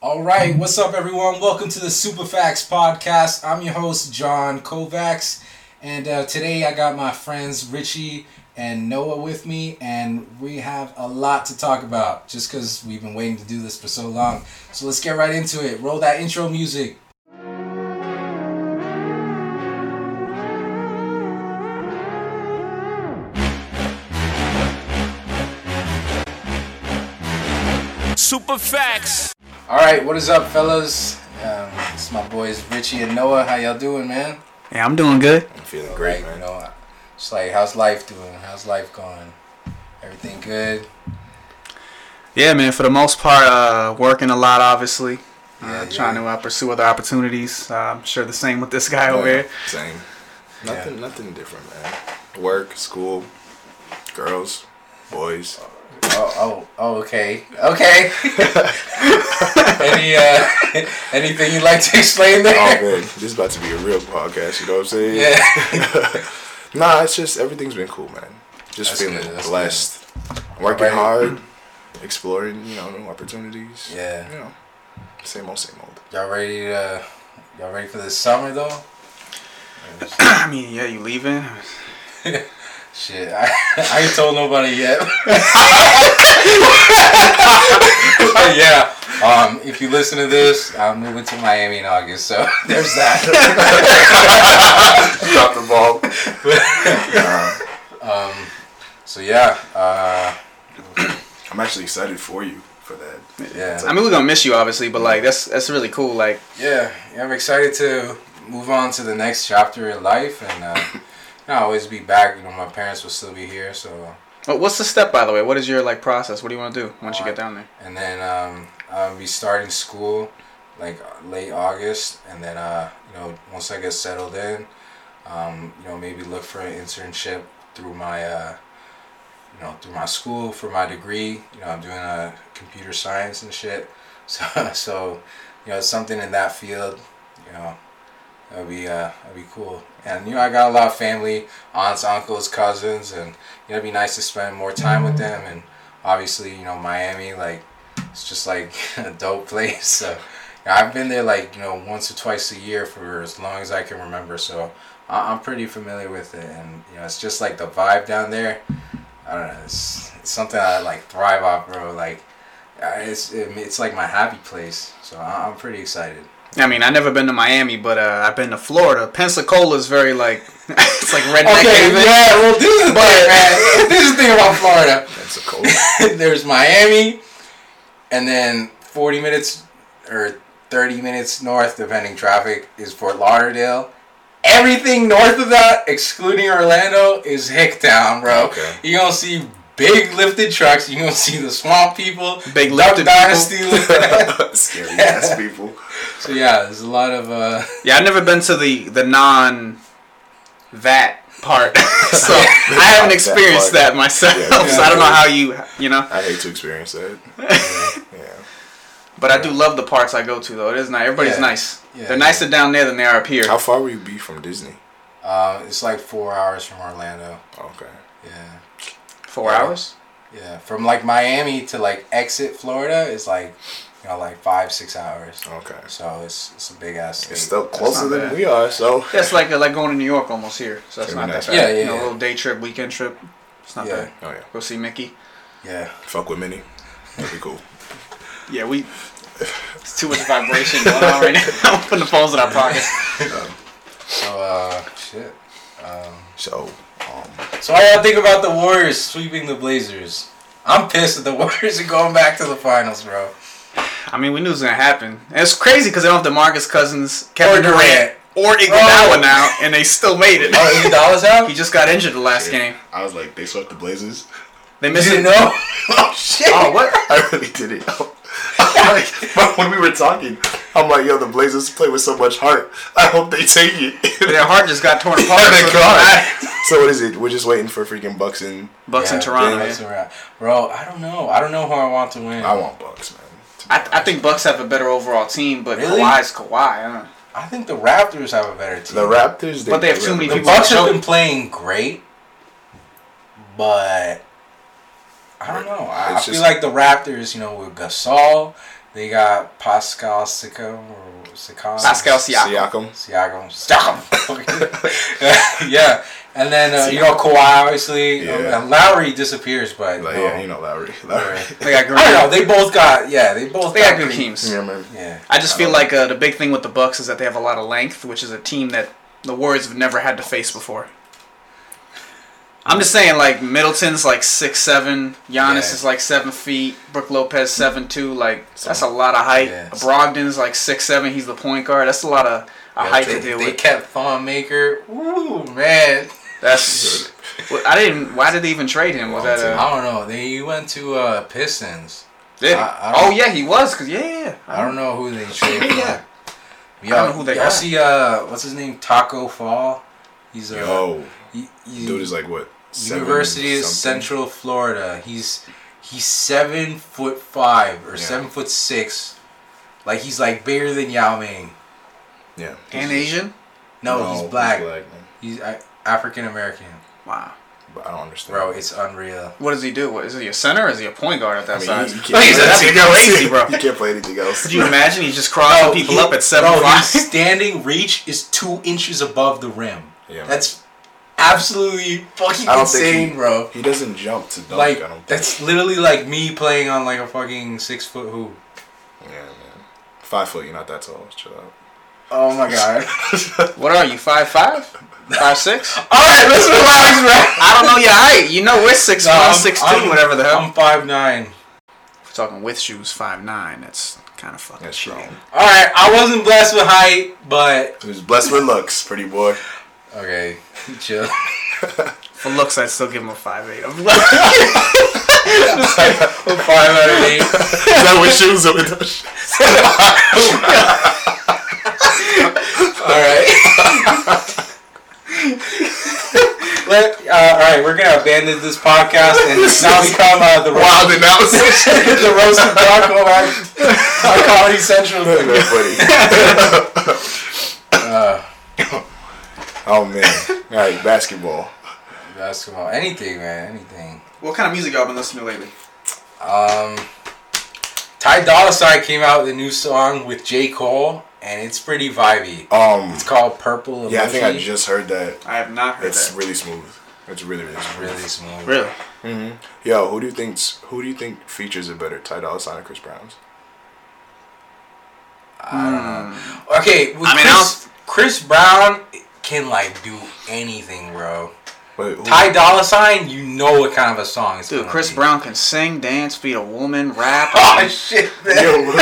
All right, what's up, everyone? Welcome to the Super Facts Podcast. I'm your host, John Kovacs, and uh, today I got my friends Richie and Noah with me, and we have a lot to talk about just because we've been waiting to do this for so long. So let's get right into it. Roll that intro music. Super facts. All right, what is up, fellas? Um, it's my boys Richie and Noah. How y'all doing, man? Yeah, I'm doing good. I'm feeling All great, right, man. Noah. Just like, how's life doing? How's life going? Everything good? Yeah, man. For the most part, uh, working a lot, obviously. Yeah, uh, trying yeah. to uh, pursue other opportunities. Uh, I'm sure the same with this guy over Yeah, here. Same. Nothing. Nothing different, man. Work, school, girls, boys. Oh, oh, oh, okay, okay. Any, uh, anything you'd like to explain Oh there? man, this is about to be a real podcast. You know what I'm saying? Yeah. Nah, it's just everything's been cool, man. Just That's feeling good, that's blessed, working Alright. hard, exploring, you know, new opportunities. Yeah. You know, same old, same old. Y'all ready to, uh, y'all ready for this summer though? I mean, yeah, you leaving? Shit, I, I ain't told nobody yet. But yeah, um, if you listen to this, I'm moving to Miami in August, so there's that. Drop the ball. so yeah, uh, I'm actually excited for you for that. yeah. I mean, we're gonna miss you, obviously, but like, that's that's really cool. Like, yeah, yeah, I'm excited to move on to the next chapter in life, and uh, you know, I'll always be back. You know, my parents will still be here, so what- what's the step, by the way? What is your like process? What do you want to do once you Alright. get down there? and then um, I'll be starting school like late August, and then uh, you know, once I get settled in, um, you know, maybe look for an internship through my. Uh, you know, through my school for my degree, you know, I'm doing a computer science and shit. So, so, you know, something in that field, you know, that'd be uh, that'd be cool. And you know, I got a lot of family, aunts, uncles, cousins, and you know, it'd be nice to spend more time with them. And obviously, you know, Miami, like, it's just like a dope place. So, you know, I've been there like you know once or twice a year for as long as I can remember. So. I- I'm pretty familiar with it, and you know, it's just like the vibe down there. I don't know. It's, it's something I like thrive off, bro. Like, I- it's it, it's like my happy place. So I- I'm pretty excited. I mean, I never been to Miami, but uh, I've been to Florida. Pensacola's very like, it's like redneck haven. Well, this is the thing, man. This is the thing about Florida. That's a cold. There's Miami, and then 40 minutes or 30 minutes north, depending traffic, is Fort Lauderdale. Everything north of that, excluding Orlando, is Hicktown, bro. Okay. You're gonna see big lifted trucks. You're gonna see the swamp people, Big Duck lifted people. Dynasty Scary ass people. So yeah, there's a lot of uh Yeah, I've never been to the the non that part, so I haven't That experienced part. that myself. Yeah. so I don't know how you you know. I hate to experience that. yeah. But I do love the parts I go to though. It is nice. Everybody's Yeah. nice. Yeah, They're nicer down there than they are up here. How far will you be from Disney? uh it's like four hours from Orlando. Okay. Yeah. Four hours. Yeah. From like Miami to like exit Florida is like you know, like five, six hours. Okay. So it's it's a big ass state. It's still not closer than bad. we are, so. That's like like going to New York almost here. So that's Very not nice. that bad. Yeah, yeah, You know, yeah. a little day trip, weekend trip. It's not Yeah. bad. Oh yeah. Go see Mickey. yeah. Fuck with Minnie. That'd be cool. Yeah, we. It's too much vibration going on right now. I'm putting the phones in our pockets. So uh shit. So, um, So how y'all think about the Warriors sweeping the Blazers? I'm pissed that the Warriors are going back to the finals, bro. I mean, we knew it was gonna happen. And it's crazy because they don't have DeMarcus Cousins, Kevin Durant. Durant, Bro. or Iguodala now, and they still made it. Oh, Iguodala's out? he just got injured the last game. I was like, they swept the Blazers. They You missed didn't it. know? oh shit. Oh, what? I really did it. I'm like, when we were talking, I'm like, yo, the Blazers play with so much heart. I hope they take it. Their heart just got torn apart. oh my god. So what is it? We're just waiting for freaking Bucks and Bucks in Yeah, Toronto. Bucks man. in Toronto. Bro, I don't know. I don't know who I want to win. I want Bucks, man. To be I, I think Bucks have a better overall team, but Really? Kawhi's Kawhi. I don't know. I think the Raptors have a better team. the Raptors. They But they have too many The people. Bucks have Joe- been playing great, but I don't know. I, I It's feel just- like the Raptors, you know, with Gasol, They got Pascal Siakam or Siakam. Pascal Siakam. Siakam. Siakam. Siakam. yeah, and then uh, you know Kawhi obviously, Yeah. um, and Lowry disappears, but Like, no. Oh. yeah, you know Lowry. Lowry. Right. They I got don't know. great. They both got yeah. They both They got good teams. Yeah, man. Yeah. I just feel like uh, the big thing with the Bucks is that they have a lot of length, which is a team that the Warriors have never had to face before. I'm just saying, like Middleton's like six seven, Giannis Yeah. is like seven feet, Brooke Lopez seven two, like that's a lot of height. Yeah. Brogdon's like six seven, he's the point guard. That's a lot of a height they, to deal they with. kept Thonmaker. Ooh man. That's Well, I didn't. Why did they even trade him? Was that? Uh, I don't know. They he went to uh, Pistons. did he? I- I oh don't- yeah, he was. Cause yeah, yeah, yeah. I don't know who they traded. Yeah. for. I don't know who they y'all got. see uh what's his name? Taco Fall. He's a Yo, he- he- dude is like what? seven University of something? Central Florida. He's he's seven foot five or Yeah. seven foot six. Like he's like bigger than Yao Ming. Yeah. and Asian. No, No, he's black. He's, man. African American. Wow. But I don't understand. Bro, it's unreal. What does he do? What, is he a center? or Is he a point guard at that I mean, size? you, you Like, can't he's a- Oh, play that'd be anything else. crazy, bro. You can't play anything else. Could you imagine? He's just crossing people he- up at seven bro, o'clock. his standing reach is two inches above the rim. Yeah, man. that's absolutely fucking I don't think insane, he- bro. He doesn't jump to dunk. I don't Like think. that's literally like me playing on like a fucking six foot hoop. yeah, man. Five foot. You're not that tall. Chill out. Oh my god. What are you? Five five? Five six? All right, let's relax, bro. I don't know your height. You know we're six No, one, I'm- six two, I'm- whatever the hell. I'm five nine. If we're talking with shoes, five nine. That's kind of fucking That's shitty. strong. All right, I wasn't blessed with height, but He was blessed with looks, pretty boy. okay, chill. For looks, I'd still give him a five eight. I'm like, five out of eight. Is that with shoes or without shoes? All right. Let, uh, all right, we're gonna abandon this podcast and now become uh, the Wild analysis. the roasted taco on on Comedy Central. That's funny. Uh. oh man. All right, basketball. Basketball, anything, man, anything. what kind of music y'all been listening to lately? Um, Ty Dolla Sign came out with a new song with J Cole, and it's pretty vibey. Um. It's called Purple. Yeah, I think I Emoji. just heard that. I have not heard It's that. really smooth. It's really really smooth. really smooth. Really? Yo, who do you think's who do you think features it better, Ty Dolla Sign or Chris Brown's? Okay, with I mean, Chris, Chris Brown can like do anything, bro. Wait, who, Ty Dolla Sign, you know what kind of a song it's Dude, gonna Chris be. Brown can sing, dance, beat a woman, rap. Oh shit, man. Yo,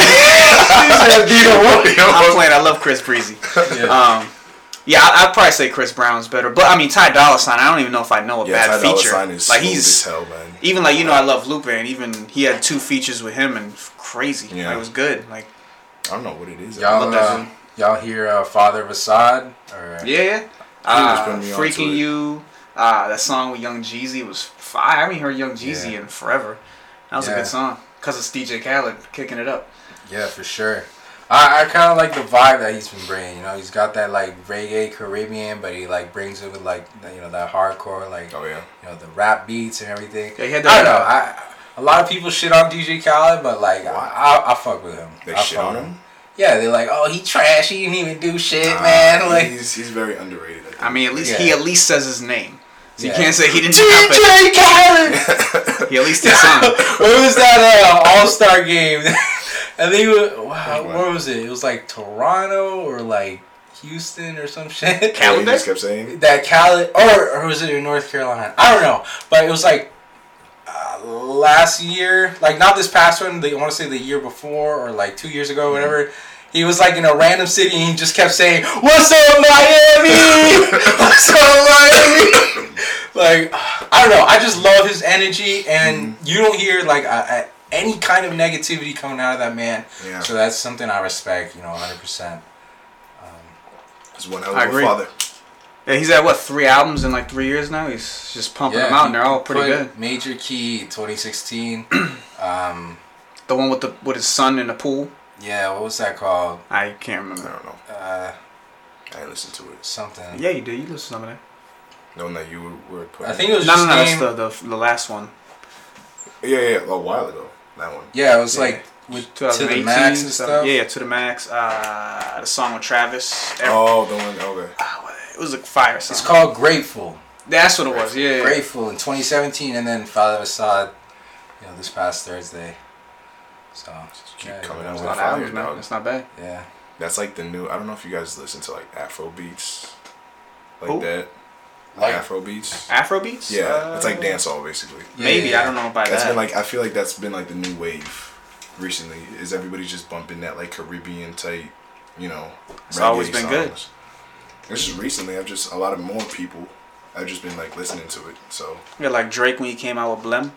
I'm playing. I love Chris Breezy. Uh, Um, yeah, I, I'd probably say Chris Brown's better, but I mean Ty Dolla Sign. I don't even know if I know a yeah, Ty bad Dolla feature. Sign is like smooth he's as hell, man. even like you know I love Lupe, and even he had two features with him, and f- crazy. Yeah. Like, it was good. Like I don't know what it is. Oh, Y'all, love that uh, song. y'all hear uh, Father of Assad? Or, yeah, yeah. was Uh, putting me onto freaking it. you. Uh, that song with Young Jeezy was fire. I haven't heard Young Jeezy Yeah. in forever. That was a Yeah. good song because it's DJ Khaled kicking it up. Yeah, for sure. I, I kind of like the vibe that he's been bringing. You know, he's got that like reggae Caribbean, but he like brings it with like the- you know that hardcore like Oh yeah. you know the rap beats and everything. Yeah, he had I that- don't know. I a lot of people shit on DJ Khaled, but like I, I, I fuck with him. They I shit fuck on with him? Yeah, they're like, oh, he trash. He didn't even do shit, Nah, man. Like he's, he's very underrated. I, think. I mean, at least he Yeah. at least says his name. So Yeah. you can't say he didn't do nothing. DJ Khaled. He at least did something. what was that uh, All Star game? I think it was, wow, Which one? where was it? It was like Toronto or like Houston or some shit. Yeah, Khaled he just kept saying. that Cali or, or was it in North Carolina? I don't know, but it was like uh, last year, like not this past one. The, I want to say the year before or like two years ago, whatever. He was like in a random city and he just kept saying, "What's up, Miami? What's up, Miami?" like I don't know. I just love his energy, and Mm-hmm. you don't hear like uh, uh, any kind of negativity coming out of that man. Yeah. So that's something I respect. You know, hundred percent. It's one hell I of a agree. father. Yeah, he's at what three albums in like three years now. He's just pumping them out, and they're all pretty put good. Major Key 2016. um, The one with the with his son in the pool. yeah, what was that called? I can't I remember. don't know. Uh, I didn't listen to it. something. Yeah, you did. You listened to some of that. The one that you were, were putting. I think it was No, no, just no. named- That's the, the the last one. Yeah, yeah, a while ago. That one. Yeah, it was Yeah. like with to the 2018. max and so- stuff. Yeah, yeah, to the max. Uh, the song with Travis. Every, Ah, Oh, the one. Okay. It was a fire song. It's called Grateful. That's what it was. Yeah. yeah. Grateful in 2017, and then Father Assad, you know, this past Thursday. So keep yeah, you coming know, it out with was- Not Fire, hours, man. dog. That's not bad. Yeah, That's like the new. I don't know if you guys listen to like Afro beats, like Who? that. Like- Like Afro beats. Afro beats. Yeah, it's like dancehall basically. Uh, Maybe Yeah. I don't know about That's that. been like I feel like that's been like the new wave recently. Is everybody just bumping that like Caribbean type, you know? It's always been good. good. It's just recently. I've just a lot of more people. I've just been like listening to it. So yeah, like Drake when he came out with Blem.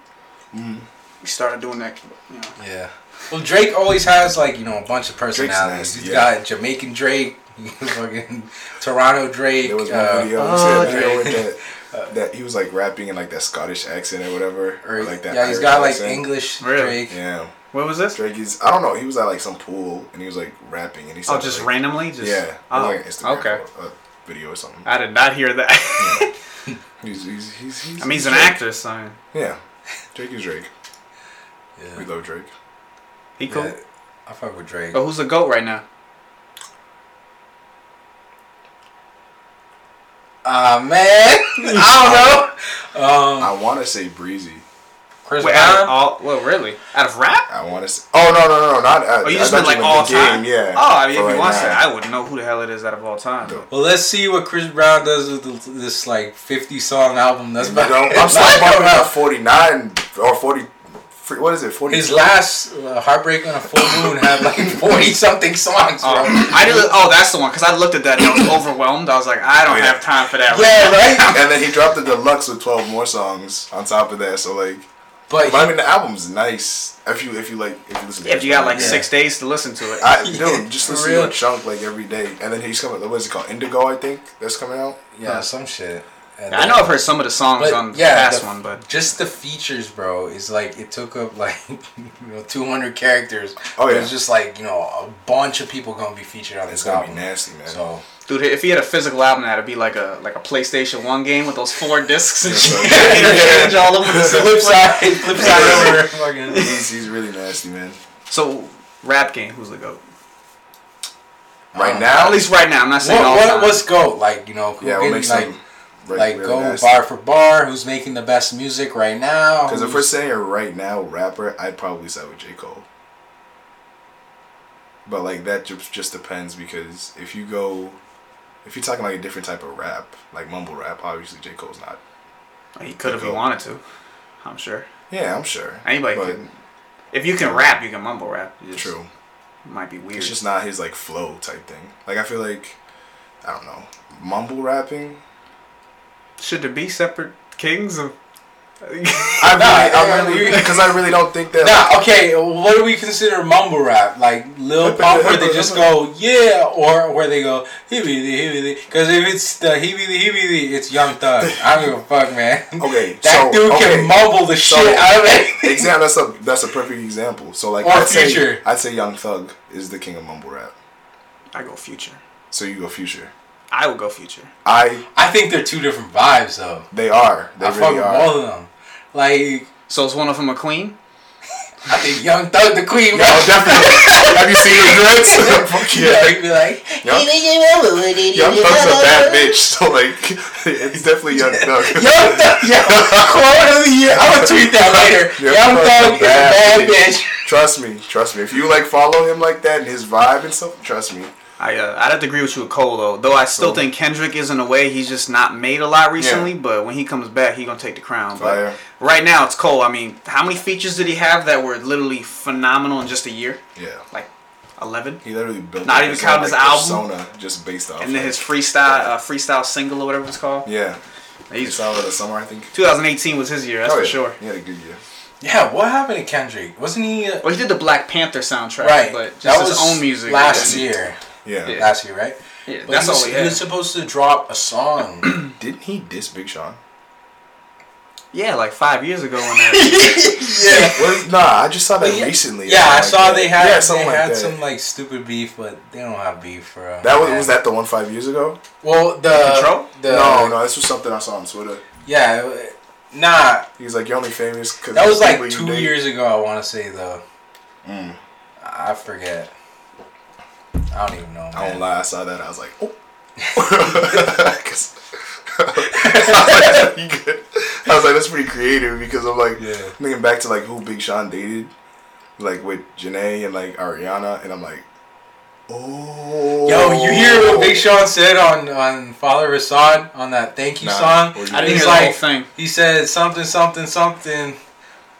Mm-hmm. He started doing that. You know. yeah. Well, Drake always has like you know a bunch of personalities. nasty, He's yeah. got Jamaican Drake, fucking Toronto Drake. there was one uh, video. he oh, said, video with that, that he was like rapping in like that Scottish accent or whatever, or- or like that. yeah, he's Irish got like accent. English Really? Drake. Yeah. What was this? Drake is I don't know. He was at like some pool and he was like rapping and he Oh, sounded just like, randomly. Just Yeah, Oh, like an Instagram okay. Ah. or a video or something. I did not hear that. He's, he's, he's, he's, I mean, he's an Drake. actor, so Yeah, Drake is Drake. Yeah. We love Drake. he cool. Yeah, I fuck with Drake. Oh. But who's the goat right now? Ah man, I don't know. Um, I want to say Breezy. Chris Wait, out Brown. of all, well, really? Out of rap? I want to. say... Oh no no no no not. Uh, Oh, you I just thought meant like meant all the time? Game, yeah. Oh, I mean, For if right you want to now. say, I wouldn't know who the hell it is out of all time. Dope. Well, let's see what Chris Brown does with the- this like 50 song album. That's You about know, I'm sorry, I'm about forty nine or forty. fr- What is it? Forty. His last uh, heartbreak on a full moon had like 40 something songs, bro. Oh, Uh, I did. Oh, that's the one. Cause I looked at that and I was overwhelmed. I was like, I don't Yeah. have time for that. yeah, right. And then he dropped the deluxe with twelve more songs on top of that. So like, But but I mean the album's nice if you if you like if you listen. to If you got like Yeah. six days to listen to it, I, Dude, just for listen to real. a chunk like every day, and then he's coming. What is it called? Indigo, I think that's coming out. yeah, some shit. And I know I've heard some of the songs But, on the yeah, past the- one, but Just the features, bro, is like it took up like you know 200 characters. Oh, It yeah. was just like you know a bunch of people gonna be featured on It's this gonna album. be nasty, man. So dude, if he had a physical album, that'd be like a like a PlayStation One game with those four discs and shit, interchange all over the flip slip side, flip side over. Fucking. He's, he's really nasty, man. So rap game, who's the goat? Right Um, now, At least right now, I'm not saying all What, what time. what's go like? You know, who can, yeah, we'll make like some right, like really go nasty. bar for bar. Who's making the best music right now? Because if who's- we're saying a right now rapper, I'd probably side with J. Cole. But like that just just depends because if you go, if you're talking like a different type of rap, like mumble rap, obviously J. Cole's not. he could if he Goat. wanted to. I'm sure. Yeah, I'm sure. Anybody but can. If you can rap, you can mumble rap. You just- True. Might be weird. It's just not his like flow type thing. Like I feel like, I don't know, mumble rapping. Should there be separate kings of? I really, yeah, I really, we- because I really don't think that. like, Nah, okay. What do we consider mumble rap? Like Lil Pump, where they just go yeah, or where they go heebie the heebie Because if it's the heebie the heebie it's Young Thug. I don't give a fuck, man. Okay, that so, dude okay. can mumble the So- shit out of it. Exam. That's a that's a perfect example. So like, Or I'd say Future. I'd say Young Thug is the king of mumble rap. I go future. So you go Future. I would go future. I I think they're two different vibes, though. they are they I fuck really with are. both of them. Like So is one of them a queen? I think Young Thug the Queen. bro. Oh, definitely. Have you seen the dreads? Fuck Yeah, yeah. he'd be like, Young, Young Thug's a bad bitch. So like, it's definitely Young Thug. Young Thug, yo, quote of the year. I'm gonna tweet that later. Young Young Thug's Thug is a bad bitch. Trust me, trust me. If you like follow him like that and his vibe and stuff, trust me. I uh, I'd have to agree with you with Cole though. Though I still think Kendrick is in a way he's just not made a lot recently. But when he comes back, he gonna take the crown. Fire. But right now it's Cole. I mean, how many features did he have that were literally phenomenal in just a year? Yeah. Like eleven. He literally built Not up even counting his album? persona just based off. And then of- his freestyle uh, freestyle single or whatever it's called. yeah, He's- freestyle of the summer I think. 2018 was his year. That's Oh, for yeah. sure. He had a good year. Yeah, what happened to Kendrick? Wasn't he uh, Well, he did the Black Panther soundtrack, right? but just that his was own music. last Yeah. year. Yeah. Yeah. Last year, right? Yeah, But that's he was, all he he was had. supposed to drop a song. Didn't he diss Big Sean? Yeah, like five years ago when that. yeah. Well, nah, I just saw that yeah, recently. Yeah, I Like saw that. they had yeah, they something like had that. some like stupid beef, but they don't have beef for. Uh, That was man. was that the one five years ago? Well, the Control? The, no, no, this was something I saw on Twitter. Yeah, it- nah. He's like, you're only famous because Mm. That was like two years ago. I want to say though. I forget. I don't even know. Man. I won't lie, I saw that. I was like, oh. 'Cause- I was like, "That's pretty good." I was like, that's pretty creative because I'm like, Yeah. thinking back to like who Big Sean dated, like with Janae and like Ariana, and I'm like, oh. Yo, you hear what Big Sean said on on Father Assad on that thank you Nah, song? what do you I didn't He's hear like, the whole thing. He said something, something, something.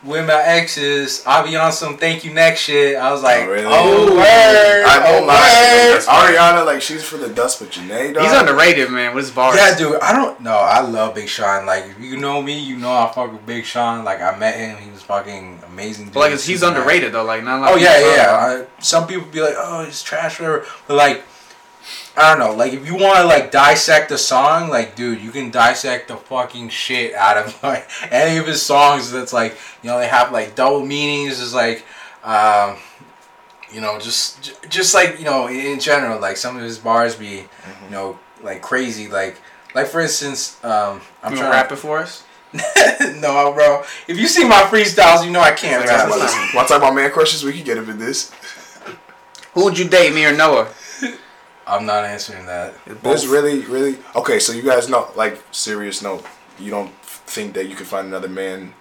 With my exes, I'll be on some thank you next shit. I was like, oh, Oh, really? word, I oh won't lie. word. Ariana, like, she's for the dust, but Janae, dog. He's underrated, man. With his bars. Yeah, dude. I don't know. I love Big Sean. Like, if you know me, you know I fuck with Big Sean. Like, I met him. He was fucking amazing. Dude. But like, it's- he's Super nice. underrated though. Like, not like Oh yeah, yeah. I, some people be like, "Oh, it's trash," whatever. But like, I don't know. Like, if you want to like dissect a song, like, dude, you can dissect the fucking shit out of like any of his songs. That's like, you know, they have like double meanings. Is like, um, you know, just j- just like you know, in in general, like some of his bars be, you know, like crazy. Like, like for instance, um, I'm You trying gonna rap it for us? to no, bro. If you see my freestyles, you know I can't Talk rap. about this. Wanna talk about man crushes? We can get him in this. Who'd you date, me or Noah? I'm not answering that. There's really, really okay. So you guys know, like, serious note, you don't think that you could find another man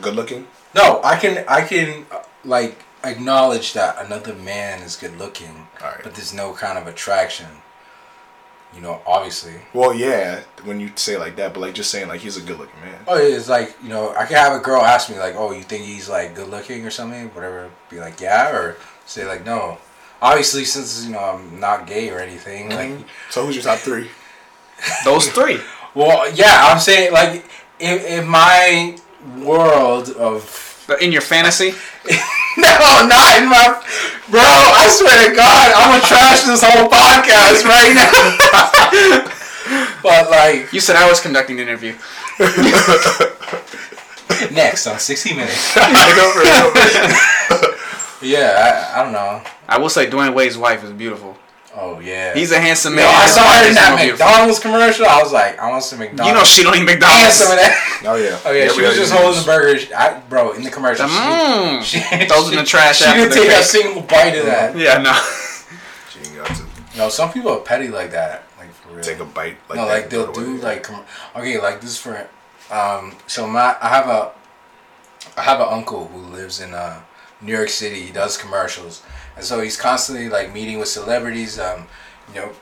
good looking? No, I can I can uh, like acknowledge that another man is good looking, Alright. but there's no kind of attraction. You know, obviously. Well, yeah, when you say it like that, but like just saying like he's a good looking man. Oh, it's like you know, I can have a girl ask me like, "Oh, you think he's like good looking or something?" Whatever, be like, "Yeah," or say like, "No." Obviously, since you know I'm not gay or anything, like, So who's your top three? Those three. well, yeah, I'm saying like, in, in my world of But in your fantasy, No, not in my. Bro, I swear to God, I'm gonna trash this whole podcast right now. but like you said I was conducting the interview. next on 60 Minutes. I know, right? Yeah, I, I don't know. I will say Dwayne Wade's wife is beautiful. Oh yeah. He's a handsome Yo, man. I His saw wife her in is that more beautiful. McDonald's commercial. I was like, I want some McDonald's. You know she don't eat And McDonald's. some of that. Oh yeah. Oh yeah, she we was gotta just do holding the this. burger. I, bro, in the commercial, she, Mm. she, Those in the trash She after didn't the take a cake. single bite of that. Yeah, no. She ain't got to No, some people are petty like that. Like for real. take a bite. Like no, that like and they'll throw it do away. like com- okay, like this is for um. So my I have a I have an uncle who lives in uh New York City. He does commercials, and so he's constantly like meeting with celebrities. Um, you know,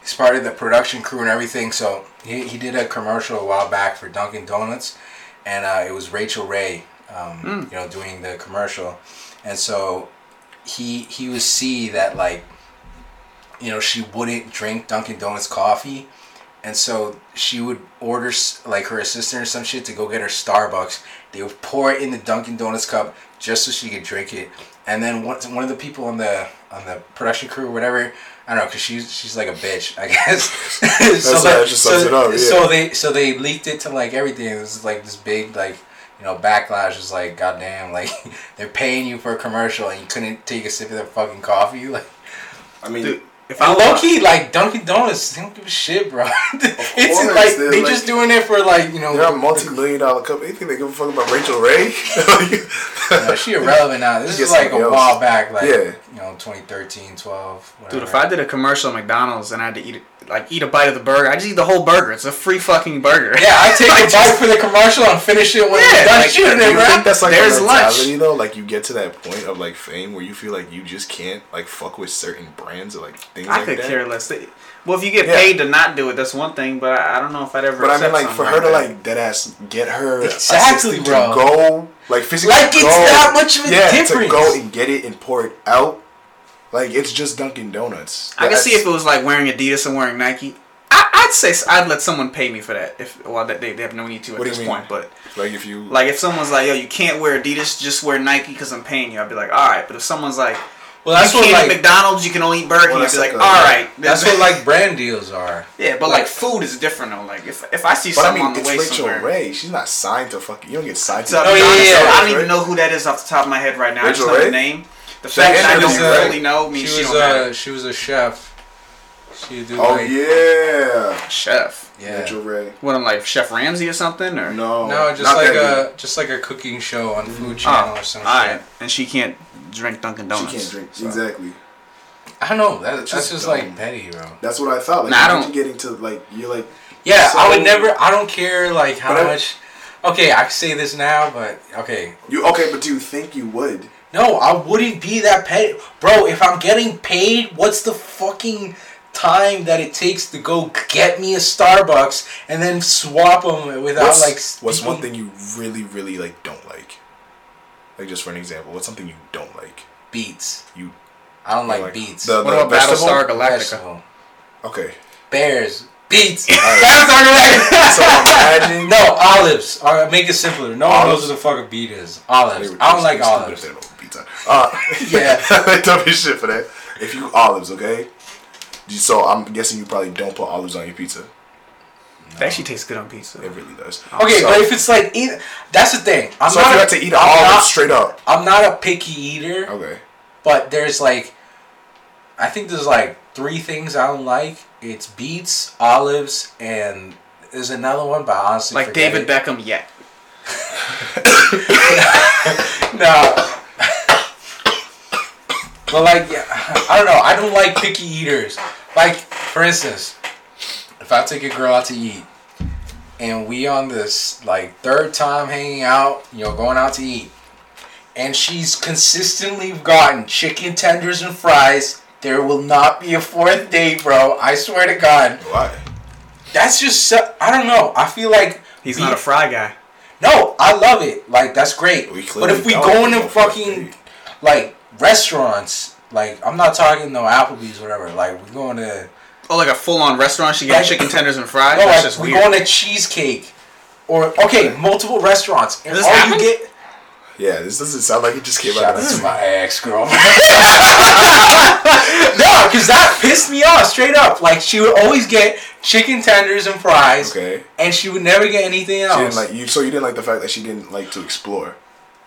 he's part of the production crew and everything. So he he did a commercial a while back for Dunkin' Donuts, and uh, it was Rachel Ray. Um, Hmm. you know, doing the commercial, and so he he would see that like you know she wouldn't drink Dunkin' Donuts coffee, and so she would order s- like her assistant or some shit to go get her Starbucks. They would pour it in the Dunkin' Donuts cup just so she could drink it. And then one, one of the people on the on the production crew or whatever, I don't know, cause she's she's like a bitch, I guess. so, how like- that just sums so- it up, yeah. so they so they leaked it to like everything. It was like this big like you know backlash. Is like goddamn, like they're paying you for a commercial and you couldn't take a sip of their fucking coffee, like. I mean, Dude, if And I low key, like Dunkin' Donuts, they don't give a shit, bro. it's course, like they're they like- just doing it for like you know. they're a multi-million dollar company. They think they give a fuck about Rachel Ray? no, she irrelevant now. This Get is like a somebody while else. back, like Yeah. you know, 2013, 12. Whatever. Dude, if I did a commercial at McDonald's and I had to eat like eat a bite of the burger, I just eat the whole burger. It's a free fucking burger. yeah, I take a Like, bite for the commercial and finish it when Yeah, we're done like, shooting do it, you bro. think that's like There's there's lunch. mentality though? Like you get to that point of like fame where you feel like you just can't like fuck with certain brands or like things I like could that. care less. They- Well, if you get Yeah. paid to not do it, that's one thing. But I, I don't know if I'd ever. But I mean, accept like for something her to that. like dead ass get her Exactly, assistant bro. to go like physically Like, it's go- that much of a yeah, difference. to go and get it and pour it out. Like it's just Dunkin' Donuts. I can see if That's- it was like wearing Adidas and wearing Nike. I, I'd say s- I'd let someone pay me for that. If well, that they, they have no need to at What do you this mean? point. But like if you like, if someone's like, "Yo, you can't wear Adidas, just wear Nike because I'm paying you," I'd be like, "All right." But if someone's like, Well, that's "You what can't eat like McDonald's, you can only eat Burger," Well, King," I'd that's be like, like "All a- right." that's what like brand deals are. Yeah, but like food is different though. Like if if I see But I someone mean, on it's the way Rachel somewhere, Ray. She's not signed to fucking. You don't get signed to. So, I'll Oh, be yeah, honest, yeah, though, yeah. I don't even know who that is off the top of my head right now. I just Rachel know the Ray? name. The fact is that I Rachel don't Ray. really know means She she, uh, was don't matter. a she was a chef. She do Oh like, yeah, Chef. yeah. Mitchell Ray. What I'm like, Chef Ramsay or something? Or No, No, just not like uh, that a just like a cooking show on Food Oh, Channel or some all right. shit. And she can't drink Dunkin' good. Donuts. She can't drink. so. Exactly. I don't know. That, that's Just just, dumb. like petty, bro. That's what I thought. Like, Nah, I imagine don't- getting to like you're like Yeah, So- I would never. I don't care like how But I- much. Okay, I can say this now, but okay. you okay, but do you think you would? No, I wouldn't be that petty, bro. If I'm getting paid, what's the fucking time that it takes to go get me a Starbucks and then swap them without What's, like? what's speaking- one thing you really, really like don't like? Like just for an example, what's something you don't like? Beats. You I don't like, like beats. the- What about Vegetable? Battlestar Galactica? Vegetable. okay? Bears. Beats. Battlestar Galactica. So imagine No, olives. All right, make it simpler. No one knows what the fuck a beat is. Olives. I don't like olives. Pizza. Uh, Yeah. don't be shit for that. If you olives, okay. You- So I'm guessing you probably don't put olives on your pizza. That actually tastes good on pizza. It really does. Okay, so, but if it's like, eat, that's the thing. I'm so if not you a- had to eat an I'm olive not- straight up, I'm not a picky eater, okay. but there's like, I think there's like three things I don't like. It's beets, olives, and there's another one, but I honestly, Like forget David it. Beckham yet. No. but like, yeah, I don't know. I don't like picky eaters. Like, for instance, if I take a girl out to eat, and we on this like third time hanging out, you know, going out to eat, and she's consistently gotten chicken tenders and fries. There will not be a fourth date, bro. I swear to God. Why? That's just so, I don't know. I feel like He's we- not a fry guy. no, I love it. Like that's great. We But clearly if we don't go go into for a fucking date. like restaurants, like I'm not talking no Applebee's whatever. Like we going to Oh, like a full-on restaurant. She gets Like- chicken tenders and fries. no, That's like just we weird. going to cheesecake or okay, multiple restaurants. And Does all this happen? you get Hmm. Yeah, this doesn't sound like it just came out shout of out to the my ex girlfriend. no, because that pissed me off straight up. Like she would always get chicken tenders and fries, Okay. and she would never get anything She else. didn't like you. So you didn't like the fact that she didn't like to explore.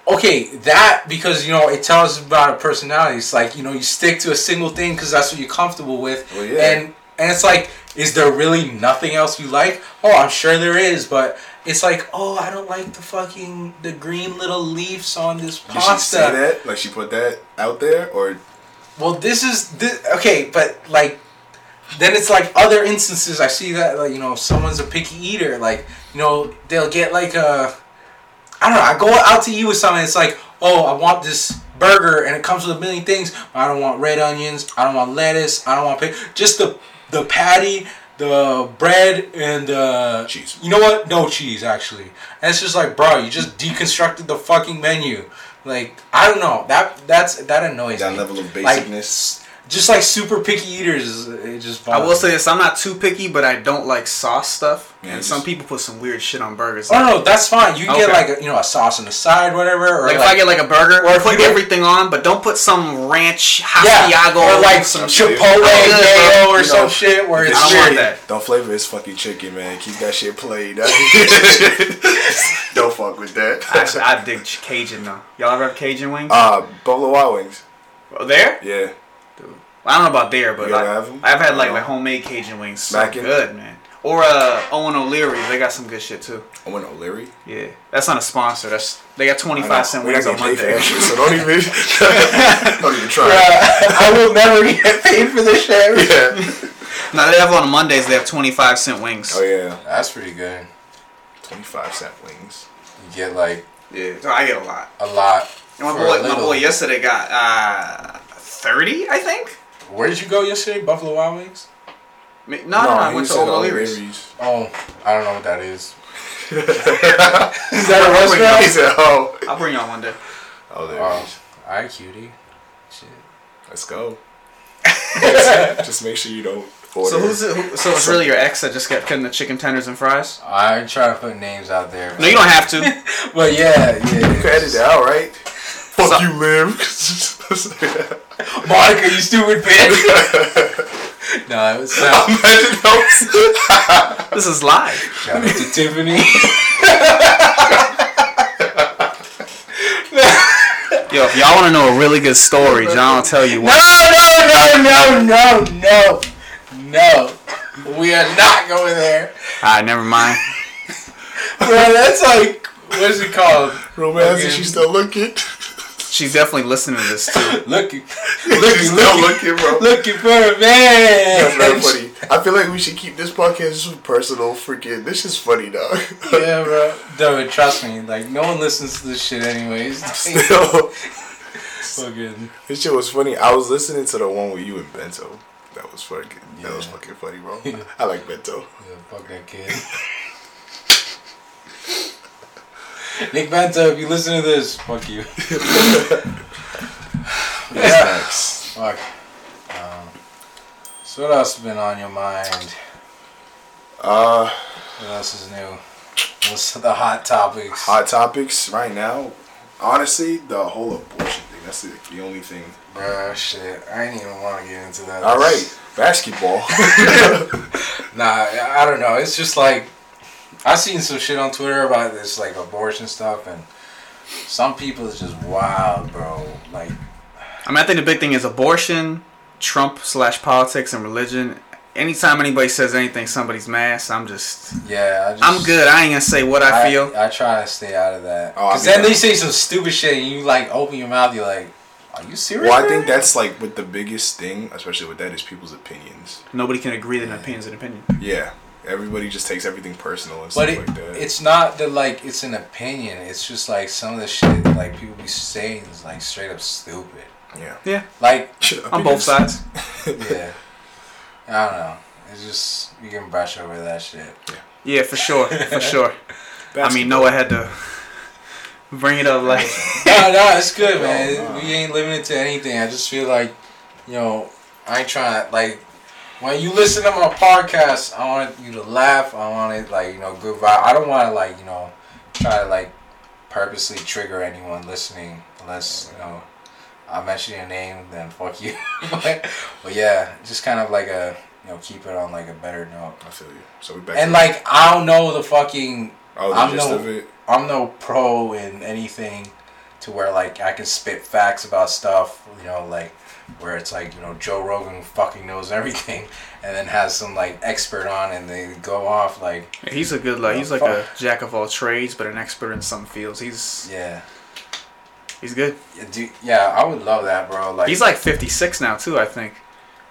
okay, that because you know it tells about a personality. It's like you know you stick to a single thing because that's what you're comfortable with, Well, Oh, yeah. and and it's like, is there really nothing else you like? Oh, I'm sure there is, but it's like, oh, I don't like the fucking the green little leaves on this Did she say pasta. that? Like she put that out there, or Well, this is this, okay, but like. Then it's like other instances I see that like you know someone's a picky eater like you know they'll get like a I don't know. I go out to eat with someone. It's like, oh, I want this burger, and it comes with a million things. I don't want red onions. I don't want lettuce. I don't want pick. Just the the patty, the bread, and the Cheese. You know what? No cheese, actually. And it's just like, bro, you just deconstructed the fucking menu. Like, I don't know. That that's that annoys that me. level of Like, basicness? just like super picky eaters, is- it just. I will bothers say this: I'm not too picky, but I don't like sauce stuff. Yeah, and just- some people put some weird shit on burgers. me. Oh no, that's fine. You can get Okay. like a, you know a sauce on the side, whatever. Or Like, if I get like a burger, Or if put you get- everything on, but don't put some ranch Yeah, haciago or like some some. sh- Chipotle I'm good, mayo bro. or You some know, shit where it's I don't shit. want that. Don't flavor his fucking chicken, man. Keep that shit plain. don't fuck with that. Actually, I dig ch- Cajun though. Y'all ever have Cajun wings? Uh, Buffalo Wild Wings. Oh, there? Yeah. I don't know about there, but You ever like, have 'em? I've had like No. my homemade Cajun wings. So Mackin'? good, man. Or uh, Owen O'Leary's. They got some good shit too. I went O'Leary. Yeah, that's not a sponsor. That's they got twenty five cent We're not wings on gonna pay for that Monday. shit, so don't even, don't even try. I will never get paid for this shit. Yeah. No, they have on Mondays. They have twenty five cent wings. Oh yeah. That's pretty good. Twenty five cent wings. You get like yeah. So I get a lot. a lot. And my for a boy, my little. boy yesterday got uh, thirty, I think. Where did you go yesterday? Buffalo Wild Wings. Ma- No, no, no, I went to Old O'Leary's. Oh, I don't know what that is. Is that a restaurant? He said, "Oh, I'll bring y'all one day. Oh, O'Leary's. all right, cutie. Shit. Let's go." Just make sure you don't order. So who's it, who, so it's really your ex that just got cutting the chicken tenders and fries? I'm trying to put names out there. No, you don't have to. don't. But yeah, You can yeah. edit it out, right? Fuck So- you, live. Monica, you stupid bitch. no, it was Shout Imagine those. this is live. out to Tiffany. Yo, if y'all want to know a really good story, John will tell you no, no, no, no, no, no, No, we are not going there. Ah, never mind. Bro, that's like, what is it called? Romance, Again. and she's still looking. She's definitely listening to this too. Looking, she's looking, still looking, looking, bro. looking for a man. That's very funny. I feel like we should keep this podcast just personal. Freaking, this is funny, dog. Yeah, bro. Dude, trust me. Like, no one listens to this shit, anyways. Still, Fucking. this shit was funny. I was listening to the one with you and Bento. That was fucking. That was Yeah. fucking funny, bro. I like Bento. Yeah, fuck that kid. Nick Banta, if you listen to this, fuck you. yeah. Fuck. Um, so what else has been on your mind? Uh, What else is new? What's the hot topics? hot topics right now. Honestly, the whole abortion thing. That's the, the only thing. Bruh, shit. I ain't even want to get into that. All right, basketball. Nah, I I don't know. It's just like I seen some shit on Twitter about this like abortion stuff, and some people is just wild, bro. Like, I mean, I think the big thing is abortion, Trump slash politics and religion. Anytime anybody says anything, somebody's mad. So I'm just, yeah, I just, I'm good. I ain't gonna say what I, feel. I try to stay out of that. Oh, I Cause mean, then I- they say some stupid shit, and you like open your mouth, you're like, "Are you serious?" well, I think bro?" that's like with the biggest thing, especially with that, is people's opinions. Nobody can agree that an opinion's an opinion. Yeah, everybody just takes everything personal and stuff But it, like that. it's not that like it's an opinion. It's just like some of the shit like people be saying is like straight up stupid. yeah, Yeah, Like, on both sides. yeah, I don't know. It's just you can brush over that shit. Yeah, for sure, for sure. I mean, Noah had to bring it up. Like, no, Oh, no, it's good, man. No, no. We ain't limited to anything. I just feel like, you know, I ain't trying to like. When you listen to my podcast, I want you to laugh. I want it like you know good vibe. I don't want to like you know try to like purposely trigger anyone listening unless you know I mention your name, then fuck you. but, but yeah, just kind of like a you know keep it on like a better note. I feel you. So we back And to- like I don't know the fucking oh, the I'm gist no- of it. I'm no pro in anything to where like I can spit facts about stuff, you know, like where it's like, you know, Joe Rogan fucking knows everything and then has some like expert on and they go off like he's a good like, he's like a jack of all trades, but an expert in some fields. He's yeah. he's good. Yeah, Dude, yeah, I would love that, bro. Like, He's like 56 now too, I think.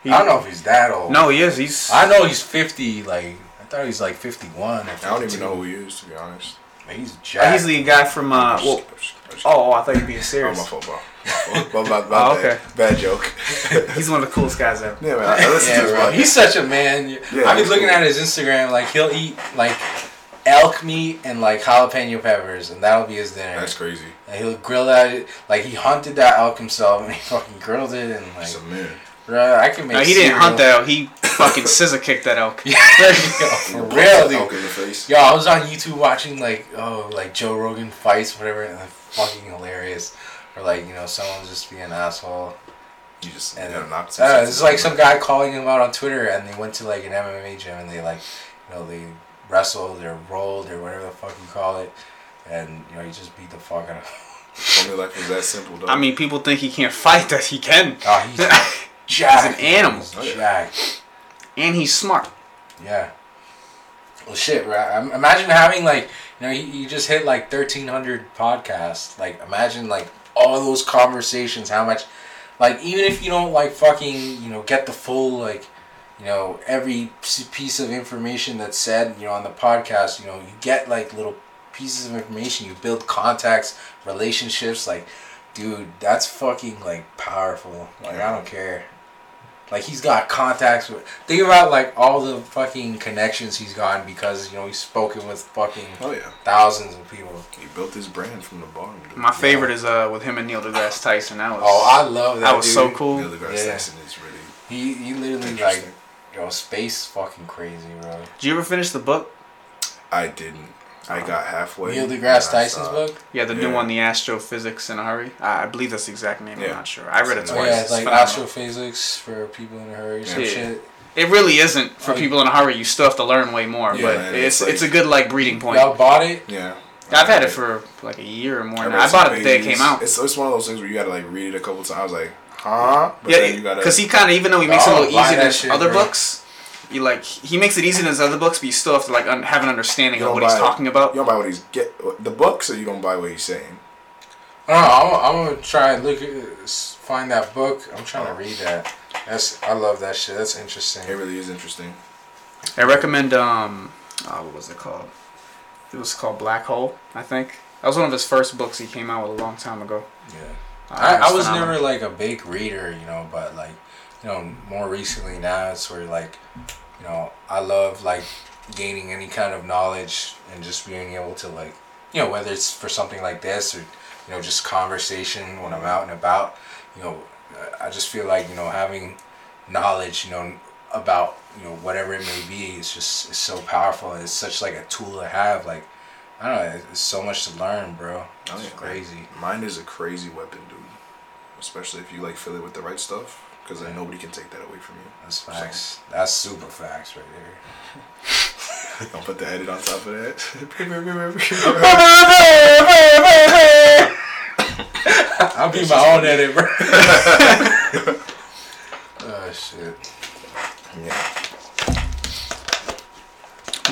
He, I don't know if he's that old. No, he is. He's. I know he's 50 like I thought he was like 51 or 52. I don't even know who he is to be honest. Man, he's jacked. He's the guy from uh. Well, oh, I thought you were being oh, my serious. fault, bro. My fault. My- my- my Oh, okay. bad. Bad joke. He's one of the coolest guys ever. yeah, man. I, I listen Yeah, to this bro. podcast. He's such a man. Yeah, I've been he's looking cool. at his Instagram. Like he'll eat like elk meat and like jalapeno peppers, and that'll be his dinner. That's crazy. And he'll grill that. Like he hunted that elk himself, and he fucking grilled it. And like, He's a man. bro, I can make. No, he cereal. didn't hunt that elk. He fucking scissor kicked that elk. Yo, for real, Poke dude. in the face. Yo, I was on YouTube watching like oh like Joe Rogan fights whatever, and they're fucking hilarious. Or like you know someone just being an asshole. You just And you know, knocked. Uh, it's like some guy calling him out on Twitter, and they went to like an MMA gym, and they like, you know, they wrestled or rolled or whatever the fuck you call it, and you know, he just beat the fuck out of. Him. Only life was that simple, dog. I mean, people think he can't fight. That he can. Oh, he's jacked. He's an animal. He's jacked. And he's smart. Yeah. Well, shit, right? Im- Imagine having like, you know, you, you just hit like thirteen hundred podcasts. Like, imagine like all those conversations. How much, like, even if you don't like fucking, you know, get the full like, you know, every s- piece of information that's said, you know, on the podcast, you know, you get like little pieces of information. You build contacts, relationships. Like, dude, that's fucking like powerful. Like, I don't care. Like he's got contacts with. Think about like all the fucking connections he's gotten because you know he's spoken with fucking oh yeah, thousands of people. he built his brand from the bottom. Dude. My favorite is uh with him and Neil deGrasse Tyson. That was. Oh, I love that. that was so dude. Neil cool. deGrasse Yeah. Tyson is really He he literally like interesting. yo space fucking crazy, bro. Did you ever finish the book? I didn't. I got halfway. Oh. Neil and deGrasse I Tyson's stopped. book. Yeah, the Yeah. new one, the astrophysics in a hurry. I, I believe that's the exact name. I'm Yeah. not sure. I read it It's Oh, twice. yeah, It's it's like phenomenal. astrophysics for people in a hurry, some Yeah. shit. It really isn't for Oh, yeah. people in a hurry. You still have to learn way more, Yeah, but man, it's it's like- it's a good like breeding point. Y'all bought it? Yeah. I've had it I- for like a year or more. read now. I some bought it the day it pages. came out. It's, it's one of those things where you gotta like read it a couple times. Like, huh? But yeah, then you gotta. because he kind of even though he makes it a Oh, little buy easier that than shit, other bro. books, you like he makes it easy in his other books, but you still have to like un- have an understanding You of don't what he's buy- talking about. You don't buy what he's get the books, or you don't buy what he's saying. I don't know. I'm, I'm gonna try and look at- s- find that book. I'm trying to Oh. read that. That's I love that shit. That's It interesting. really is interesting. I recommend um, oh, what was it called? It was called Black Hole, I think. That was one of his first books he came out with a long time ago. Yeah. Uh, I, it I was phenomenal. never like a big reader, you know, but like, you know, more recently now it's where like, you know, I love like gaining any kind of knowledge and just being able to like, you know, whether it's for something like this or, you know, just conversation when I'm out and about, you know, uh, I just feel like, you know, having knowledge, you know, about, you know, whatever it may be, it's just, it's so powerful. It's such like a tool to have. Like, I don't know, it's so much to learn, bro. It's Oh, yeah, man. crazy. Mine is a crazy weapon, dude. Especially if you like fill it with the right stuff, because then nobody can take that away from you. That's facts. That's super facts right there. Don't put the edit on top of that. I'll be my own edit, bro. oh shit. yeah.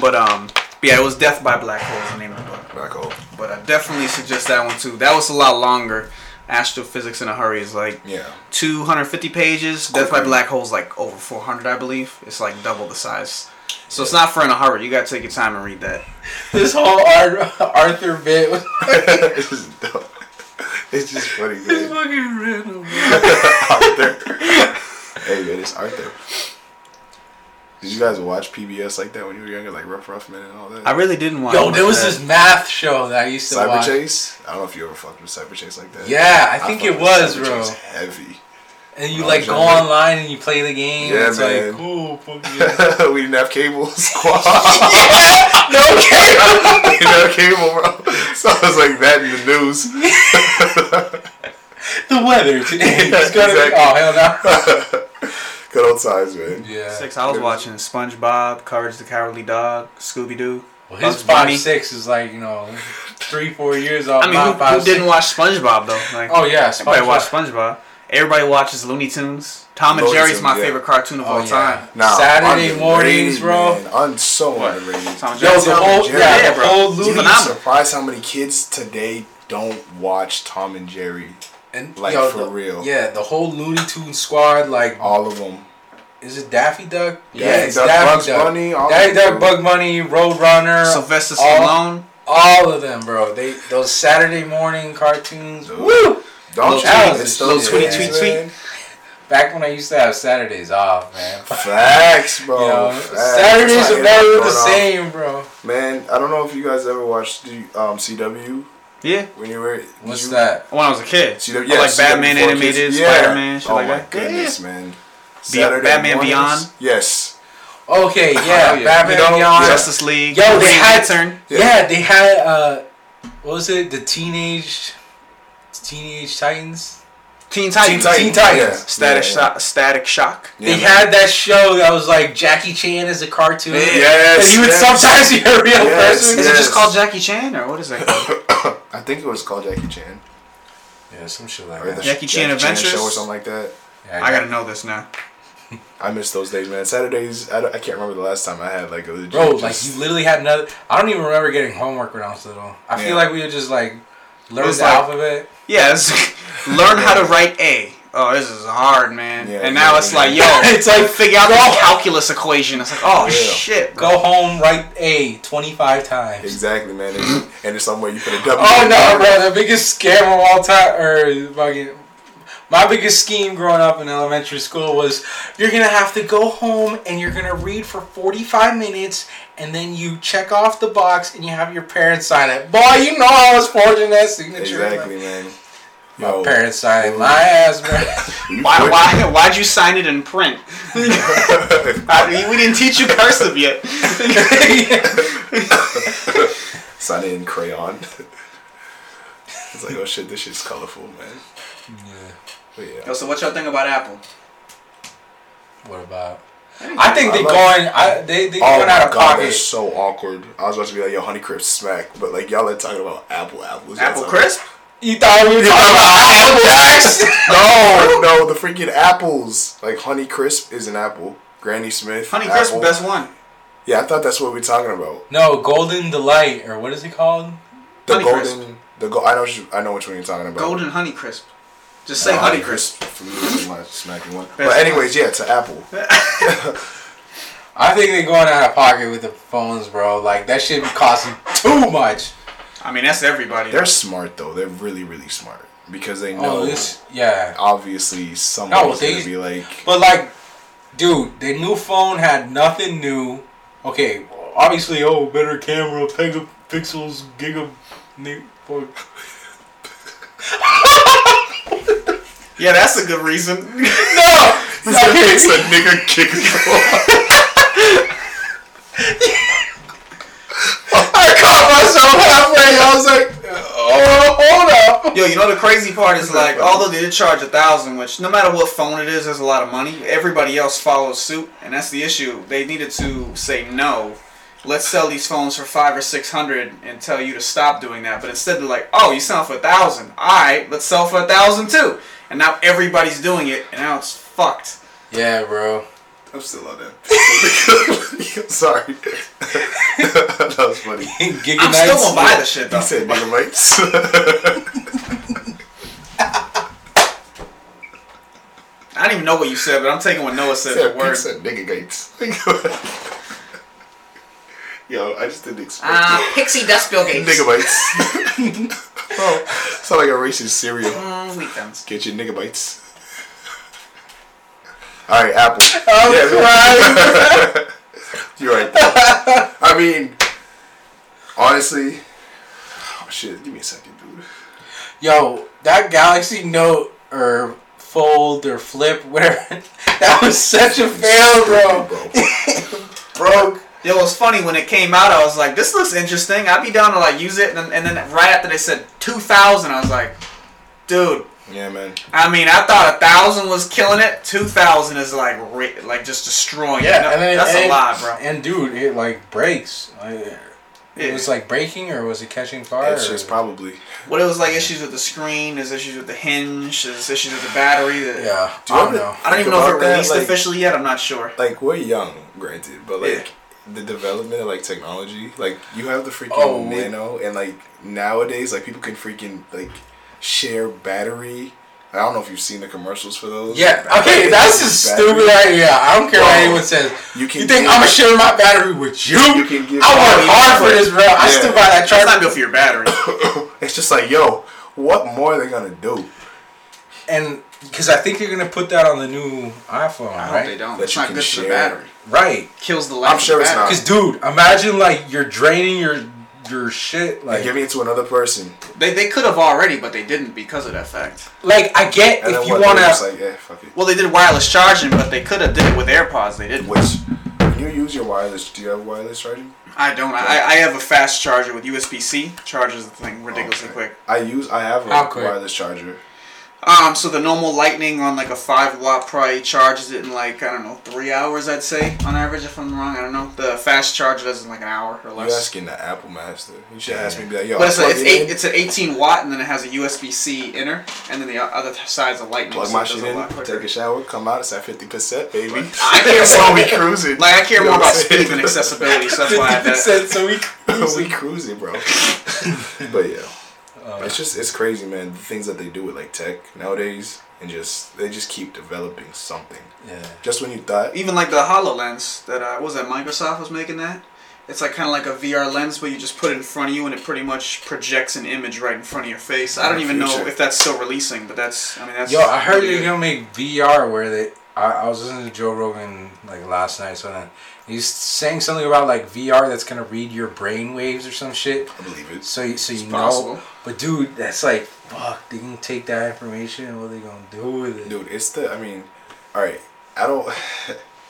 But um, yeah, it was Death by Black Hole is the name of the book. Black hole. But I definitely suggest that one too. That was a lot longer. Astrophysics in a Hurry is like Yeah. 250 pages. Death by Black Hole is like over 400, I believe. It's like double the size. So it's not for in a hurry. You gotta take your time and read that. This whole Ar- Arthur bit was it's just dope. It's just funny, man. fucking random. Arthur. hey, man, it's Arthur. Did you guys watch PBS like that when you were younger, like Rough Rough Men and all that? I really didn't want. Yo, there was this math show that I used to Cyber watch. Chase. I don't know if you ever fucked with Cyber Chase like that. Yeah, I think it fucked with was, Cyber bro. Chase Heavy. And you When I like was go younger. online and you play the game. Oh, Yeah, and it's man. like cool, fuck yeah. we didn't have cable. Squad. we didn't have cable, bro. So I was like that in the news. the weather today. Yeah, It's gonna be- exactly. oh hell no. Good old times, man. Yeah. Six. I was watching SpongeBob, Courage the Cowardly Dog, Scooby Doo. Well, his five six is like you know three four years off. I mean, my who, five, who didn't six. watch SpongeBob though? Like, Oh yeah, everybody SpongeBob. watched SpongeBob. Everybody watches Looney Tunes. Tom and Looney Jerry's Tunes, my yeah. favorite cartoon of Oh, all yeah. time. Nah, Saturday underrated, mornings, bro. Man. I'm so underrated. Tom and Yo, Jerry's. the Tom and whole Jerry. yeah, Yeah, the bro. whole You'd Looney be phenomenal. surprised how many kids today don't watch Tom and Jerry. And Like, yo, for the- real. Yeah, the whole Looney Tunes squad, like All of them. is it Daffy Duck? Yeah, Daffy it's Duck, Daffy Bugs Duck. Bunny, all Daffy of Duck, them. Bug Bunny, Roadrunner, Sylvester all, Stallone. all of them, bro. They those Saturday morning cartoons. Woo! Don't Little you? tweet, It's little those tweet, kids, tweet, tweet. man. Back when I used to have Saturdays off, man. Facts, You bro. know, Facts. Saturdays That's are why never everything the going on. same, bro. Man, I don't know if you guys ever watched the um, CW Yeah. when you were. What's you, that? When I was a kid. CW, I Oh, like Batman CW4 animated, kids. Spider-Man, shit oh like my that. goodness, man. Be- Batman Beyond? Yes. Okay, yeah, yeah. Batman You know, Beyond. Justice League. Yo, they Green had Lantern. Yeah. they had uh, what was it? The teenage, teenage Titans. Teen Titans. Teen Titans. Static, Yeah. Shock- static Shock. Yeah, They man. had that show that was like Jackie Chan as a cartoon. Yes, And he would yes. sometimes be a real Yes, person. Is it Yes. just called Jackie Chan or what is that called? I think it was called Jackie Chan. Yeah, some shit like Or the that. Jackie Chan Adventures? show or something like that. I gotta know this now. I miss those days, man. Saturdays, I, don't- I can't remember the last time I had like a legit. Bro, like just- you literally had another. I don't even remember getting homework when I was little. I Yeah. feel like we would just like learn was the like- alphabet. Yes. Learn how to write A. Oh, this is hard, man. Yeah, and now yeah, it's yeah. like, yo, It's like, figure out bro. this calculus equation. It's like, oh Yeah. shit, bro. Go home, write A twenty five times. Exactly, man. And, and it's somewhere you put a W. Oh no, bro! The biggest scam of all time, or fucking, my biggest scheme growing up in elementary school was you're gonna have to go home and you're gonna read for 45 minutes, and then you check off the box and you have your parents sign it. Boy, you know I was forging that signature. Exactly, man. My parents signed my ass, bro. Why, why, why'd you sign it in print? I mean, we didn't teach you cursive yet. Sign it in crayon. it's like, oh shit, this shit's colorful, man. But yeah. so what y'all think about Apple? what about? I think I they're love- going. I, they they Oh going my out of god, pocket. that's so awkward. I was about to be like, yo, Honey Crisp smack, but like y'all are talking about Apple apples. Y'all Apple talking- Crisp? You thought we were talking about apples? No, no, the freaking apples. Like Honey Crisp is an apple. Granny Smith. Honey Crisp, Apple. best one. Yeah, I thought that's what we were talking about. No, Golden Delight or what is it called? The Honey Crisp. golden. The go- I know. sh- I know which one you're talking about. Golden Honey Crisp. Just say Uh, Honey Crisp. For me, it's my smacking one. Best But anyways, yeah, to Apple. I think they're going out of pocket with the phones, bro. Like that shit be costing too much. I mean, that's everybody. They're smart though. They're really, really smart because they know. Oh, this yeah. obviously, someone's they- Oh, gonna be like, But like, dude, the new phone had nothing new. Okay, obviously, oh, better camera, megapixels, giga. ni- fuck. yeah, that's a good reason. "It's a nigga kicking." I caught myself halfway. I was like, "Oh, hold up." Yo, you know the crazy part is like, although they did charge a thousand, which no matter what phone it is, there's a lot of money. Everybody else follows suit, and that's the issue. They needed to say no. Let's sell these phones for five or six hundred and tell you to stop doing that. But instead, they're like, oh, you sell for a thousand. All right, let's sell for a thousand too. And now everybody's doing it, and now it's fucked. Yeah, bro. I'm still on that. Sorry, that was funny. giga I'm still gonna buy nights. the shit He though. said nigga mites. I don't even know what you said, but I'm taking what Noah said said for word. pizza nigga gates. Yo, I just didn't expect Uh, Pixie Dust Bill it. Gates. Nigga bites. oh, sound like a racist cereal. Mm, weekends. Get your nigga bites. All right, Apple. I'm crying. You're right. though. I mean, honestly, oh shit. Give me a second, dude. Yo, that Galaxy Note or Fold or Flip, whatever. That was such a fail, bro. Broke. Yo, it was funny when it came out. I was like, "This looks interesting. I'd be down to like use it." And then, and then right after they said two thousand, I was like, "Dude, Yeah, man. I mean, I thought a thousand was killing it. Two thousand is like ri- like just destroying. it. No, and then- that's and- a lot, bro. And dude, it like breaks. Like, Yeah. It was like breaking, or was it catching fire? That's just or- probably. what it was like issues with the screen, there's issues with the hinge, there's issues with the battery. The, yeah, you I don't ever- know. I don't even Think know if about it that, released like- officially yet. I'm not sure. like we're young, granted, but like Yeah. the development of like technology, like you have the freaking Oh, we- nano, and like nowadays, like people can freaking like share battery. I don't know if you've seen the commercials for those. Yeah, Battery- okay, that's just battery. stupid idea. I don't care what Bro, anyone says. you You, can think give- I'm gonna share my battery with you? You can give- I work hard for this, bro. I Yeah. still buy that That's not charger. good for your battery. It's just like, yo, what more are they gonna do? And because I think you're gonna put that on the new iPhone, right? don't. That It's you not can good for the share. battery. Right. Kills the life. I'm of sure the it's battery. not. Because, dude, imagine like you're draining your your shit. Like, Giving it to another person, They, they could have already, but they didn't because of that fact. like I get and if then you what? wanna. They're just like, yeah, fuck it. Well, they did wireless charging, but they could have did it with AirPods. They didn't. Which when you use your wireless, do you have wireless charging? I don't. I, I have a fast charger with USB-C. Charges the thing ridiculously Okay. quick. I use. I have a How quick? wireless charger. Um, so the normal lightning on like a five watt probably charges it in like I don't know three hours. I'd say on average, if I'm wrong, I don't know. The fast charger does it in like an hour or You less. asking the Apple Master? You should ask me, be like, yo, But it's, a, plug it's it eight. in. It's an 18 watt, and then it has a USB-C inner, and then the o- other side's a lightning. Plug so my it does shit a lot in, quicker. take a shower, come out, it's at fifty percent, baby. I care That's more how we about- cruising. Like I care You know more what about I'm saying? speed than accessibility, so that's why I have that. said so we. we cruising, bro. but yeah, Uh, it's just it's crazy, man. The things that they do with like tech nowadays, and just they just keep developing something. Yeah. Just when you thought, even like the Hololens that uh, what was that Microsoft was making that. It's like kind of like a VR lens, but you just put it in front of you, and it pretty much projects an image right in front of your face. I don't even know Future. if that's still releasing, but that's I mean that's. Yo, I heard really they're gonna good. make VR where they. I, I was listening to Joe Rogan like last night, so then he's saying something about like VR that's gonna read your brain waves or some shit. I believe it. So you so you know. possible. But dude, that's like fuck. They can take that information and what they gonna do with it? Dude, it's the. I mean, all right. I don't.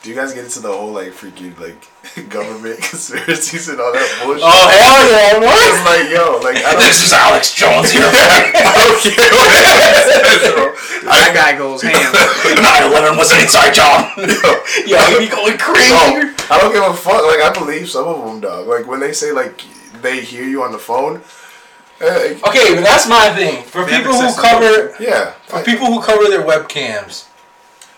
Do you guys get into the whole like freaking like government conspiracies and all that bullshit? Oh hell yeah! What? It's like yo, like I don't. This is Alex Jones here. I don't care what it is, bro. I That guy goes ham. 9/11 was an inside job. Oh. Yo, he be going crazy. No, Oh, I don't give a fuck. Like I believe some of them, dog. Like when they say like they hear you on the phone. eh, like, Okay, but that's my thing. For They have people who accessibility. cover yeah. For Like, people who cover their webcams,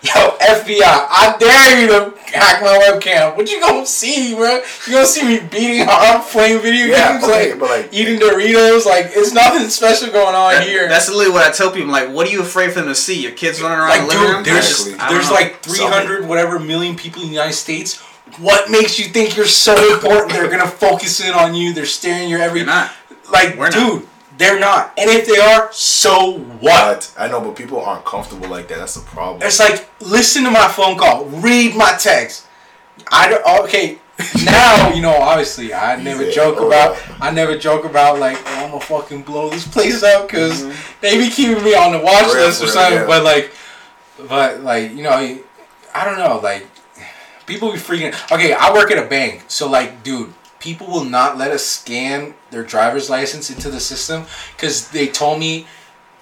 yo FBI, I dare you to hack my webcam. What you gonna see, bro? You gonna see me beating up, playing video Yeah, games, okay, like, but, like- eating Doritos. Like it's nothing special going on here. That's literally what I tell people. Like, what are you afraid for them to see? Your kids running around like, the living room? dude, there's I just- I don't there's know. like 300 whatever million people in the United States. What makes you think you're so important? They're gonna focus in on you. They're staring your every. You're not. Like, We're not. dude, they're not. And if they are, so what? But I know, but people aren't comfortable like that. That's the problem. It's like listen to my phone call, read my text. I don't, oh, okay. Now you know. Obviously, I never said, joke "Hold about. up." I never joke about like oh, I'm gonna fucking blow this place up because they be keeping me on the watch Mm-hmm. Real, list or real, something. yeah. But like, but like you know, I- I don't know. Like people be freaking. Okay, I work at a bank, so like, dude, people will not let us scan their driver's license into the system because they told me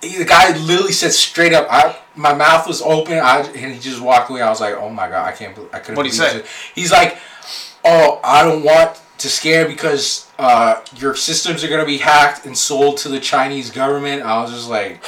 the guy literally said straight up, I my mouth was open, I and he just walked away. I was like, oh my god, I can't, bel- I couldn't. What'd he believe say? it. He's like, oh, I don't want to scare because uh, your systems are gonna be hacked and sold to the Chinese government. I was just like,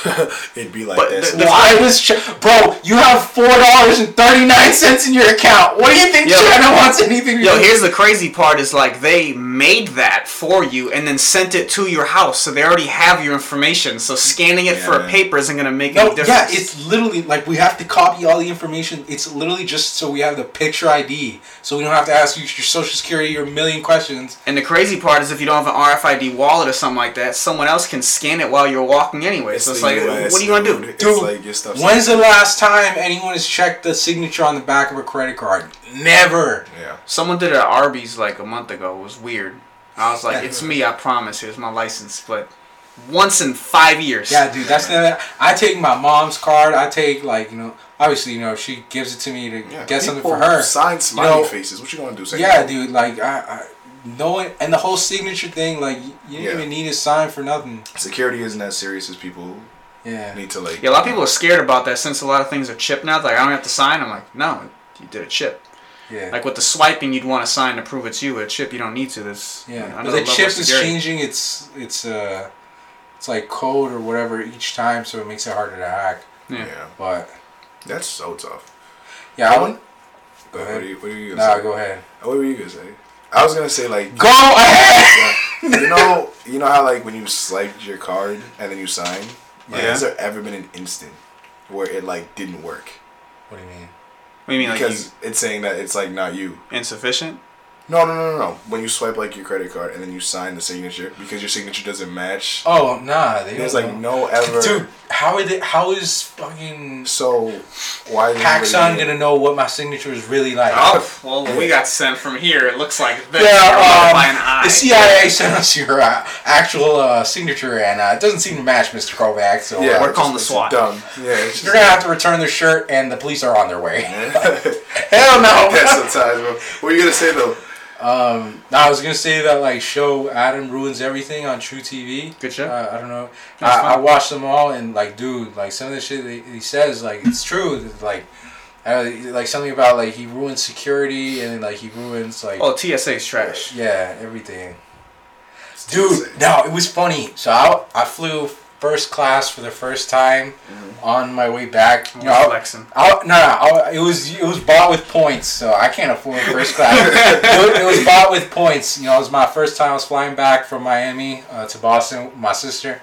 It'd be like But that. the- the- why was Ch- bro? You have four dollars and thirty nine cents in your account. What do you think Yo. China wants anything? to Yo, do- here's the crazy part is like they made that for you and then sent it to your house, so they already have your information. So scanning it for Yeah. a paper isn't gonna make any No, difference. yeah, it's literally like we have to copy all the information. It's literally just so we have the picture ID, so we don't have to ask you your social security or a million questions. and the crazy part is if you don't have an RFID wallet or something like that, someone else can scan it while you're walking anyway. so it's the like, US, what are you gonna do? dude. It's Dude, like your stuff's- when's the last time anyone has checked the signature on the back of a credit card? Never. yeah. Someone did it at Arby's like a month ago. It was weird. I was like, it's me, I promise. Here's my license. But once in five years. Yeah, dude, that's never. I take my mom's card. I take like you know, obviously you know, if she gives it to me to Yeah. get something People for her. Sign you smiley know, faces. What you gonna do? Say Yeah, no? dude, like I, I no one, and the whole signature thing, like you didn't Yeah. even need a sign for nothing. Security isn't as serious as people Yeah. need to like. Yeah, a lot of people are scared about that since a lot of things are chipped now. Like, I don't have to sign. I'm like, no, you did a chip. Yeah. Like, with the swiping, you'd want to sign to prove it's you. With a chip, you don't need to. This Yeah, but another the level of chip is security. changing its its uh its like code or whatever each time, so it makes it harder to hack. Yeah. Yeah, But that's so tough. yeah, I would. Go ahead. What are you, what are you gonna Nah, say? go ahead. Oh, What were you gonna say? I was gonna say like Go ahead. you know you know how like when you swipe your card and then you sign. Like, Yeah. Has there ever been an instant where it like didn't work What do you mean? What do you mean, like, because it's saying that it's like not you? you- insufficient? No, no, no, no, no. When you swipe like your credit card and then you sign the signature because your signature doesn't match. Oh nah, they There's don't like know. no ever. dude. How are they? How is fucking So why? is Paxson everybody- gonna know what my signature is really like? Oh, well, we got sent from here. It looks like this. Yeah, We're um, by an eye. the CIA sent us your uh, actual uh, signature, and uh, it doesn't seem to match, Mr. Kovac. So uh, Yeah, We're it's calling just- the SWAT. it's Dumb. Yeah. It's you're gonna have to return the shirt, and the police are on their way. just, Hell no. Yeah, sometimes. Bro. What are you gonna say though? No, I was gonna say that like show Adam ruins everything on True TV. Good show. Uh, I don't know. That's I, I fine. watched them all and like, dude, like some of the shit that he says, like it's true. It's, like, uh, like something about like he ruins security and like he ruins like oh, TSA's trash. yeah everything. insane. Dude, no, it was funny. So I, I flew first class for the first time on my way back. You know, I- Flexing. I, no, no, I, it was it was bought with points, so I can't afford first class. it, was- it was bought with points. You know, it was my first time I was flying back from Miami uh, to Boston with my sister,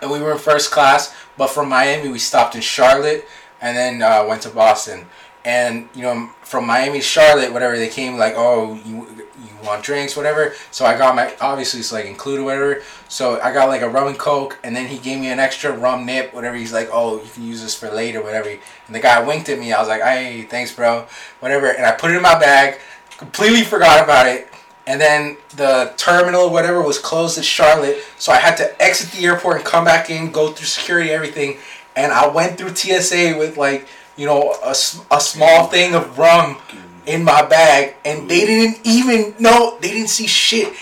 and we were in first class. But from Miami, we stopped in Charlotte, and then uh, went to Boston. And you know, from Miami to Charlotte, whatever they came like, oh, you you want drinks, whatever. So I got my obviously it's like included whatever. So I got like a rum and coke, and then he gave me an extra rum nip, whatever. He's like, oh, you can use this for later, whatever. And the guy winked at me. I was like, hey, thanks, bro, whatever. And I put it in my bag, completely forgot about it. And then the terminal, whatever, was closed at Charlotte, so I had to exit the airport and come back in, go through security, everything. And I went through TSA with like you know a, s- a small thing of rum in my bag, and they didn't even know. They didn't see shit,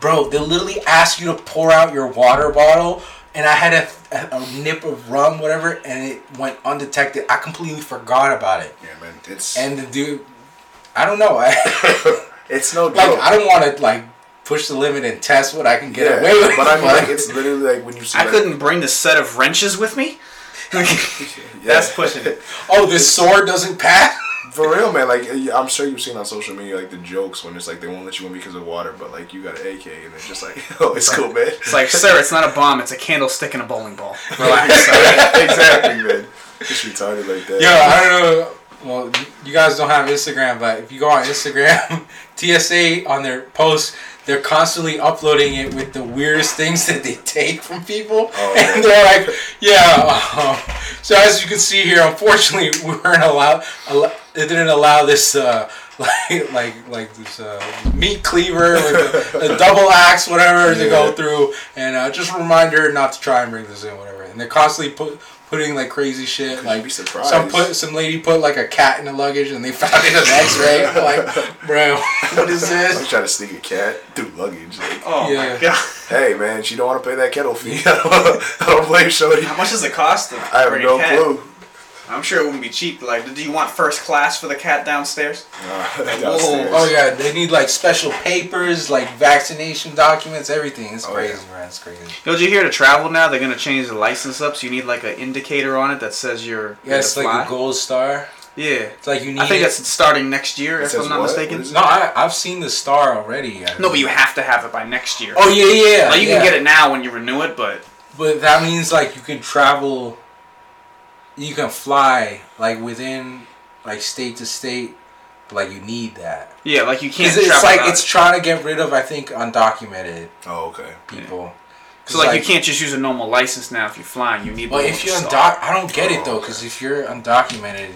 bro. They literally asked you to pour out your water bottle, and I had a, a, a nip of rum, whatever, and it went undetected. I completely forgot about it. Yeah, man. It's And the dude, I don't know. I, it's no like joke. I don't want to like push the limit and test what I can get yeah, away with. but I mean, like, it's literally like when you see. I like, couldn't bring the set of wrenches with me. yeah. That's pushing it. oh, this sword doesn't pass. For real, man. Like I'm sure you've seen on social media, like the jokes when it's like they won't let you in because of water, but like you got an AK and they're just like, oh, it's cool, man. It's like, sir, it's not a bomb. It's a candlestick and a bowling ball. Relax. exactly, man. It's retarded like that. Yo, I don't know. Well, you guys don't have Instagram, but if you go on Instagram, TSA on their posts, they're constantly uploading it with the weirdest things that they take from people, Oh, and yeah. they're like, "Yeah." um, so as you can see here, unfortunately, we weren't allowed. Al- they didn't allow this. Uh, like like like this uh, meat cleaver with a, a double axe whatever to go Yeah. through and uh, just a reminder not to try and bring this in whatever and they're constantly put, putting like crazy shit like be surprised. some put some lady put like a cat in the luggage and they found it in an X-ray like bro what is I'm this trying to sneak a cat through luggage. Like, Oh Yeah. my god. hey, man, she don't want to pay that kettle fee. I don't- I don't blame Shorty. How much does it cost? to I have bring a no cat? clue. I'm sure it wouldn't be cheap. Like, do you want first class for the cat downstairs? Uh, Whoa. downstairs. oh yeah they need like special papers like vaccination documents everything it's crazy man it's crazy Yo, did Oh, you hear to travel now? They're gonna change the license up, so you need like an indicator on it that says you're. yeah it's you're like a fly. gold star Yeah. it's like you need I think it. that's starting next year, if says I'm not what? mistaken. What is it? no I, I've seen the star already I No, but think. you have to have it by next year. oh yeah yeah Like, you yeah. can get it now when you renew it, but But that means like you can travel, you can fly like within like state to state, but like you need that. yeah, like you can't. Cause it's travel like without it's it. trying to get rid of I think undocumented Oh, okay. people. so like, you can't just use a normal license now if you're flying. You need. But one if with you're the undoc, star. I don't get it though, Oh, because if you're undocumented,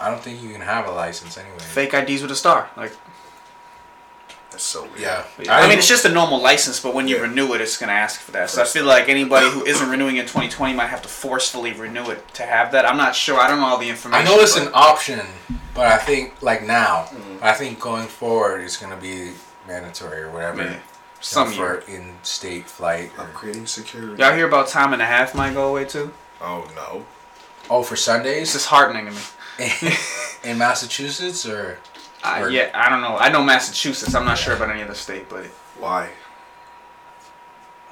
I don't think you can have a license anyway. fake IDs with a star, like That's so weird. Yeah, I, mean, it's just a normal license, but when you Yeah. renew it, it's going to ask for that. So I feel like anybody who isn't renewing in 2020 might have to forcefully renew it to have that. I'm not sure. I don't know all the I information. know it's but- an option, but I think like now, Mm-hmm. I think going forward it's gonna be mandatory or whatever. Yeah. you know, Some for in-state flight. Or, Upgrading security. Y'all hear about time and a half might go away too? Oh no. oh, for It's Sundays. disheartening to me. in Massachusetts or I, Or- yeah, I don't know. I know Massachusetts. I'm not sure about any other state, but Why?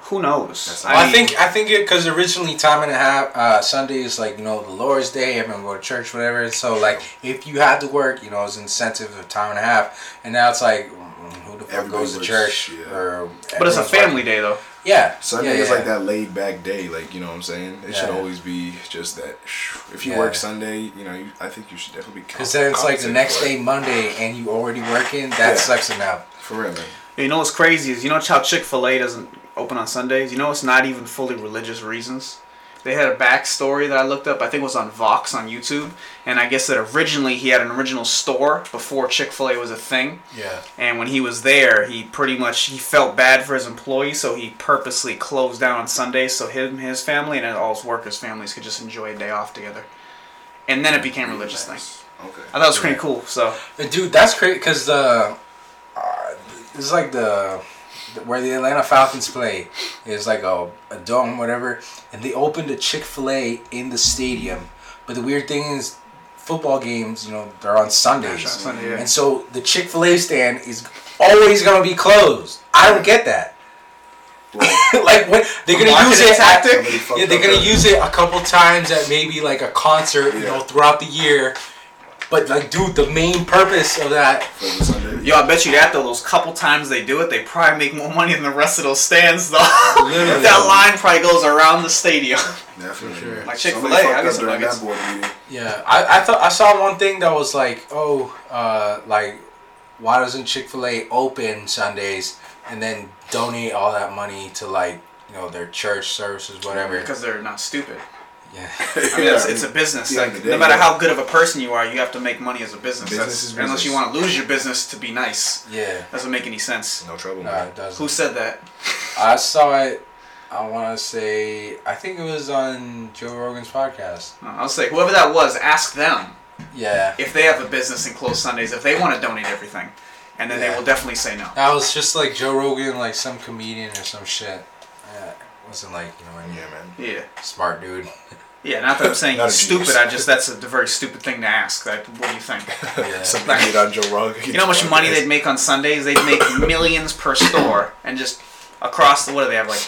who knows? I, mean, think I think it because originally time and a half uh, Sunday is like you know the Lord's Day everyone go to church whatever and so like if you had to work you know it's incentive of time and a half and now it's like mm, who the fuck Everybody goes to works, church yeah. or but it's a everyone's family working. day though. yeah Sunday yeah, is yeah. like that laid back day, like you know what I'm saying. It should Yeah. always be just that. If you Yeah. work Sunday, you know, you, I think you should definitely be. because then it's like the compensated next for it. day Monday and you already working that Yeah. sucks enough For real, man. You know what's crazy is you know how Chick Fil A doesn't open on Sundays. You know it's not even fully religious reasons. They had a backstory that I looked up. I think it was on Vox on YouTube, and I guess that originally he had an original store before Chick Fil A was a thing. yeah And when he was there, he pretty much he felt bad for his employees, so he purposely closed down on Sundays so him, his family, and all his workers' families could just enjoy a day off together. And then it became a religious thing. Nice. Okay. I thought it was pretty cool. So But dude that's crazy because the uh, it's like the where the Atlanta Falcons play is like a, a dome whatever and they opened a Chick-fil-A in the stadium but the weird thing is football games you know they're on Sundays Yeah, sure, Sunday, yeah. and so the Chick-fil-A stand is always gonna be closed I don't get that Well, like what they're gonna marketing use it at, tactic? Somebody fucked yeah, they're up gonna there. use it a couple times at maybe like a concert you know Yeah. throughout the year but like dude the main purpose of that for the Sunday. Yo, I bet you that though. Those couple times they do it, they probably make more money than the rest of those stands though. Literally. that line probably goes around the stadium. Definitely. sure. man. Like Chick-fil-A, Somebody I fucked get up some during nuggets. that board meeting. Yeah, I, I thought I saw one thing that was like, oh, uh, like why doesn't Chick Fil A open Sundays and then donate all that money to like you know their church services, whatever. Because they're not stupid. Yeah, I mean, it's, it's a business. Yeah, Like, the day, no matter yeah. how good of a person you are, you have to make money as a business. That's- Business is Unless you business. want to lose your business to be nice. yeah. Doesn't make any sense. no trouble, No, man. it doesn't. Who said that? I saw it. I want to say I think it was on Joe Rogan's podcast. No, Uh, I'll say whoever that was, ask them Yeah, if they have a business and close Sundays if they want to donate everything, and then Yeah. they will definitely say no. that was just like Joe Rogan, like some comedian or some shit. Yeah, wasn't like you know any Yeah, man. Yeah. smart dude. Yeah. Not that I'm saying Not he's a genius. stupid. I just that's a very stupid thing to ask. Like, what do you think? Yeah. Something you did on Joe Rogan. You know how much money they'd make on Sundays? They'd make millions per store, and just across the what do they have like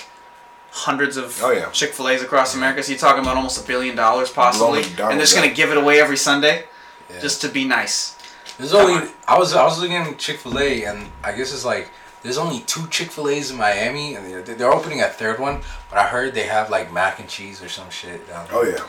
hundreds of Oh, yeah. Chick Fil A's across America? So you're talking about almost a billion dollars possibly, Blowing and they're just down. gonna give it away every Sunday Yeah. just to be nice. There's only I was I was looking at Chick Fil A and I guess it's like there's only two Chick Fil A's in Miami and they're, they're opening a third one. But I heard they have like mac and cheese or some shit. Down there. Oh yeah.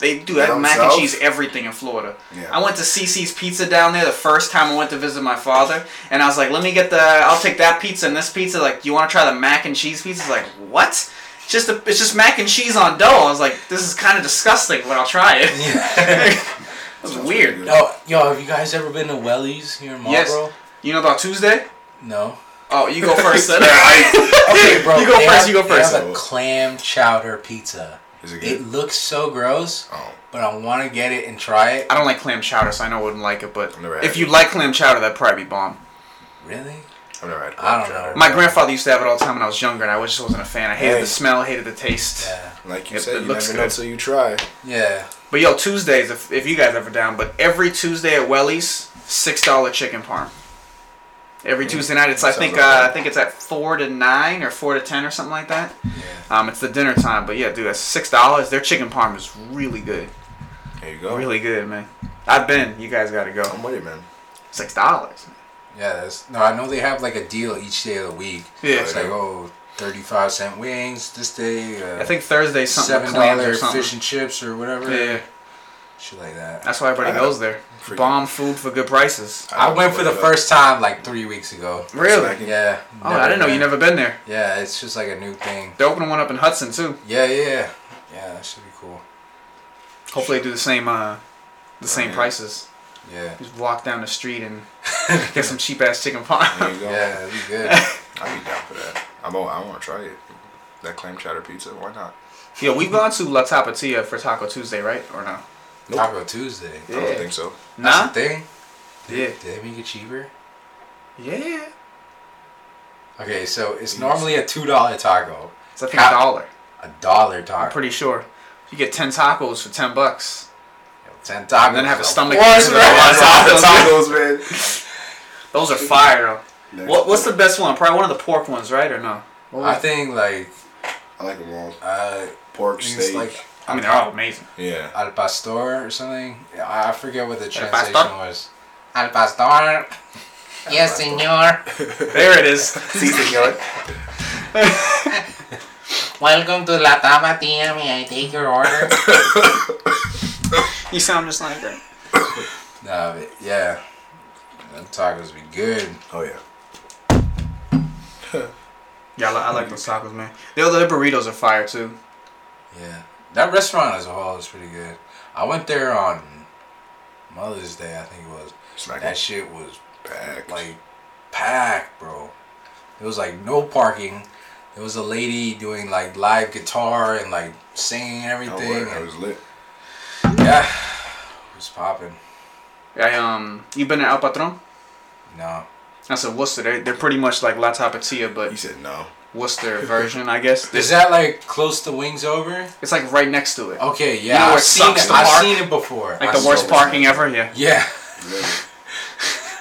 They do have Down mac south? and cheese everything in Florida. Yeah. I went to CC's Pizza down there the first time I went to visit my father, and I was like, "Let me get the, I'll take that pizza and this pizza." Like, you want to try the mac and cheese pizza? He's like, what? It's just a, it's just mac and cheese on dough. I was like, this is kind of disgusting, but I'll try it. It's Sounds weird. pretty good. No, Oh, yo, have you guys ever been to Wellies here in Yes. Marlboro? You know about Tuesday? No. Oh, you go first. then. Okay, bro. You go they first, have- you go first. They have a clam chowder pizza. Is it It good? looks so gross, Oh. but I want to get it and try it. I don't like clam chowder, so I know I wouldn't like it. But Never had if it. you like clam chowder, that'd probably be bomb. Really? I've never had. I don't crab chowder. know. My grandfather used to have it all the time when I was younger, and I just wasn't a fan. I hated Hey. the smell, hated the taste. Yeah. Like you It- it said, you looks never know good. till you try. Yeah. But yo, Tuesdays, if, if you guys ever down, but every Tuesday at Welly's, six dollar chicken parm. Every Tuesday night, it's I Sounds think about uh, right. I think it's at four to nine or four to ten or something like that. Um, it's the dinner time, but yeah, dude, that's six dollars. Their chicken parm is really good, There you go. really good, man. I've been. You guys gotta go. I'm with it, man. Six dollars. Yeah. That's, no, I know they have like a deal each day of the week. Yeah. It's like oh, 35 cent wings this day. Uh, I think Thursday's something with seven clams dollar or something. fish and chips or whatever. Yeah, Shit like that. that's why everybody I- goes there. Freaking- Bomb food for good prices. I went for the first time like three weeks ago. Really? Snacking. Yeah. Oh, I didn't know you been. never been there. Yeah, it's just like a new thing. They're opening one up in Hudson too. Yeah, yeah, yeah. That should be cool. Hopefully, they do the same uh, the same yeah. prices. Yeah. Just walk down the street and get some cheap ass chicken parm. There you go. Yeah, that'd be good. I'd be down for that. I'm. All, I want to try it. That clam chowder pizza. Why not? Yo, we've gone to La Tapatia for Taco Tuesday, right? Or no? Nope. Taco Tuesday. I Yeah. don't think so. That's Nah. the thing. Yeah. Did they make it cheaper? Yeah. Okay, so it's normally a two dollar taco, It's I think a How- dollar. a dollar I'm taco, pretty sure. You get ten tacos for ten bucks. ten tacos, And then have a so- stomach What? piece of the tacos. man. Those are fire though. Next. What, what's the best one? Probably one of the pork ones, right? Or no? I think like I like them all. uh, Pork, it's steak. like I mean, they're all amazing. yeah. al pastor or something. I I forget what the pastor? translation was. Al pastor. Yes, señor. There it is. See, senor. Welcome to La Tapatia. May I take your order? You sound just like that. Nah, but yeah. Them tacos be good. Oh yeah. Yeah, I, li- I like those tacos, man. The other burritos are fire too. Yeah. That restaurant as a whole is pretty good. I went there on Mother's Day, I think it was. Smack That that shit was back. like packed, bro. It was like no parking. There was a lady doing like live guitar and like singing and oh, everything. word, that was lit. and, yeah. It was popping. I um, you been to El Patron? No. I said Worcester. They're, they're pretty much like La Tapatia, He but said no. Worcester version, I guess. Is that like close to Wings Over? It's like right next to it. Okay, yeah. You know where I've, it seen sucks it. to I've park? seen it before. Like I the saw worst it. parking ever, yeah. Yeah. Really.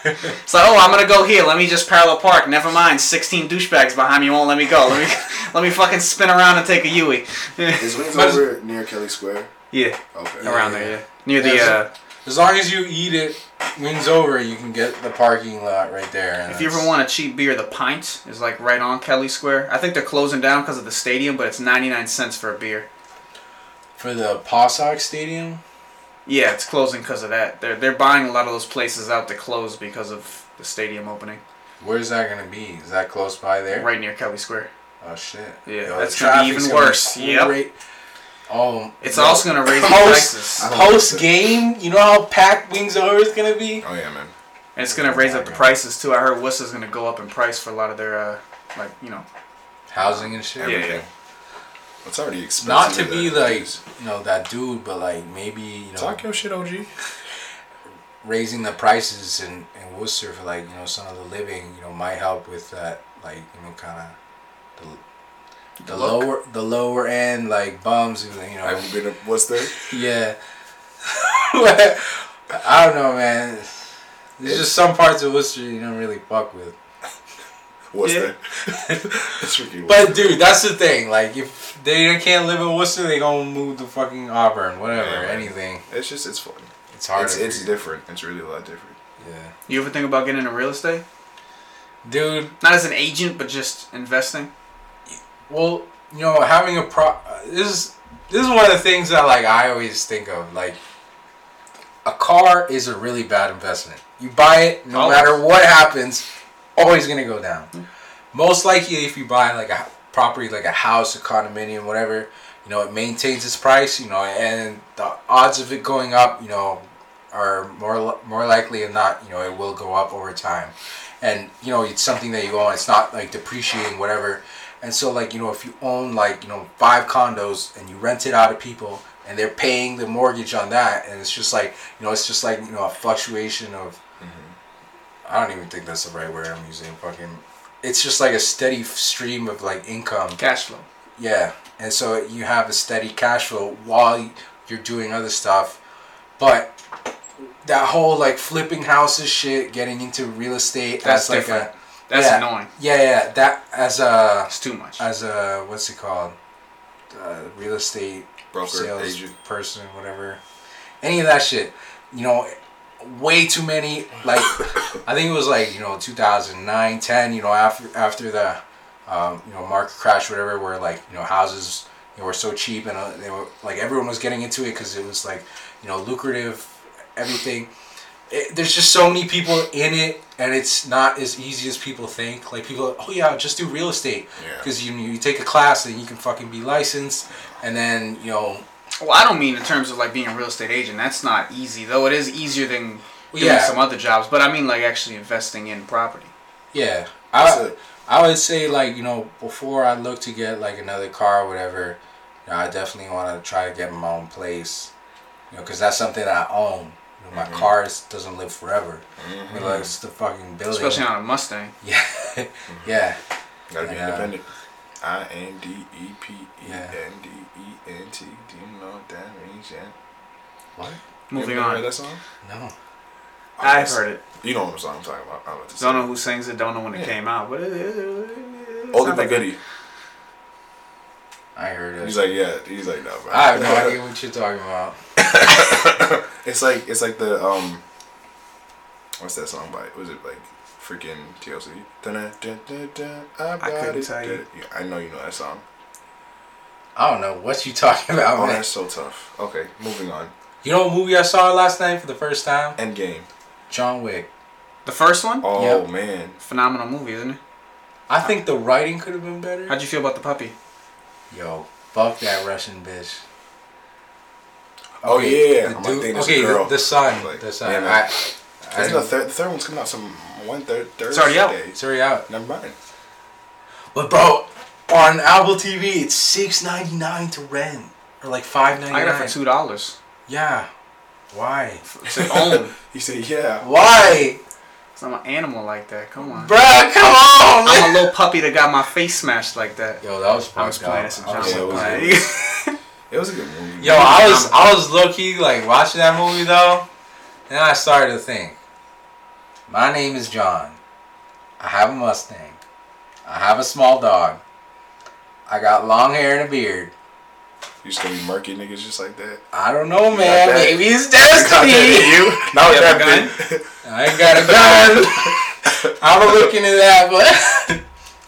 It's like, oh, I'm gonna go here. Let me just parallel park. Never mind. 16 douchebags behind me won't let me go. Let me, let me fucking spin around and take a Yui. Is Wings But- over near Kelly Square? yeah, Okay. around there, yeah, near the. Yeah, uh As long as you eat it, wings over, you can get the parking lot right there. and If you ever it's- want a cheap beer, the pint is like right on Kelly Square. I think they're closing down because of the stadium, but it's 99 cents for a beer. for the Paw Sox Stadium, Yeah, it's closing because of that. They're they're buying a lot of those places out to close because of the stadium opening. where's that gonna be? Is that close by there? Right near Kelly Square. Oh shit. Yeah, Yo, that's the gonna be traffic's even be worse. Yep. great. Oh, It's yo, also gonna raise the Post- prices. Post game, you know how packed wings over is gonna be. Oh yeah, man. And it's gonna raise up the prices too. I heard Worcester's gonna go up in price for a lot of their, uh, like you know, Housing and shit. Yeah. Everything. It's already expensive. Not to be there. like Jeez. you know that dude, but like maybe you know talk your shit, OG. raising the prices in, in Worcester for like you know some of the living you know might help with that like you know kind of the, the look? lower the lower end like bums who you know Have you been to what's there? yeah I don't know man there's just some parts of Worcester you don't really fuck with What's Yeah. there? That's freaking. but dude that's the thing like if they can't live in Worcester they gonna move to fucking Auburn whatever Yeah, man. anything it's just it's fun. it's hard it's to it's figure- different. It's really a lot different. Yeah. You ever think about getting into real estate? Dude, Not as an agent, but just investing. well, you know, having a pro this is this is one of the things that like I always think of. Like a car is a really bad investment. You buy it, no Always. matter what happens, always gonna go down. Most likely, if you buy like a h- property, like a house, a condominium, whatever, you know, it maintains its price. You know, and the odds of it going up, you know, are more li- more likely than not. You know, it will go up over time, and you know, it's something that you own. It's not like depreciating, whatever. And so, like you know, if you own like you know five condos and you rent it out to people, and they're paying the mortgage on that, and it's just like you know, it's just like you know a fluctuation of. I don't even think that's the right word I'm using. Fucking, it's just like a steady f- stream of like income. Cash flow. Yeah, and so you have a steady cash flow while you're doing other stuff, but that whole like flipping houses shit, getting into real estate as That's like different. a That's yeah, annoying. Yeah, yeah, that as a That's too much. as a what's it called, uh, real estate Broker, sales agent. person, whatever, any of that shit. You know, way too many. Like, I think it was like you know 2009, 10. You know, after after the um, you know market crash, whatever, where like you know houses you know, were so cheap and uh, they were like everyone was getting into it because it was like you know lucrative, everything. It, there's just so many people in it, and it's not as easy as people think. Like people, oh yeah, just do real estate Yeah. because you you take a class and you can fucking be licensed, and then you know Well, I don't mean in terms of like being a real estate agent. That's not easy, though. It is easier than doing Yeah. some other jobs. But I mean, like actually investing in property. Yeah, That's I it. I would say like you know before I look to get like another car or whatever, you know, I definitely want to try to get my own place, you know, because that's something that I own. You know, my car is, doesn't live forever. I mean, like it's the fucking building. Especially on a Mustang. yeah, yeah, Gotta be Yeah. independent. I N D E P E Yeah. N D E N T. Do you know that means? Yeah. What? Moving You ever Heard on. that song? no. I've heard it. You know what song I'm talking about. I don't know what to Don't say. know who sings it. Don't know when it Yeah. came out. But it, it, Oldie but goodie. I heard it. He's like, yeah. He's like, no. Bro. I have no idea what you're talking about. It's like it's like the um. What's that song by? Was it like freaking TLC? Dun, dun, dun, dun, I couldn't tell you. Yeah, I know you know that song. I don't know what you talking about, Oh, man. that's so tough. Okay, moving on. You know what movie I saw last night for the first time? Endgame. John Wick. The first one, Oh Yep. man, phenomenal movie, isn't it? I think the writing could have been better. How'd you feel about the puppy? Yo, fuck that Russian bitch. Oh, yeah. the I'm dude- thinking it's a okay, the, girl. the son, Like, the son. yeah, I, man. I, There's no third. The third one's coming out some one third Thursday. already out. it's already out. Never mind. But bro, on Apple TV, it's six ninety nine to rent or like five ninety I nine. got it for two dollars. Yeah, why? To own. He said, "Yeah." Why, So I'm an animal like that. Come on. bro? Come on, I'm a man. little puppy that got my face smashed like that. Yo, that was I was fucked playing this in up. I John was Oh, Yeah, it like, was good. Wick. It was a good movie. Yo, I was I was low key like watching that movie though, and I started to think. My name is John. I have a Mustang. I have a small dog. I got long hair and a beard. you just gonna be murky niggas just like that. I don't know, man. that- Maybe it's Not that destiny. you. Not You have a that big. I ain't got a gun. I'm looking into that, but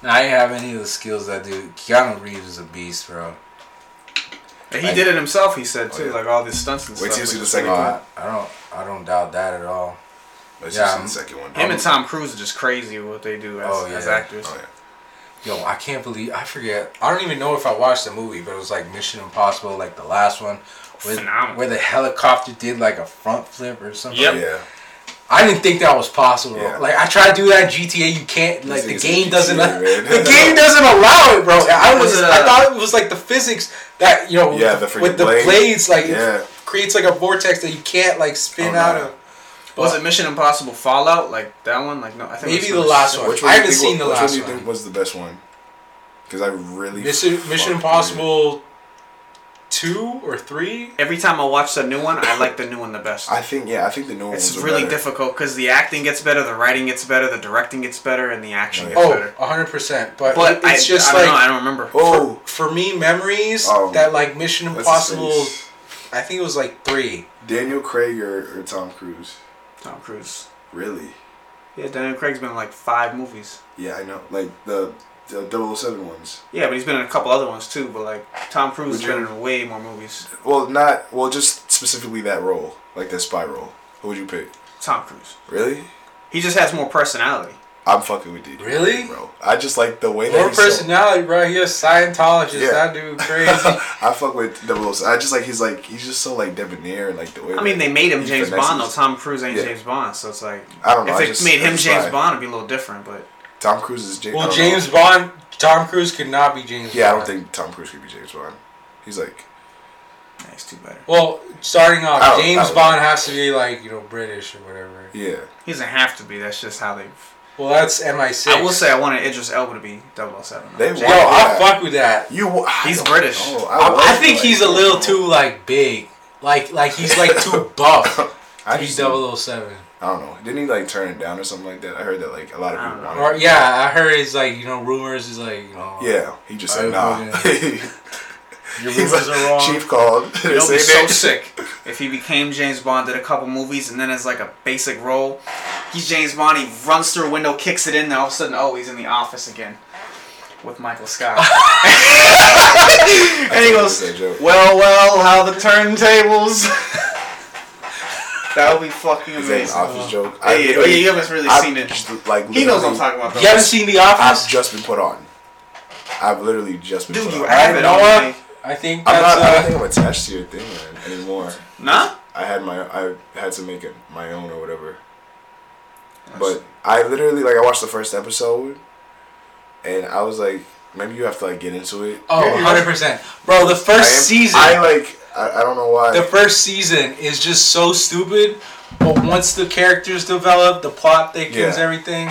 I ain't have any of the skills that dude. Keanu Reeves is a beast, bro. And he did it himself. He said too, Oh, yeah. like all these stunts and Wait till you stuff. see which- the No, second one. I, I don't. I don't doubt that at all. Wait till you Yeah, see I'm- the second one. Him and Tom Cruise are just crazy with what they do as, Oh, yeah. as actors. Oh yeah. Yo, I can't believe I forget. I don't even know if I watched the movie, but it was like Mission Impossible, like the last one, with, Phenomenal. where the helicopter did like a front flip or something. Yep. Yeah. I didn't think that was possible. Yeah. Like I tried to do that in GTA, you can't. Like the things game in doesn't. GTA, man. the game doesn't allow it, bro. I was. Was it, I uh, thought it was like the physics that you know. Yeah, the with, freaking with the blade. blades, like Yeah. it creates like a vortex that you can't like spin Oh, no. out of. Was it Mission Impossible Fallout? Like that one? Like no, I think it Maybe was the last one. Which I one do you haven't seen think wa- the which last one. do you one. think was the best one? Because I really Mission fucked Mission with Impossible two or three. Every time I watch the new one, I like the new one the best. it. I think yeah, I think the new one it's was really better. difficult because the acting gets better, the writing gets better, the directing gets better, and the action Oh, gets Oh, better. 100 percent. But, But it's I, just I don't like know, I don't remember. Oh, for me, memories Um, that like Mission what's his Impossible. face? I think it was like three. Daniel Craig or, or Tom Cruise? Tom Cruise. Really? Yeah, Daniel Craig's been in like five movies. Yeah, I know. Like the the 007 ones. Yeah, but he's been in a couple other ones too. But like Tom Cruise Would has you- been in way more movies. Well, not well, just specifically that role, like that spy role. Who would you pick? Tom Cruise. Really? He just has more personality. I'm fucking with DDP, Really? bro. I just like the way More that he's so- personality, bro. He a Scientologist. Yeah. That dude crazy. I fuck with 007. I just like he's like he's just so like debonair, like the way. I mean, they made him He James finesses. Bond though. Tom Cruise ain't Yeah. James Bond, so it's like I don't know, if I they just- made him it's James fine. Bond, it'd be a little different. But Tom Cruise is James. well, James Bond, Tom Cruise could not be James. Yeah, I Bond. don't think Tom Cruise could be James Bond. He's like nah, he's too better. Well, starting off, I don't- I James don't Bond has to be like you know British or whatever. yeah. He doesn't have to be. That's just how they. Well, that's MI6. I will say I wanted Idris Elba to be 007. They yo, want I that. fuck with that. you. I He's don't British. know. I, want I think that. he's a little too like big, like like he's like too buff. oh I He's just, 007. I don't know. Didn't he like turn it down or something like that? I heard that like a lot of I people don't Or wanted. him. yeah, I heard it's like you know rumors is like you know Yeah, he just I said nah. heard your he's rumors like, are wrong. Chief called. It would be so Say that. sick if he became James Bond, did a couple movies, and then as like a basic role, he's James Bond. He runs through a window, kicks it in, and all of a sudden, oh, he's in the office again with Michael Scott. and he goes, That's a joke. "Well, well, how the turntables." that would be fucking Is that an amazing. office joke? Hey, yeah, literally- you haven't really I've seen it. just, Like He knows what I'm literally- talking about. Though. You haven't seen The Office, I've just been put on. I've literally just been dude, put you on. have You it know on. what? me. I think I'm that's not. I don't uh, think I'm attached to your thing man, anymore. Nah. I had my. I had to make it my own or whatever. But I literally like I watched the first episode, and I was like, maybe you have to like get into it. oh, You're- 100 percent, bro. The I am- first season, I like. I, I don't know why. the first season is just so stupid. But once the characters develop, the plot thickens, Yeah. everything,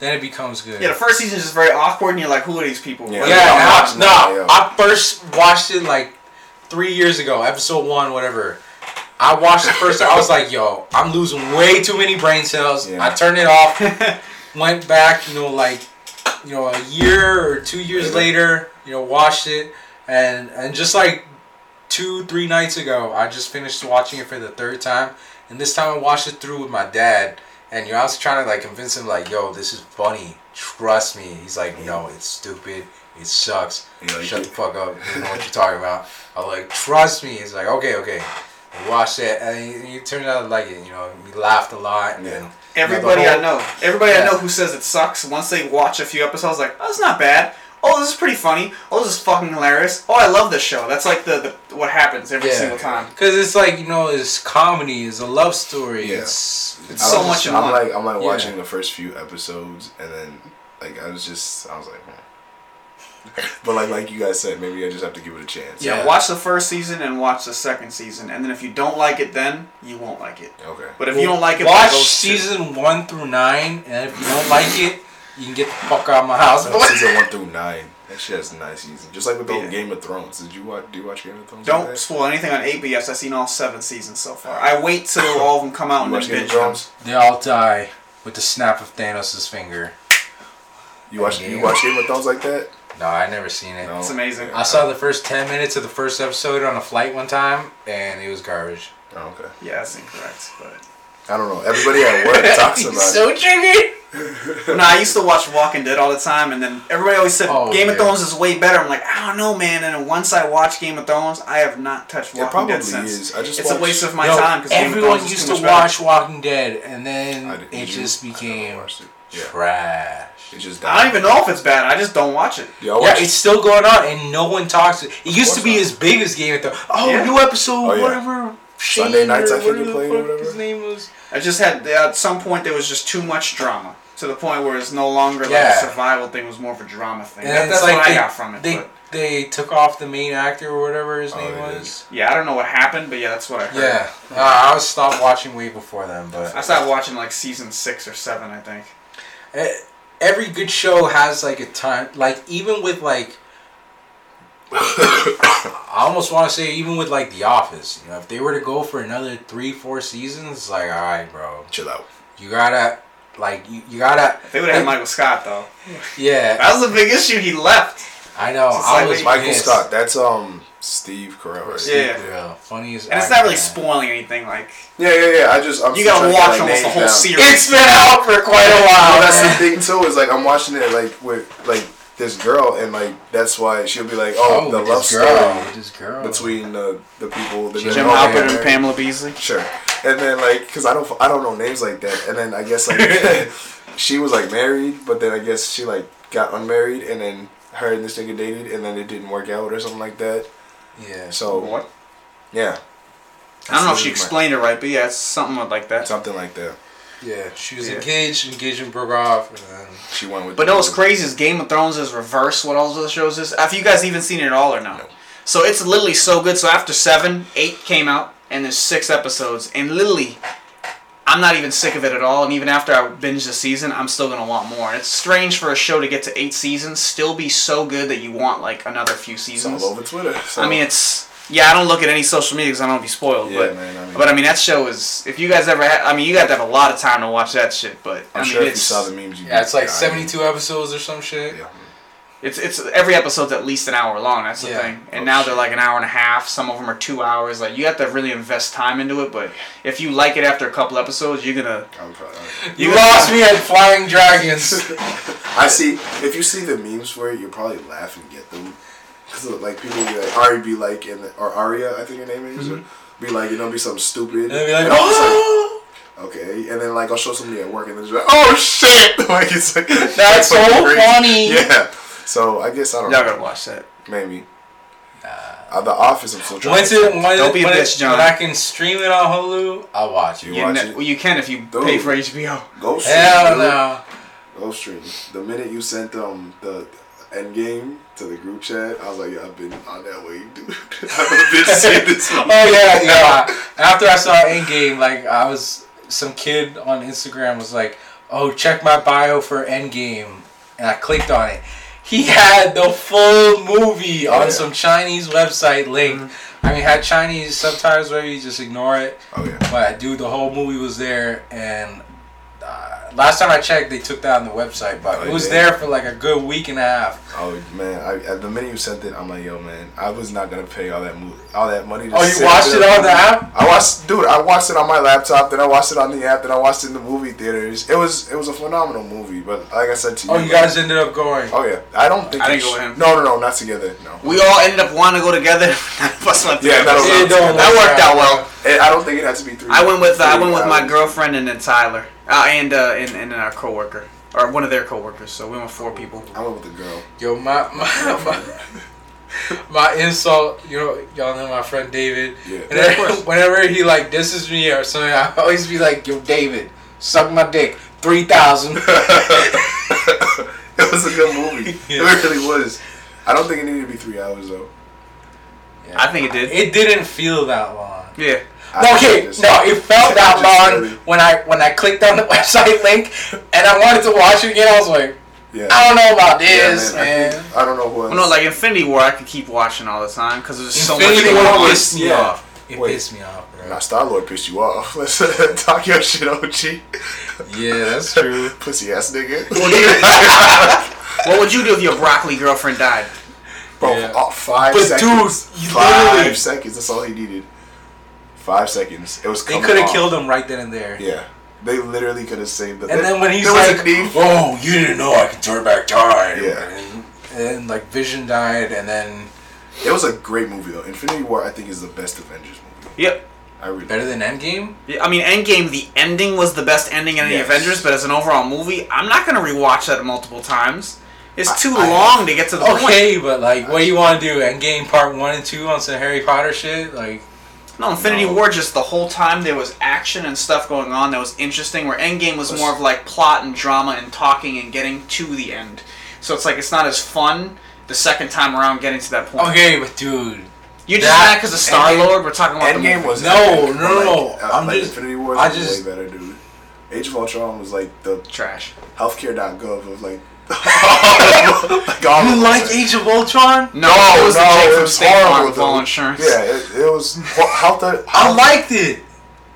then it becomes good. Yeah, the first season is just very awkward, and you're like, "Who are these people?" Yeah. What are Yeah, they I'm and about? I- watching nah, that, yo. I first watched it like three years ago, episode one, whatever. I watched the first. I was like, "Yo, I'm losing way too many brain cells." Yeah. I turned it off. went back, you know, like you know, a year or two years later, you know, watched it, and and just like two, three nights ago, I just finished watching it for the third time, and this time I watched it through with my dad, and you know, I was trying to like convince him, like, "Yo, this is funny. Trust me." He's like, "No, it's stupid. It sucks. You like Shut it? the fuck up. You know what you're talking about." I was like, "Trust me." He's like, "Okay, okay." We watched it, and he, he turned out to like it. You know, we laughed a lot, and Yeah. then Another Everybody I whole- know, everybody I Yeah. know who says it sucks, once they watch a few episodes, like, oh, it's not bad. Oh, this is pretty funny. Oh, this is fucking hilarious. Oh, I love this show. That's like the, the what happens every Yeah. single time. Cause it's like you know, it's comedy, it's a love story. Yeah. It's, I it's was so just- much in I'm one. like I'm like Yeah. watching the first few episodes, and then like I was just I was like, hmm. but like like you guys said, maybe I just have to give it a chance. Yeah. Watch the first season and watch the second season, and then if you don't like it, then you won't like it. Okay. But if you don't like it, watch those two- season one through nine, and if you don't like it, you can get the fuck out of my house. Like, season one through nine. That shit has a nice season. Just like with the whole Yeah. Game of Thrones. Did you watch? Do you watch Game of Thrones? like Don't that? spoil anything on ABS. I've seen all seven seasons so far. I wait till all of them come out You and watch then Game binge of them. Thrones? They all die with the snap of Thanos' finger. You watch? You Yeah. watch Game of Thrones like that? No, I never seen it. No. It's amazing. I saw the first ten minutes of the first episode on a flight one time, and it was garbage. Oh, okay. Yeah, that's incorrect, but. I don't know. Everybody at work talks about it. triggered. No, I used to watch Walking Dead all the time, and then everybody always said Oh, Game of yeah. Thrones is way better. I'm like, I don't know, man. And then once I watch Game of Thrones, I have not touched It Walking probably Dead since. is. I just It's a watched- waste of my Yo, time because everyone used to watch Walking Dead, and I then didn't- it did you? just I never became watched it. Yeah. trash. It just I don't even know if it's bad. I just don't watch it. Y'all Yeah, watch it's still going on, and no one talks. It used to be course as big as Game of Thrones. Oh, Yeah. new episode, Oh, yeah. whatever. Sunday Shane nights, or I think you whatever the played or fuck whatever. His name was. I just had at some point there was just too much drama to the point where it's no longer like Yeah. a survival thing. It was more of a drama thing. And That, it's that's like what they, I got from it. They but, they took off the main actor or whatever his Oh, name it was. yeah, I don't know what happened, but yeah, that's what I heard. Yeah, uh, I was stopped watching way before then, but I stopped watching like season six or seven, I think. E- every good show has like a time like even with like i almost want to say even with like the office you know if they were to go for another three four seasons it's like all right bro Chill out. you gotta like you, you gotta If they would have had Michael Scott though. yeah That was the big issue. He left. I know. It's I like was Michael pissed. Scott. That's um Steve Carell. Right? Yeah. Yeah. Funny as And it's not really actor. spoiling anything. Like yeah, yeah, yeah. I just I'm you still gotta trying to get, watch like, almost the names whole down. series. It's been out for quite a Well, while. that's man. the thing too. Is like I'm watching it like with like this girl, and like that's why she'll be like, oh, Oh, the with love this girl. story with This girl. between the the people. that Jim they're all Halpert married. and Pamela Beasley. Sure. And then like, cause I don't I don't know names like that. And then I guess like she was like married, but then I guess she like got unmarried, and then her and this nigga dated, and then it didn't work out or something like that. Yeah. So yeah, I don't know if she That's explained it right, but yeah, it's something like that. something like that. Yeah. She was Yeah. engaged. Engagement broke off. And then She went with. But the- no, what's crazy is Game of Thrones is reverse what all those shows is. Have you guys even seen it at all or no? So it's literally so good. So after seven, eight came out, and there's six episodes, and literally, I'm not even sick of it at all. And even after I binge the season, I'm still gonna want more. And it's strange for a show to get to eight seasons, still be so good that you want like another few It's all seasons. over Twitter. So. I mean, it's yeah. I don't look at any social media because I don't want to be spoiled. Yeah, but man, I mean- but I mean that show is. If you guys ever, had, I mean, you got to have a lot of time to watch that shit. But i I'm mean, sure if you it's saw the memes, you yeah, it's like I mean, seventy-two episodes or some shit. Yeah. it's it's every episode's at least an hour long. That's the Yeah. thing. And Oh, now they're shit. like an hour and a half. Some of them are two hours. Like you have to really invest time into it. But if you like it after a couple episodes, you're gonna I'm probably- You lost me at flying dragons. I see. If you see the memes for it, you'll probably laugh and get them. Cause like people be like Ari be like and or Aria, I think her name is. Be like, you know, be something stupid. Mm-hmm. and they'd be like, And I'm just like, oh, okay. And then like I'll show somebody at work, and they're just like, oh shit! Like it's like that's so fucking crazy. funny. Yeah. So I guess I don't y'all know. gotta watch that. Maybe. Uh, the Office. I'm still trying. Once it, when, Don't be a when, bitch, it- John. when I can stream it on Hulu, I'll watch You it. You, watch ne- it. well, you can if you Dude. pay for HBO. Go stream. Hell dude. no. Go Oh, stream. The minute you sent um the end game to the group chat, I was like, yeah, I've been on that way, dude. I've been seeing this. one. Oh yeah, yeah. After I saw Endgame, like I was some kid on Instagram was like, "Oh, check my bio for Endgame," and I clicked on it. He had the full movie on yeah. Mm-hmm. some Chinese website link. I mean, had Chinese subtitles where you just ignore it, Oh yeah. but dude, the whole movie was there. And uh, last time I checked, they took that on the website, but Oh, it was yeah. there for like a good week and a half. Oh man, I, at the minute you sent it, I'm like, yo, man, I was not gonna pay all that mo- all that money. To Oh, you sit watched there. it on the app? I watched, dude. I watched it on my laptop. Then I watched it on the app. Then I watched it in the movie theaters. It was it was a phenomenal movie. But like I said to you, Oh, you like- guys ended up going. Oh yeah, I don't think. I we didn't go should- with him. No, no, no, not together. No. We all ended up wanting to go together. Plus my Yeah, that was- It don't That worked out well. And I don't think it had to be three. I went with uh, I three went with my hours. girlfriend and then Tyler uh, and uh, and and our coworker or one of their coworkers. So we went four people. I went with the girl. Yo, my my, my, my insult, you know, y'all know my friend David. Yeah. And then Of course. whenever he like disses me or something, I always be like, "Yo, David, suck my dick, three thousand. it was a good movie. Yeah. It really was. I don't think it needed to be three hours though. I think it did. It didn't feel that long. yeah. I okay, just- no, it felt that Just long really- when I when I clicked on the website link and I wanted to watch it again. I was like, Yeah. I don't know about Yeah, this, I man. think- I don't know who. Well, no, like Infinity War, I could keep watching all the time because there's so Infinity much. War was- pissed me yeah. off. It Wait. pissed me off, bro. Now Star Lord pissed you off. Let's uh, talk your shit, OG. Yeah, that's true. Pussy ass nigga. What would you do if your broccoli girlfriend died? Bro, Yeah. oh, five But seconds. dude, you five literally- seconds. That's all he needed. Five seconds. It was. They coming could have off. killed him right then and there. Yeah, they literally could have saved the. And then when he's there like, was a need. "Oh, you didn't know I could turn back time." Yeah. And, and like Vision died, and then It was a great movie though. Infinity War, I think, is the best Avengers movie. Yep. I really. better than Endgame. Yeah, I mean, Endgame, the ending was the best ending in any Yes. Avengers, but as an overall movie, I'm not gonna rewatch that multiple times. It's too I- long to get to the Oh, Okay, but like, what do you want to do? Endgame Part One and Two on some Harry Potter shit? Like, point. No, Infinity No. War just the whole time there was action and stuff going on that was interesting. Where Endgame was more of like plot and drama and talking and getting to the end. So it's like it's not as fun the second time around getting to that point. okay, but dude, You're just That- mad because of Star Lord. We're talking about the Endgame movie. was No, epic, no, but, no, like, no. uh, I'm like, just- Infinity War. I is just- way better, dude. Age of Ultron was like the trash. healthcare.gov of like. like all you of like us. Age of Ultron? No, it was the chick it from was State Farm horrible, with all though. insurance. Yeah, it, it was. Well, how the? I liked it.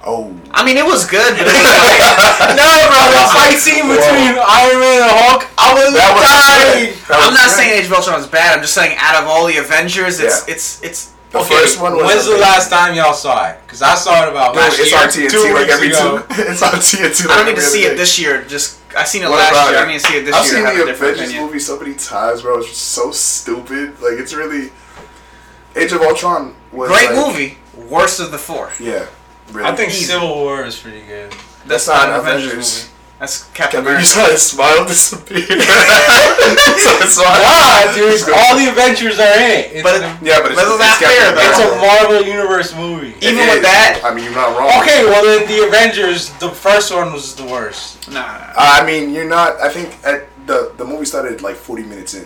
Oh, I mean, it was good, but No, bro, the fight scene between Iron Man and Hulk, I was That was dying. good. That was I'm not good. saying Age of Ultron is bad. I'm just saying out of all the Avengers, it's Yeah. it's it's. The first one was When's the amazing. last time y'all saw it? Because I saw it about Dude, last it's year, on TNT two like weeks every ago. two. It's on TNT. Like I don't need every to see other it day. this year. Just I seen it What last about year. it? I need to see it this I've year. seen I have the a different Avengers opinion. movie so many times, bro. It's just so stupid. Like it's really Age of Ultron was Great like- movie. Worst of the four. Yeah, really. I think Easy. Civil War is pretty good. That's not not an Avengers, Avengers. movie. That's Captain Kevin, you America. saw his smile disappear. so it's Why, Ah, All the Avengers are in it. It's But an- yeah, but it's, That's it's not Captain fair, though. America. It's a Marvel Universe movie. It Even with is. that- I mean, you're not wrong. Okay, well then the Avengers, the first one was the worst. Nah, nah, nah. Uh, I mean, you're not. I think at the the movie started like 40 minutes in,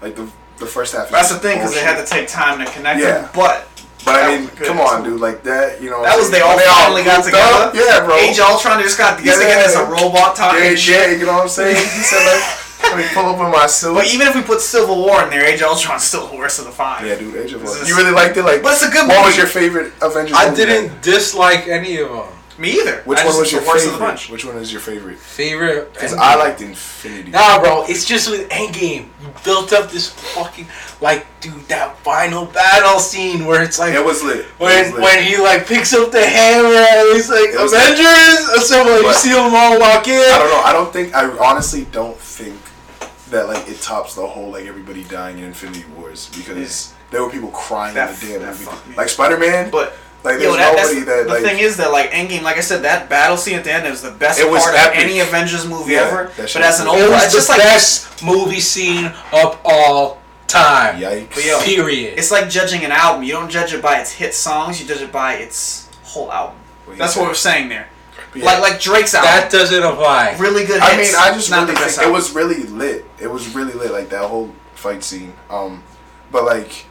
like the the first half. is That's the thing because they bullshit. had to take time to connect Yeah. them. But But that I mean, was good, come on, dude. Like that, you know. that was they all when finally got grouped up, together. Yeah, bro. Age of Ultron they just got together Yeah. again as a robot talking. yeah, and shit. yeah, you know what I'm saying? He said like, let me pull up in my suit. But even if we put Civil War in there, Age of Ultron's still the worst of the five. yeah, dude, Age of This Ultron. is- You really liked it, like. But it's a good What was movie. your favorite Avengers? I movie? didn't dislike any of them. Me either. Which I one just- was your the worst of the favorite? bunch. Which one is your favorite? Favorite? Because I liked Infinity. Nah, bro, it's just with Endgame. You built up this fucking like, dude, that final battle scene where it's like It was lit. it when was lit. when he like picks up the hammer and he's like It was lit. Avengers. Or something, like, you But- see them all walk in. I don't know. I don't think. I honestly don't think that like it tops the whole like everybody dying in Infinity Wars because there were people crying That- in the damn that movie. fucked me. Like Spider Man, But like yo, there's that, that's, nobody that the like. thing is that like Endgame, like I said, that battle scene at the end is the best It was part epic. of any Avengers movie Yeah, ever. that But shit as was an cool. old, It was it's the just like best movie scene of all time. Yikes! But yo, Period. it's like judging an album. You don't judge it by its hit songs. You judge it by its whole album. What he That's what said. we're saying there. Yeah. Like like Drake's album, that doesn't apply. really good. I hits, mean, I just not really the best think it album. was really lit. It was really lit, like that whole fight scene. Um, but like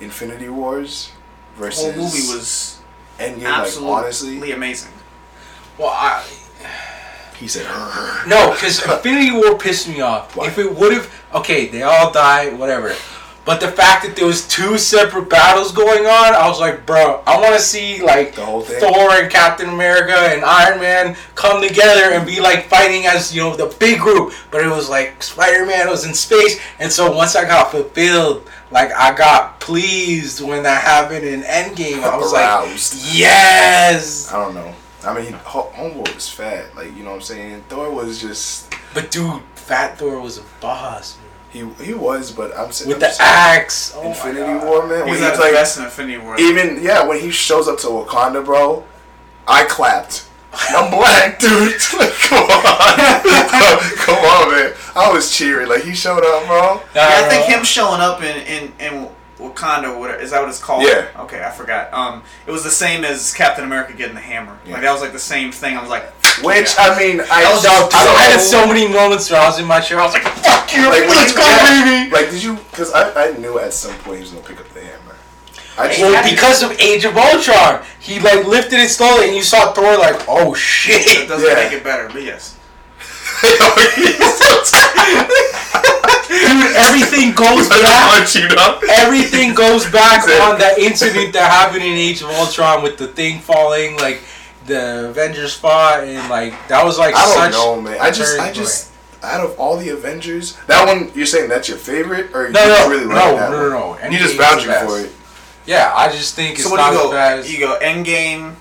Infinity Wars The versus whole movie was Endgame. absolutely Like honestly, amazing. Well, I, he said. "Urgh." no, because Infinity War pissed me off. Why? If it would have, okay, they all die, whatever. But the fact that there was two separate battles going on, I was like, bro, I want to see like The whole thing? Thor and Captain America and Iron Man come together and be like fighting as you know the big group. But it was like Spider Man was in space, and so once I got fulfilled, like I got pleased when that happened in Endgame. I was Aroused. like, yes. I don't know. I mean, Ho- Homeboy was fat. Like you know what I'm saying. Thor was just But dude, Fat Thor was a boss. man. he he was, but I'm saying with the axe. Oh my Infinity God. War man. When He's he like was the like best in Infinity War. even yeah when he shows up to Wakanda, bro. I clapped. I'm black, dude. Like, come on, come on, man. I was cheering. Like he showed up, bro. Yeah, I think uh, him showing up in in in Wakanda, whatever is that what it's called? Yeah. Okay, I forgot. Um, it was the same as Captain America getting the hammer. Yeah. Like that was like the same thing. I was like, Which yeah. I mean, I, was I dope, I, too. don't- I had so many moments where I was in my chair. I was like, "Fuck you, Like, when let's you- go, yeah. baby." Like, did you? Because I, I knew at some point he was gonna pick up the hammer. I just, Well, because of Age of Ultron, he like lifted it slowly, and you saw Thor like, "Oh that shit!" doesn't Yeah. make it better, but yes. Dude, everything goes back. you know. Everything goes back That's it. on that incident that happened in Age of Ultron with the thing falling, like the Avengers fought, and like that was like I don't such. know, man. I just, I turning just, out of all the Avengers, that one you're saying that's your favorite, or you No, just no, really no, like that no, no, one? no. You Endgame's just the vouching best. for it. point. Yeah, I just think it's So what not do you as go? bad as You go Endgame,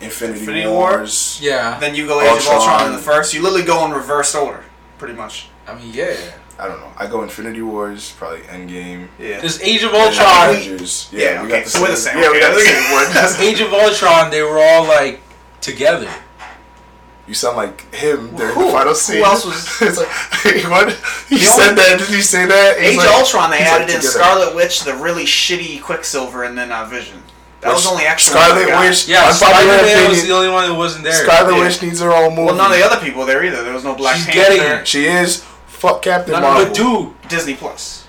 Infinity, Infinity War? Wars. yeah. then you go Age Ultron. of Ultron in the first. You literally go in reverse order, pretty much. I mean, yeah. I don't know. I go Infinity Wars, probably Endgame. Yeah. Because Age of Ultron, Avengers. Yeah, yeah, we okay, got the so we're the same, Yeah, we okay. got the same one. Age of Ultron, they were all like together. You sound like him during Who- the final who scene. else was- it's like, hey, what? He The said only- that. Did he say that? He's Age like- of Ultron, they he's added like, in together. Scarlet Witch, the really shitty Quicksilver, and then uh, Vision. That was Which- only actually Scarlet one guy. Witch. Yeah, Unpopular Spider Man was opinion, the only one that wasn't there. Scarlet Yeah. Witch needs her own movie. Well, none of the other people there either. There was no Black She's Panther. getting it. She is. Fuck Captain None of Marvel. but dude, Disney Plus.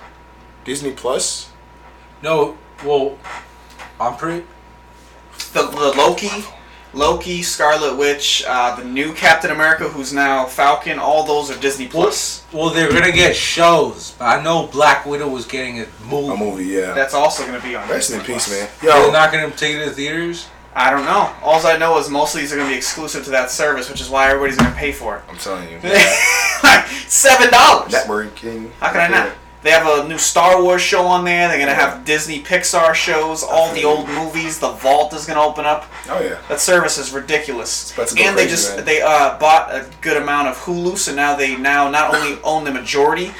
Disney Plus. no, well, I'm pretty. the, the Loki, Loki, Scarlet Witch, uh, the new Captain America, who's now Falcon. All those are Disney Plus. Well, they're gonna get shows, but I know Black Widow was getting a movie. A movie, yeah. That's also going to be on. Rest Disney in peace, Plus. man. They're Yo, not gonna take it to theaters. I don't know. All I know is most of these are going to be exclusive to that service, which is why everybody's going to pay for it. I'm telling you. Like, seven dollars. Networking. How can I not? They have a new Star Wars show on there. They're gonna have Disney Pixar shows, all the old movies. The vault is gonna open up. Oh yeah. That service is ridiculous. about to go And they crazy, just man. they uh, bought a good amount of Hulu, so now they now not only own the majority,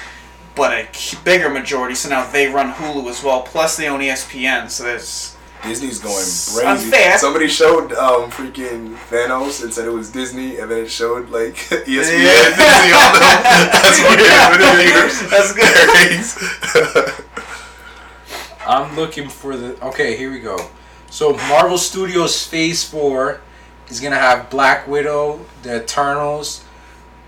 but a k- bigger majority. So now they run Hulu as well. Plus they own E ESPN. So there's Disney's going It's crazy. unfair. Somebody showed um, freaking Thanos and said it was Disney, and then it showed like E ESPN, Yeah. Disney, all them. That's weird. that's good. Thanks. I'm looking for the. Okay, here we go. So Marvel Studios Phase Four is gonna have Black Widow, The Eternals,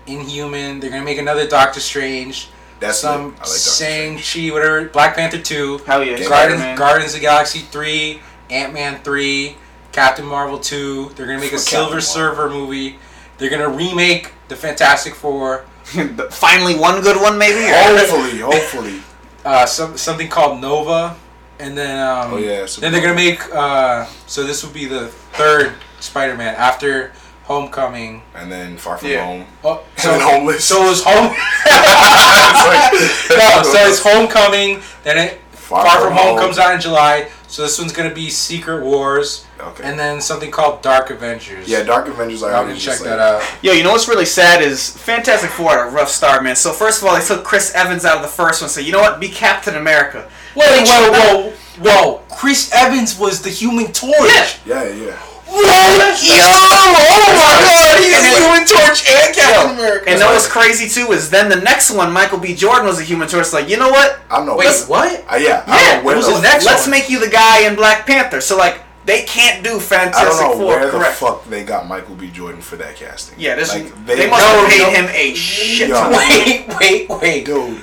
Inhuman. They're gonna make another Doctor Strange. That's some lit. I like Doctor Shang Chi, whatever. Black Panther Two. Hell yeah, Guardians, Spider-Man. Guardians of the Galaxy Three, Ant Man Three, Captain Marvel Two. They're gonna make a Fuck Silver Captain Surfer movie. They're gonna remake the Fantastic Four. Finally, one good one maybe. or- hopefully, hopefully. uh, some something called Nova, and then um, Oh, yeah, then they're gonna make uh, so this would be the third Spider-Man after Homecoming. And then Far From Yeah. Home. Oh, so And homeless. so it's home. It's like- no, so it's Homecoming. Then it Far, from, Home comes out in July. So this one's gonna be Secret Wars, Okay. and then something called Dark Avengers. Yeah, Dark Avengers. I I'm already gonna check that out. Yo, you know what's really sad is Fantastic Four had a rough start, man. So first of all, they took Chris Evans out of the first one. So you know what? Be Captain America. Wait, They whoa, tried- whoa, whoa! Chris Evans was the Human Torch. Yeah. Yeah, yeah. Yo! Oh my God! He's That's- Human Torch and Captain America. And that was crazy too. Is then the next one, Michael B. Jordan was a Human Torch. Like you know what? I'm not. Wait, Wait, what? Uh, yeah, I Yeah, don't know where it was the- his next let's Let's make you the guy in Black Panther. So like they can't do I Fantastic don't know Four. where the correct. fuck they got Michael B. Jordan for that casting. yeah, this, Like, they, must No, have paid no. him a shit. Yo. ton. Wait, wait, wait. Dude,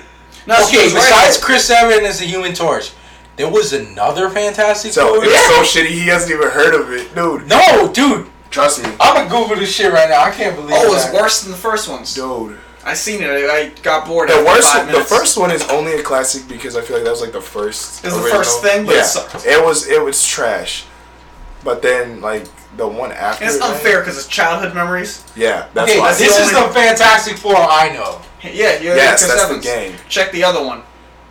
No, she Okay, was right. besides Chris Evans as the Human Torch, there was another Fantastic so Four. it was so shitty. He hasn't even heard of it, dude. No, dude, Trust me, I'm gonna Google this shit right now. I can't believe. Oh, it's that. worse than the first ones. dude. I seen it. I, I got bored. The after worst, five one, the minutes. first one is only a classic because I feel like that was like the first. It was the first thing, but it yeah, sucked. it was it was trash. But then like the one after. And it's that- unfair because it's childhood memories. Yeah, that's Okay, why. this the is only- the Fantastic Four I know. Yeah, you're Yes, Chris that's the Evans. game. Check the other one.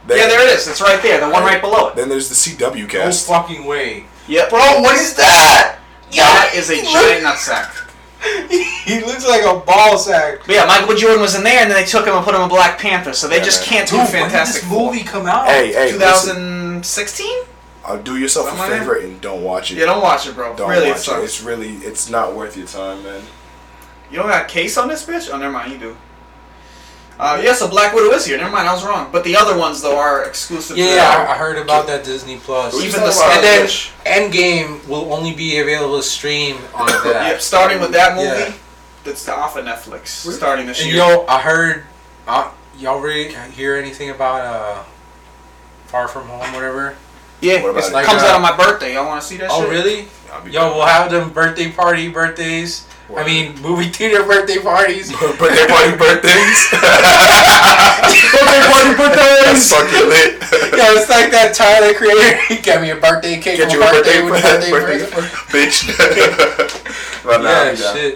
They- yeah, there it is. It's right there. The one right below it. Then there's the CW No cast. fucking way. Yeah, bro. what is that? That is a giant nutsack. He looks like a ball sack. But yeah, Michael Jordan was in there, and then they took him and put him in Black Panther. So they Yeah, just man. can't do Dude, when did Fantastic this movie come out? Hey, hey, listen, 2016? uh, do yourself a Somewhere? favor and don't watch it. Yeah, don't watch it, bro. Don't really, watch it it. sucks. It's really, it's not worth your time, man. You don't got a case on this bitch? Oh, never mind. You do. Uh, yeah, so Black Widow is here. Never mind, I was wrong. But the other ones though are exclusive. to- Yeah, yeah, I I heard about that Disney Plus. Who's even the that about? And then Scarlet Witch. Endgame will only be available to stream on that. Yep, starting with that Yeah. movie. That's off of Netflix. Starting this And year. yo, I heard. Uh, y'all really hear anything about uh, Far From Home, whatever? yeah, What about it's- it? like, comes uh, out on my birthday. Y'all want to see that? Oh, shit? really? I'll be Yo, we'll have them birthday party birthdays. I Word. mean, movie theater birthday parties. birthday party birthdays. birthday party birthdays. That's fucking lit. Yeah, it's like that Tyler creator. Get me a birthday cake. Get on you a birthday, with birthday, birthday, present. bitch. but nah, Yeah, I'll be down. shit.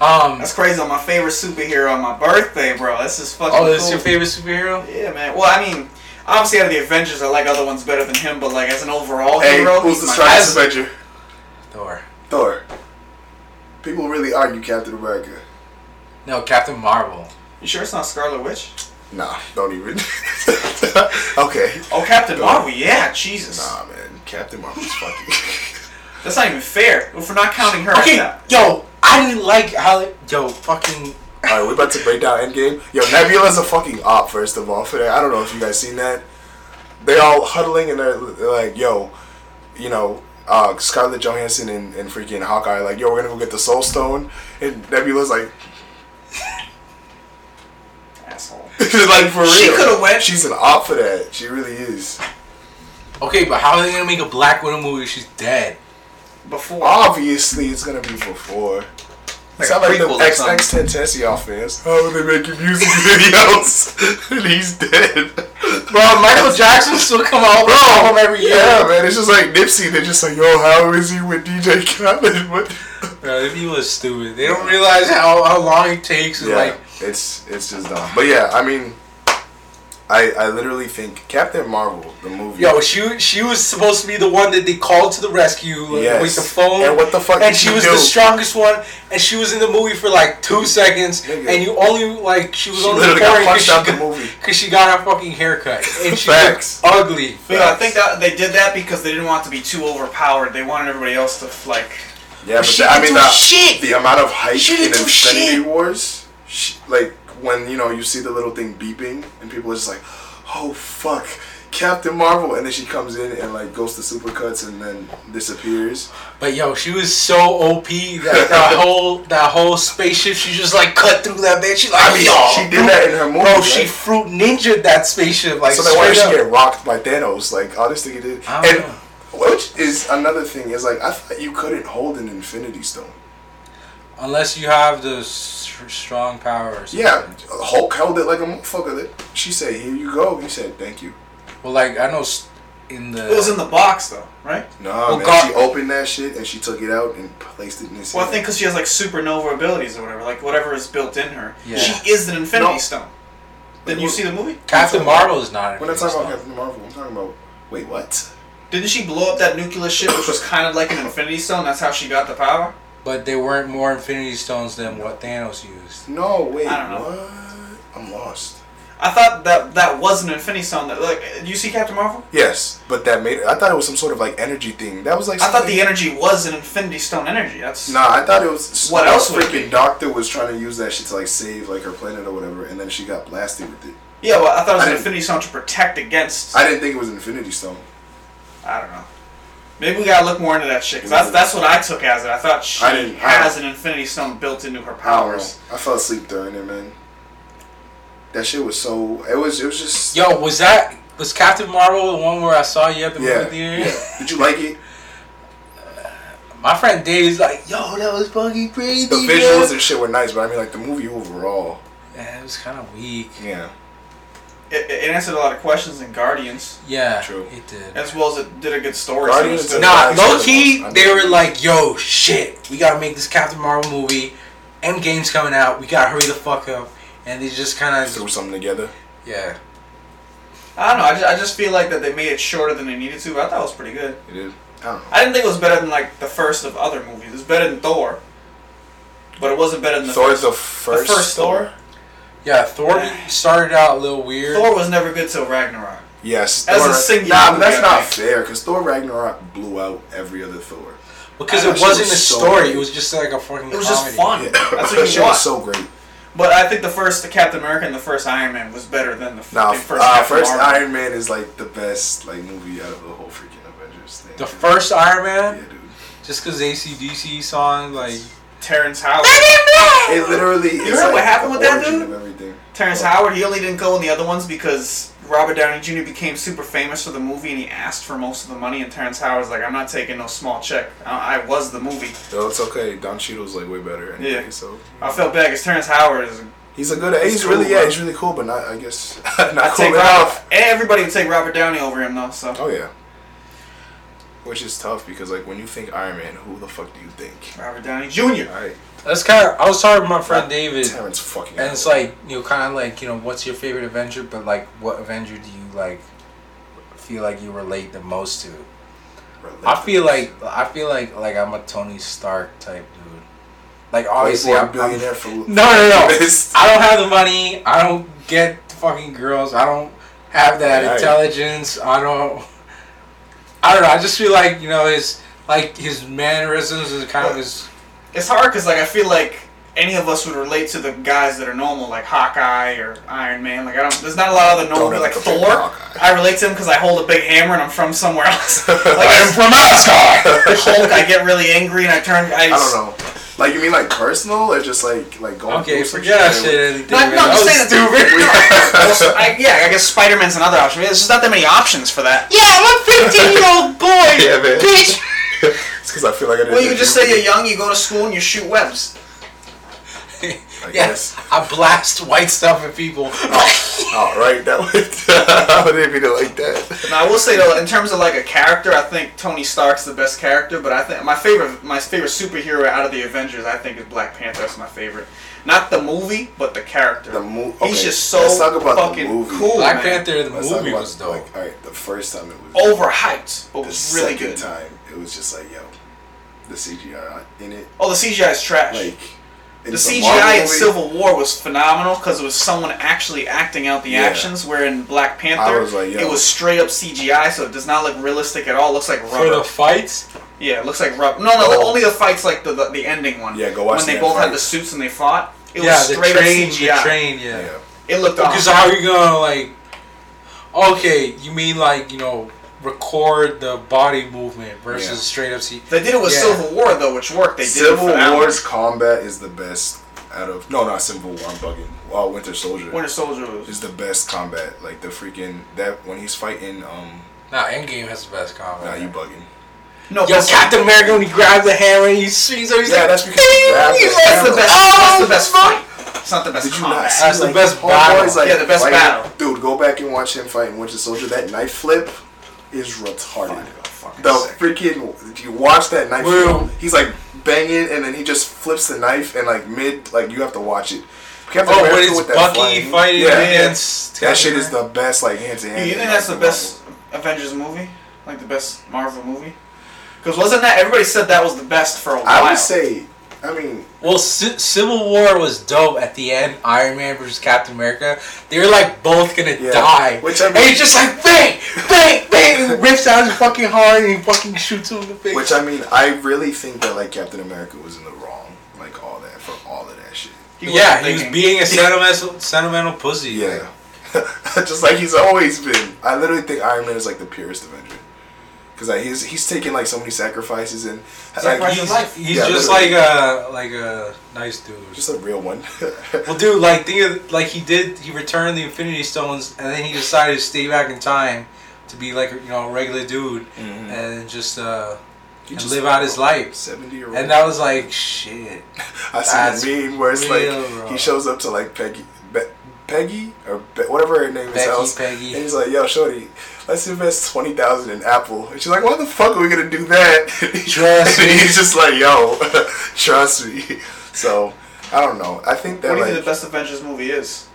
Um. That's crazy. On my favorite superhero on my birthday, bro. This is fucking. Oh, this is cool. your favorite superhero? Yeah, man. Well, I mean, obviously out of the Avengers, I like other ones better than him, but like as an overall Hey, hero, he's who's the my strongest favorite. Avenger? Thor. Thor. People really argue Captain America. No, Captain Marvel. You sure it's not Scarlet Witch? Nah, don't even. okay. Oh, Captain Marvel. Yeah, Jesus. Nah, man. Captain Marvel's fucking. That's not even fair. If we're not counting her, Okay, yeah. yo, I didn't like how. Yo, fucking. All right, we're about to break down Endgame. Yo, Nebula's a fucking op. First of all, for that, I don't know if you guys seen that. They're all huddling and they're they're like, "Yo, you know, uh, Scarlett Johansson and, and freaking Hawkeye, like, yo, we're gonna go get the Soul Stone." And Nebula's like, asshole. like for real, She coulda went. She's an op for that. She really is. Okay, but how are they gonna make a Black Widow movie? if She's dead. Before. Obviously, it's gonna be before. It's not a like the prequel or something. XX Tentacion fans. How are they making music videos? and he's dead. Bro, Michael Jackson still come out with an album every year. Yeah, man, it's just like Nipsey. They're just like, yo, how is he with DJ Khaled? What? Bro, these people are stupid. They don't realize how, how long it takes. And Yeah, like, It's it's just dumb. But yeah, I mean, I I literally think Captain Marvel the movie. Yo, she she was supposed to be the one that they called to the rescue uh, Yes. with the phone. And what the fuck And did she she was do? the strongest one. And she was in the movie for like two seconds. Nigga. And you only like she was She only literally got boring 'cause punched she out the got- movie. Cause she got her fucking haircut and she Facts. was ugly. Yeah, I think that they did that because they didn't want it to be too overpowered. They wanted everybody else to like. yeah, but she the, I didn't mean do the shit. the amount of hype She in didn't do Infinity shit. Wars, sh like when you know you see the little thing beeping and people are just like, oh fuck. Captain Marvel, and then she comes in and like goes to supercuts and then disappears. But yo, she was so OP that that whole that whole spaceship she just like cut through that bitch. She like I mean, yo, she did that in her movie. bro, right? she fruit ninja that spaceship like So then why did she straight up. get rocked by Thanos? Like all this thing he did. I don't And know. which is another thing is like I thought you couldn't hold an Infinity Stone. Unless you have the s- strong powers. Yeah, Hulk held it like a motherfucker. That she said, "Here you go." He said, "Thank you." Well, like I know s- in the It was in the box though, right? No, Well, man. God- she opened that shit and she took it out and placed it in his. Well, I hand. think because she has like supernova abilities or whatever, like whatever is built in her. Yeah. She is an Infinity No. Stone. Didn't you Wait, see the movie? Captain Marvel is not. When I talk about Captain Marvel, I'm talking about wait what? Didn't she blow up that nuclear ship, which was kind of like an Infinity Stone? That's how she got the power. but there weren't more Infinity Stones than what Thanos used. No, wait I don't know. what? I'm lost. I thought that that was an Infinity Stone. That like, do you see Captain Marvel? Yes, but that made. I thought it was some sort of like energy thing. That was like. I thought something- the energy was an Infinity Stone energy. That's Nah, I thought it was What what else. else would it Freaking be? doctor was trying to use that shit to like save like her planet or whatever, and then she got blasted with it. Yeah, well, I thought it was I an didn't- Infinity Stone to protect against. I didn't think it was an Infinity Stone. I don't know. Maybe we gotta look more into that shit because that's, that's what I took as it. I thought she I didn't- I- has an Infinity Stone built into her powers. I fell asleep during it, man. That shit was so. It was. It was just. Yo, was that was Captain Marvel the one where I saw you at the Yeah. movie theater? yeah. Did you like it? My friend Dave's like, yo, that was fucking crazy. The man." visuals and shit were nice, but I mean, like the movie overall. Yeah, it was kind of weak. Yeah. It, it answered a lot of questions in Guardians, Yeah, True. it did. as well as it did a good story. Guardians so it was good. did- Nah, That's low the key, most- I they mean- were like, yo, shit, we gotta make this Captain Marvel movie. Endgame's coming out. We gotta hurry the fuck up. And they just kind Threw of, something together. yeah. I don't know. I just, I just feel like that they made it shorter than they needed to. But I thought it was pretty good. It is. I don't know. I didn't think it was better than like the first of other movies. It was better than Thor, but it wasn't better than the first. Thor's the first. first Thor? Yeah, Thor started out a little weird. Thor was never good till Ragnarok. Yes. As a Thor, singular Nah, but movie, that's I not think. fair because Thor Ragnarok blew out every other Thor. Because I it thought she wasn't was a so story, great. it was just like a fucking It was comedy. just fun. That's That what shit you was want. so great. But I think the first the Captain America and the first Iron Man was better than the Nah, fucking f- first uh, Captain first Marvel. Iron Man is like the best like movie out of the whole freaking Avengers thing. The first Iron Yeah, Man, dude. just because ACDC song, like, Terrence Howard. It literally. You heard what happened with that dude? Of everything. Terrence Oh. Howard. He only didn't go in the other ones because Robert Downey Jr. became super famous for the movie and he asked for most of the money. And Terrence Howard's like, I'm not taking no small check. I, I was the movie. No, it's okay. Don Cheadle's like way better. Anyway, Yeah. So I felt bad because Terrence Howard is. he's a good. He's, He's really cool, yeah. bro. He's really cool, but not I guess not I'd cool take enough. Robert, everybody would take Robert Downey over him though. So Oh yeah. Which is tough because like when you think Iron Man, who the fuck do you think? Robert Downey Jr. All right, that's kind of, I was talking to my friend David, Terrence fucking. and it's like, you know, kind of like, you know, what's your favorite Avenger, but like, what Avenger do you, like, feel like you relate the most to? I feel like, I feel like, like, I'm a Tony Stark type dude. Like, obviously, obviously I'm, a I'm- billionaire for No, no, no. Missed. I don't have the money. I don't get the fucking girls. I don't have that Right. intelligence. I don't. I don't know. I just feel like you know his like his mannerisms is kind of his. It's hard because like I feel like any of us would relate to the guys that are normal, like Hawkeye or Iron Man. Like I don't. There's not a lot of other normal Don't like ever compare Thor. Hawkeye. I relate to him because I hold a big hammer and I'm from somewhere else. like I'm I'm from Asgard. Hulk, I get really angry and I turn. I, I don't know. Like you mean like personal or just like like going Okay, through some forget that with- shit. and- No, I'm not that was saying that- Oh, stupid. I, yeah, I guess Spider Man's another option. There's just not that many options for that. yeah, I'm a 15 year old boy. Yeah, man. Bitch. It's because I feel like I didn't. Well, you could just say do you're young, you go to school, and you shoot webs. I Yes, guess. I blast white stuff at people. Oh, All right, that was. I didn't mean it like that. Now, I will say though, in terms of like a character, I think Tony Stark's the best character. But I think my favorite, my favorite superhero out of the Avengers, I think is Black Panther. That's my favorite. Not the movie, but the character. The movie. He's just so fucking cool. Black man. Panther the Let's talk movie about, was dope. Like, all right, the first time it was Overhyped, but The was really second good. time, it was just like, yo, the CGI in it, Oh, the CGI is trash. like the CGI in Civil War was phenomenal because it was someone actually acting out the Yeah. actions. Where in Black Panther, was like, yo. it was straight up CGI, so it does not look realistic at all. It looks like For rubber. the fights, yeah, it looks like rubber. No, no, Oh. only the fights, like the the, the ending one. Yeah, go watch When they that both had fight. the suits and they fought, it yeah, was the straight train, up the CGI. train, Yeah. yeah. It looked Because awesome. how you gonna like? Okay, you mean like you know record the body movement versus Yeah. straight up see? They did it with Yeah. Civil War though, which worked. They did Civil it for that one. War's combat is the best out of no, not Civil War. I'm bugging. Wow, Winter Soldier Winter Soldier was. is the best combat. Like the freaking that when he's fighting. Um, Nah, Endgame has the best combat. nah, you bugging. No, Yo, but- Captain America when he grabbed the hammer and he swings her, he's Yeah, like, that's because he "Ding!" grabbed He's the like, That's hammer. the best. "Oh, that's the best fuck!" fight. It's not the best Did you not? combat. See, That's the like, best Homeboy's, battle. Like, Yeah, the best fighting- battle. Dude, go back and watch him fighting Winter Soldier. That knife flip is retarded. fucking The sick. freaking if you watch that knife Well- flip, he's like banging and then he just flips the knife and like mid like you have to watch it. Captain Oh, America but it's with that Bucky flying- fighting Yeah, against. that shit is the best like hand to hand. You think that's the best Avengers movie? Like the best Marvel movie? Because wasn't that everybody said that was the best for a while? I would say. I mean, Well, C- Civil War was dope at the end. Iron Man versus Captain America. They were like both gonna Yeah. die. Which I and mean- he's just like bang, bang, bang. and rips out his fucking heart and he fucking shoots him in the face. which I mean, I really think that like Captain America was in the wrong, like all that for all of that shit. He wasn't yeah, he was thinking. being a sentimental, sentimental pussy. Yeah. Just like he's always been. I literally think Iron Man is like the purest Avenger. Because like he's he's taking like so many sacrifices and like, Sacrifice he's He's, of life. he's Yeah, just literally. like uh, a like a nice dude. just a real one. Well, dude, like think of like he did. He returned the Infinity Stones, and then he decided to stay back in time to be like you know a regular dude and just uh He and just- live out his life. Seventy year old. And that was like shit. I that's see a meme where it's like real, bro. he shows up to like Peggy, Be- Peggy or Be- whatever her name is, Becky, else, Peggy. and he's like, "Yo, shorty, let's invest twenty thousand in Apple." And she's like, "Why the fuck are we gonna do that?" Trust and me. he's just like, "Yo, trust me." So I don't know. I think that What do you think like the best Avengers movie is?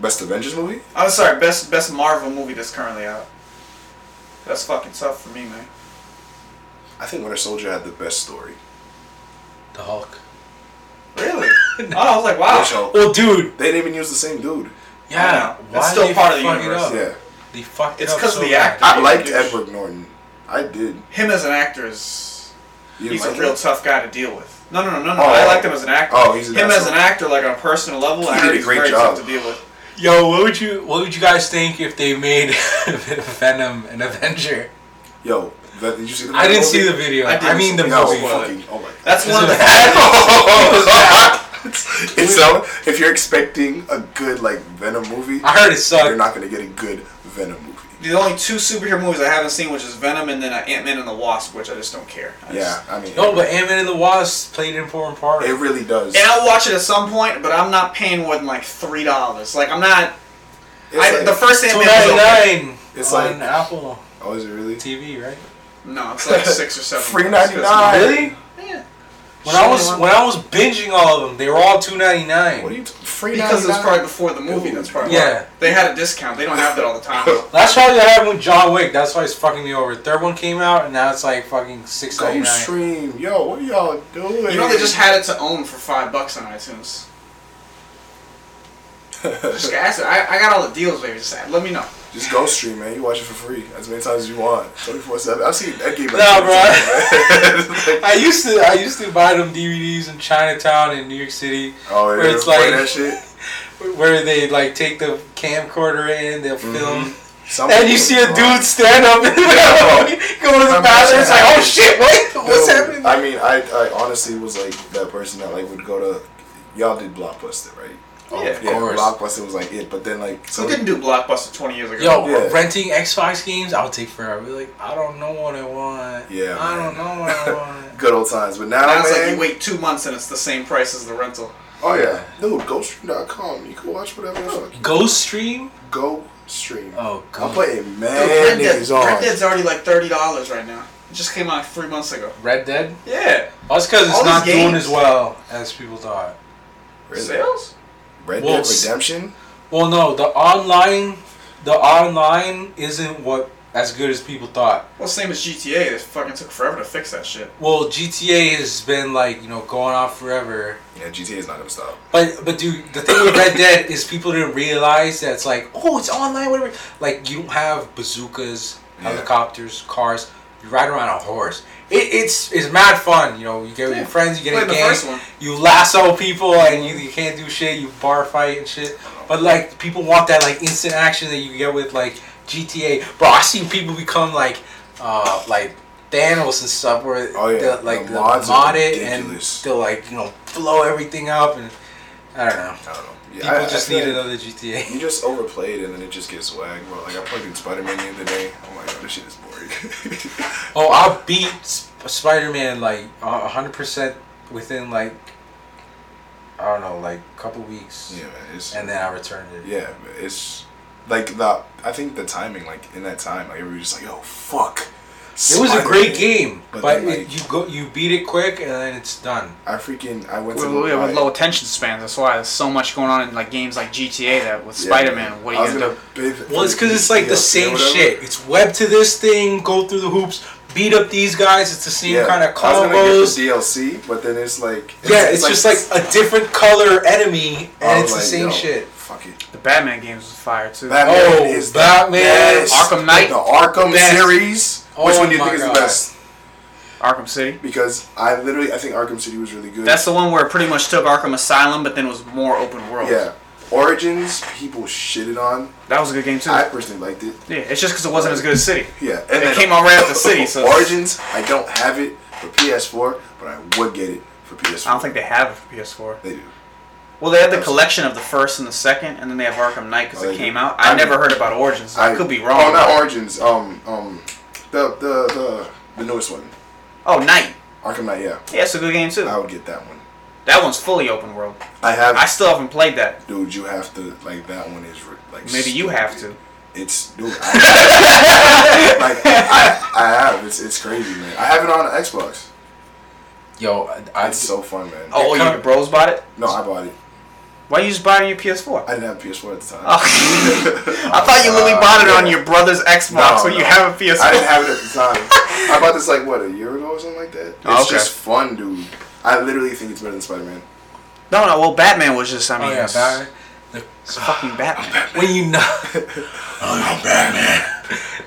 best Avengers movie. I'm sorry, best best Marvel movie that's currently out. That's fucking tough for me, man. I think Winter Soldier had the best story. The Hulk. Really? oh, I was like, Ah. wow. Which, oh, Well, dude. they didn't even use the same dude. Yeah, That's why still they part of the fuck it universe. up? Yeah, They fucked it It's up 'cause so of the bad. actor. I liked Yeah. Edward Norton. I did. Him as an actor is You he's like a real him? tough guy to deal with. No, no, no, no, no. Oh. I liked him as an actor. Oh, he's an him as asshole. an actor, like on a personal level. He I did heard a he's great very job. tough to deal with. Yo, what would you what would you guys think if they made Venom an Avenger? Yo, that, did you see the? I didn't see the movie? video. I I, didn't mean the see the No, movie. video. fucking. Oh my god. That's It's one of a- the. And so, if you're expecting a good like Venom movie, I heard it you're sucked. not gonna get a good Venom movie. The only two superhero movies I haven't seen, which is Venom and then uh, Ant Man and the Wasp, which I just don't care. I Yeah, just- I mean, No, but Ant Man and the Wasp played an important part. it really does. and I'll watch it at some point, but I'm not paying more than like three dollars. Like I'm not. It's I, like- the first Ant Two Man ninety was okay. nine. It's It's like- on Apple Oh, is it really? TV, right? No, it's like six or seven. Free bucks, 'cause- ninety nine. Really? Yeah. When I was when I was binging all of them, they were all two ninety What are nine. you? T- free ninety nine. Because it was probably before the movie. That's probably why. Yeah. They had a discount. They don't have that all the time. That's why they had with John Wick. That's why it's fucking me over. Third one came out, and now it's like fucking six ninety Go nine. stream, yo. What are y'all doing? You know they just had it to own for five bucks on iTunes. Just ask it. I, I got all the deals, baby. Just let me know. Just go stream, man. You watch it for free as many times as you want, twenty four seven. I've seen that game. Like Nah, twenty times, man. I used to I used to buy them DVDs in Chinatown in New York City, oh, Where yeah, it's play like- that shit. where they like take the camcorder in, they'll film, Some and you people- see a dude stand up and Yeah, bro. go to the I'm bathroom. It's like, oh watching- shit, what? What's Dude, happening? I mean, I, I honestly was like that person that like would go to. Y'all did Blockbuster, right? Oh, Yeah. of course. Blockbuster was like it, but then like Who some didn't do Blockbuster 20 years Yo, ago? Yeah. renting Xbox games, I'll take forever. Be Like, I don't know what I want. Yeah, I man. don't know what I want. good old times, but now Now it's like man, you wait two months and it's the same price as the rental. oh yeah, dude, GoStream.com. You can watch whatever the fuck. Ghost Stream? Go stream. Oh, I'm God. putting Dude, mad Dead- niggas on. Red Dead's already like thirty dollars right now. It just came out three months ago. Red Dead? Yeah. Well, it's because All it's not these doing games. as well as people thought. Red, Sales? Red Well, Dead s- Redemption. Well, no, the online, the online isn't what as good as people thought. Well, same as GTA. It fucking took forever to fix that shit. Well, GTA has been like you know going on forever. Yeah, GTA is not gonna stop. But but dude, the thing with Red Dead is people didn't realize that it's like oh it's online whatever. Like you don't have bazookas, Yeah. helicopters, cars. You ride around on a horse. It, it's it's mad fun. You know you get with your friends, you get in Played a the game, first one. you lasso people, and you, you can't do shit. You bar fight and shit. But like people want that like instant action that you get with like GTA. Bro, I seen people become like uh like. Thanos and stuff where Oh, yeah. they'll, like The they'll mods are mod it and ridiculous. they'll like you know blow everything up and I don't know. I don't know. Yeah, People I- I just feel need like another GTA. You just overplay it and then it just gets swag. Bro, like I played in Spider Man the other day. I'm like, oh, this shit is boring. Oh, I beat Sp- Spider Man like a hundred percent within like I don't know, like a couple weeks, yeah, man. It's, and then I returned it. Yeah, but it's like the. I think the timing, like in that time, like everybody was just like, "Oh fuck." It was a great game, But but, then, it- like- you go you beat it quick and then it's done. I freaking I went With, to with like, low attention spans. That's why there's so much going on in like games like GTA that with yeah, Spider Man. What I are you was gonna, gonna bathe- Well, it's because it's like the DLC or same whatever. shit. It's web to this thing, go through the hoops, beat up these guys. It's the same Yeah, kind of I was gonna get combos. the DLC, but then it's like Yeah, it's, just like Oh, a different color enemy, and I was it's the like, same yo, shit. Fuck it. do? The Batman games was fire too. Oh, the Batman, best. Arkham Knight, the Arkham best. series. Oh Which one do you my think is the God. best? Arkham City. Because I literally I think Arkham City was really good. That's the one where it pretty much took Arkham Asylum, but then was more open world. yeah. Origins people shitted on. that was a good game too. I personally liked it. yeah, it's just because it wasn't as good as City. Yeah, It came out right after City, so- Origins. I don't have it for PS4, but I would get it for PS4. I don't think they have it for PS4. they do. Well, they had the collection of the first and the second, and then they have Arkham Knight because Oh, it they came do. out. I, I never mean- heard about Origins. So I, could be wrong. Oh, not Origins. Um, um, the the the the newest one, Oh, Knight. Arkham Knight. Yeah, Yeah, it's a good game too. I would get that one. That one's fully open world. I have. I still haven't played that. dude, you have to like that one is re- like. Maybe you have to. stupid. It's dude. I- like I, I have. It's it's crazy, man. I have it on Xbox. Yo, I, I It's so fun, man. Oh, It come- your bros bought it? No, I bought it. Why you just bought it on your PS4? I didn't have a PS4 at the time. Oh. I thought you literally bought it on your brother's Xbox No, when you no. have a PS4. I didn't have it at the time. I bought this like what a year ago or something like that. It's Oh, okay. just fun, dude. I literally think it's better than Spider Man. no, no, well, Batman was just, I mean, oh yeah, it's- Batman. it's fucking Batman. when you knock. Oh,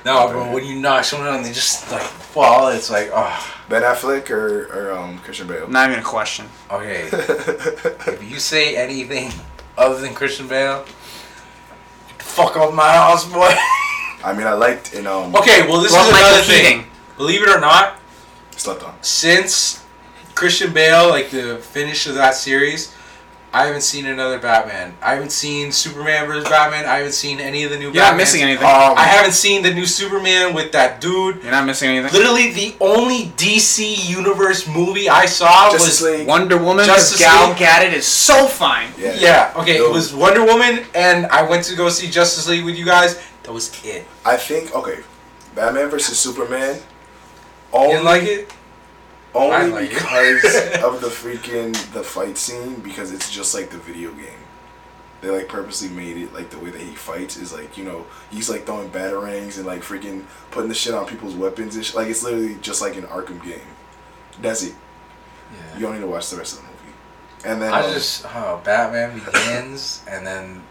No, bro. When you knock someone out and they just like fall, it's like, oh, Ben Affleck or, or um Christian Bale. Not even a question. okay. if you say anything other than Christian Bale, get the fuck off my house, boy. I mean, I liked and um okay, well this Well, is Michael another Keating. thing. Believe it or not, slept on. since Christian Bale, like the finish of that series, I haven't seen another Batman. I haven't seen Superman vs Batman. I haven't seen any of the new. You're not Batmans. missing anything. Um, I haven't seen the new Superman with that dude. You're not missing anything. Literally, the only DC Universe movie I saw Justice was League. Wonder Woman, 'cause Justice Gal League. Gadot is so fine. yeah. yeah. Okay, Dope. it was Wonder Woman, and I went to go see Justice League with you guys. That was it. I think okay, Batman versus Superman. You Only, didn't like it? I only like it. because of the freaking the fight scene because it's just like the video game. They like purposely made it like the way that he fights is like you know he's like throwing batarangs and like freaking putting the shit on people's weapons and sh- like it's literally just like an Arkham game. That's it. You don't need to watch the rest of the movie. And then I um, just oh, Batman Begins, and then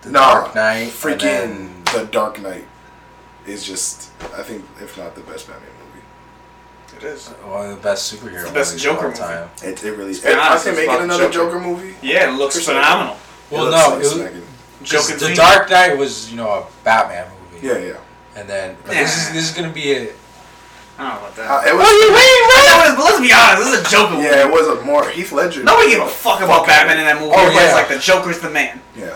the Nah, Dark Knight, freaking and then- The Dark Knight is just I think if not the best Batman movie. It is. one of the best superhero the best movies Joker of all time. It, it really. been If I honest, can it's make it about another Joker. Joker, movie. Yeah, it looks For sure. phenomenal. Well, looks no, like it was- smacking. 'Cause Joker the Zemo. Dark Knight was you know a Batman movie. Yeah, yeah. And then but this is this is gonna be a I don't know about that. Uh, it What do you was. mean, man? Let's be honest, this is a Joker movie. Yeah, it was a more Heath Ledger. Nobody gave a fuck about Batman in that movie. Oh, Everybody's yeah. like, the Joker's the man. Yeah.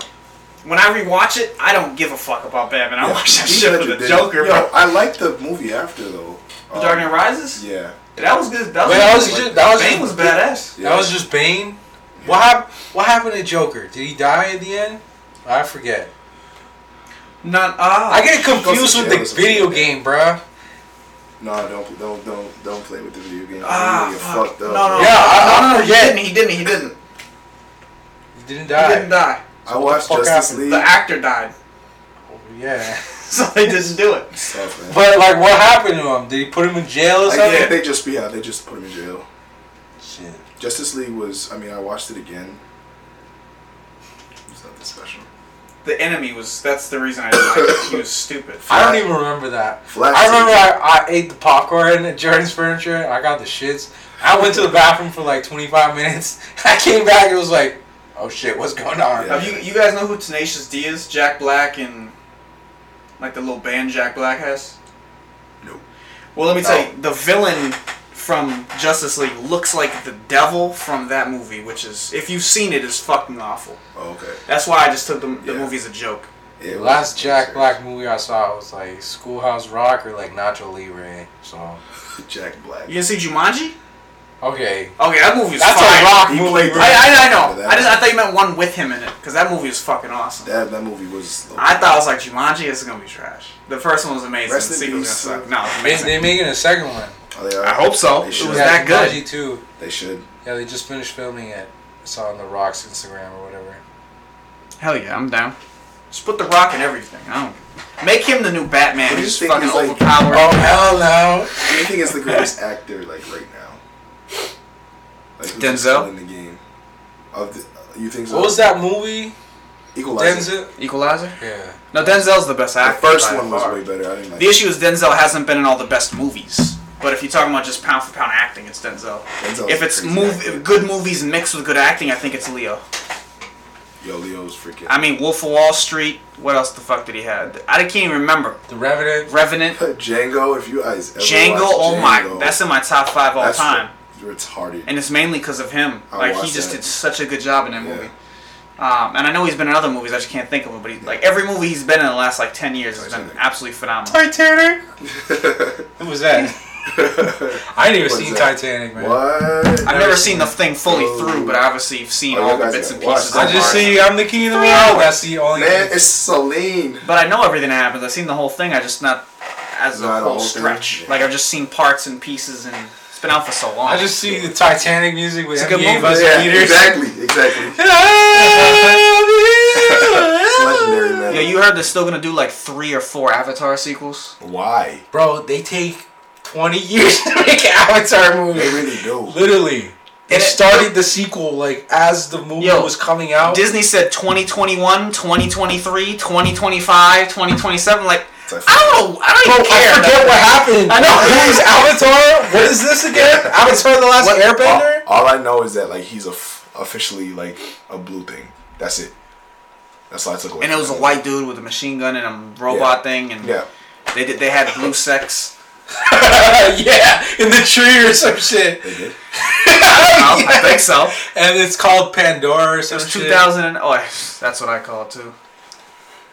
When I rewatch it, I don't give a fuck about Batman. I yeah. watch that Heath shit for Ledger the did it. Joker. Yo, bro. I liked the movie after though. Um, The Dark Knight Rises? Yeah. That was good. That was, Wait, that was ju- that was Bane was just- badass. yeah. that was just Bane. What happened? What happened to Joker? Did he die at the end? I forget. None. Ah, I get Goes confused to with jail the or something video like that. game, bruh. No, don't don't don't don't play with the video game. Ah, you get fuck. fucked No, no, up. Yeah, I- no, I no, no, He forget. didn't. He didn't. He didn't. You didn't He die. didn't die. I watched fuck Justice happened? League. The actor died, Oh, Yeah. so they didn't do it. Tough, man. But like, what happened to him? Did he put him in jail or I something? think they just yeah, they just put him in jail. Shit. Justice League was. I mean, I watched it again. It's nothing special. The enemy was. That's the reason I didn't like it. He was stupid. I don't even remember that. Flash. I remember I, I ate the popcorn at Jordan's Furniture. I got the shits. I went to the bathroom for like 25 minutes. I came back and was like, oh shit, what's going on? Yeah. Have you you guys know who Tenacious D is? Jack Black and like the little band Jack Black has. No. Oh. Well, let me tell you, the villain from Justice League looks like the devil from that movie, which is if you've seen it, is fucking awful. Oh, okay. That's why I just took the, the Yeah. movie as a joke. Yeah, it The was- last Jack Black movie I saw was like Schoolhouse Rock or like Nacho Libre. So, Jack Black. You gonna see Jumanji? okay. Okay, that movie is That's fine. a rock He movie. played bro. the- I, I, I know. That- I just I thought you meant one with him in it because that movie is fucking awesome. That that movie was. I thought I was like Jumanji is gonna be trash. The first one was amazing. Rest the in sequel's peace, gonna uh, suck. No, it's They, they amazing. making a second one. Oh, they are. I hope so. They It should. was that good. Jumanji 2. They should. Yeah, they just finished filming it. I saw on The Rock's Instagram or whatever. Hell yeah, I'm down. Just put the Rock in everything. I don't. Make him the new Batman. What do you He's think fucking is, like- overpowered. Oh, hell no. Who do you think is the greatest actor like right now? Like who's Denzel? still in the game. Of the, you think so? What was that movie? Equalizer. Denzel? Equalizer? Yeah. No, Denzel's the best The actor. first by one was far. way better. I didn't like. The issue is Denzel hasn't been in all the best movies. But if you're talking about just pound for pound acting, it's Denzel. Denzel's if a it's crazy mov- actor. if good movies mixed with good acting, I think it's Leo. Yo, Leo's freaking. I mean, Wolf of Wall Street. What else the fuck did he have? I can't even remember. The Revenant. Revenant, Django. If you guys ever Django. watched Oh my, Django, that's in my top five all that's time. Retarded. and it's mainly because of him. I like he watched just that. did such a good job in that Yeah. movie. Um, and I know he's been in other movies. I just can't think of him. But he, like every movie he's been in the last like ten years has been Titanic. absolutely phenomenal. Titanic? Who was that? I ain't even What's seen that? Titanic, man. what? I've never seen the thing fully Oh. through, but I obviously have seen Oh, you all the guys bits and gotta watch pieces. that. I of just it. see I'm the king of the world. That's the only. Man, it's Celine. But I know everything that happens. I've seen the whole thing. I just not as Not a the whole whole thing? stretch. Yeah. Like I've just seen parts and pieces, and it's been out for so long. I just see the Titanic music with It's a good NBA movie. buzzer Yeah, beaters. exactly, exactly. Legendary man. yeah, you heard they're still gonna do like three or four Avatar sequels. Why? Bro, they take 20 years to make an Avatar They movie. really do. Literally. They And it- started the sequel like as the movie Yo, was coming out. Disney said 2021, 2023, 2025, 2027. Like, It's like- I don't know. I don't Bro, even care. I forget what happened. I know. Who is Avatar? What is this again? Avatar: The Last Airbender. All, all I know is that like he's a f- officially like a blue thing. That's it. That's all I took away. And it was a from white dude with a machine gun and a robot Yeah. thing, and Yeah. they did. They had blue sex. yeah, in the tree or some shit. They did. I, I think so. And it's called Pandora or It some was shit. 2000. And, oh, that's what I call it too.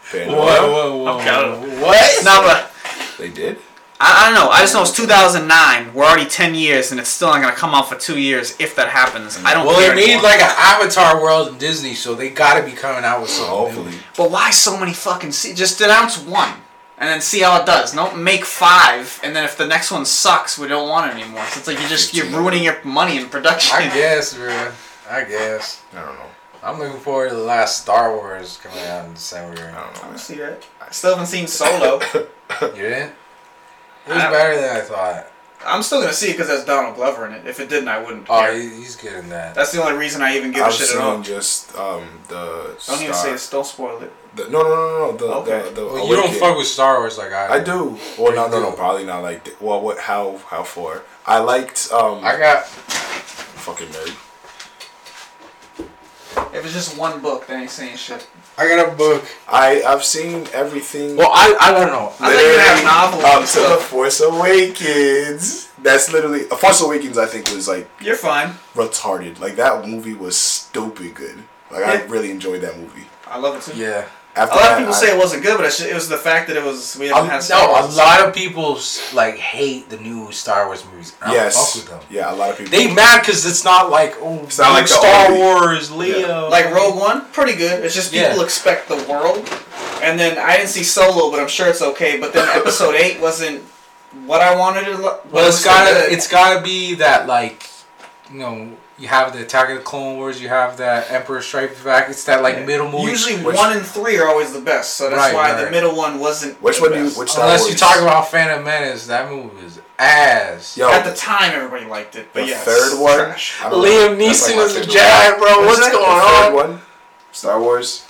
Fair Whoa, enough. whoa, whoa. I'm counting. whoa. What? No, but They did. I, I don't know. I just know it's 2009. We're already 10 years, and it's still not gonna come out for two years if that happens. I don't. well, care they made anymore. like an Avatar world in Disney, so they gotta be coming out with something. Hopefully. But why so many fucking se- just announce one and then see how it does. Don't make five and then if the next one sucks, we don't want it anymore. So it's like you're just you're ruining your money in production. I guess, bro. I guess. I don't know. I'm looking forward to the last Star Wars coming out in December. I don't I know. see that. I still haven't seen Solo. You didn't? It was I don't- better than I thought. I'm still gonna see it because that's Donald Glover in it. If it didn't, I wouldn't. Oh, care. he, he's good in that. That's the only reason I even give I've a shit seen at all. just um the Don't even Star- say it's. Don't spoil it. the, no, no, no, no, no. The, Okay. the, the Well, you don't Awakening. fuck with Star Wars like I I do. Well, no, You no, do. no. Probably not like. th- Well, what? How? How far? I liked. Um, I got fucking nerd. If it's just one book, that ain't saying shit. I got a book. I I've seen everything. Well, I I don't know. I think you have novels literally up and to the stuff. Force Awakens. That's literally uh, Force Awakens. I think was like You're fine. retarded. Like that movie was stupid good. Like I really enjoyed that movie. I love it too. Yeah. After A lot that, of people I- say it wasn't good, but it's ju- it was the fact that it was we haven't Um, had Star no, a Wars. lot of people s- like hate the new Star Wars movies. I don't yes. fuck with them. Yeah, a lot of people. They mad because it's not like oh, not new like the Star old- Wars, Leo. Like Rogue One, pretty good. It's just people Yeah. expect the world. And then I didn't see Solo, but I'm sure it's okay. But then Episode Eight wasn't what I wanted it. to look- Well, it's wasn't so gotta good. it's gotta be that like you know You have the Attack of the Clone Wars. You have that Emperor Strikes Back. It's that like middle movie. Usually Which- one and three are always the best, so that's Right, why the right. middle one wasn't. Which the one do you- best. which- Star unless you Wars. talk about Phantom Menace, that movie was ass. Yo, At the time, everybody liked it, but the yeah, third it's one. trash. I don't know. Liam That's, Neeson my is a favorite Jedi, one. bro. What is What's that? going The on? Third one, Star Wars.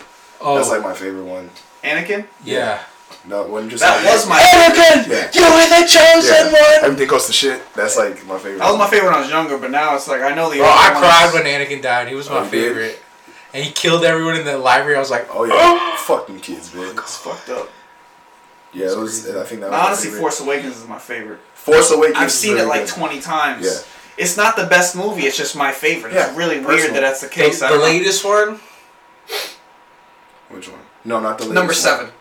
oh, That's like my favorite one. Anakin. yeah. No, one just That was my. Anakin, Yeah. you were the chosen yeah. one. Everything goes to shit. That's like my favorite. That was my one. favorite when I was younger, but now it's like I know the. Bro, older I ones- cried when Anakin died. He was my Oh, you did? favorite, and he killed everyone in the library. I was like, Oh yeah, fucking kids, man. It's fucked up. Yeah, it was. I think that was Now, my honestly, favorite. Force Awakens is my favorite. Force Awakens. I've is seen it really like good. twenty times. Yeah. It's not the best movie. It's just my favorite. Yeah, it's really personal. weird that that's the the, case. I the don't know. latest one. Which one? No, not the latest Number one. seven,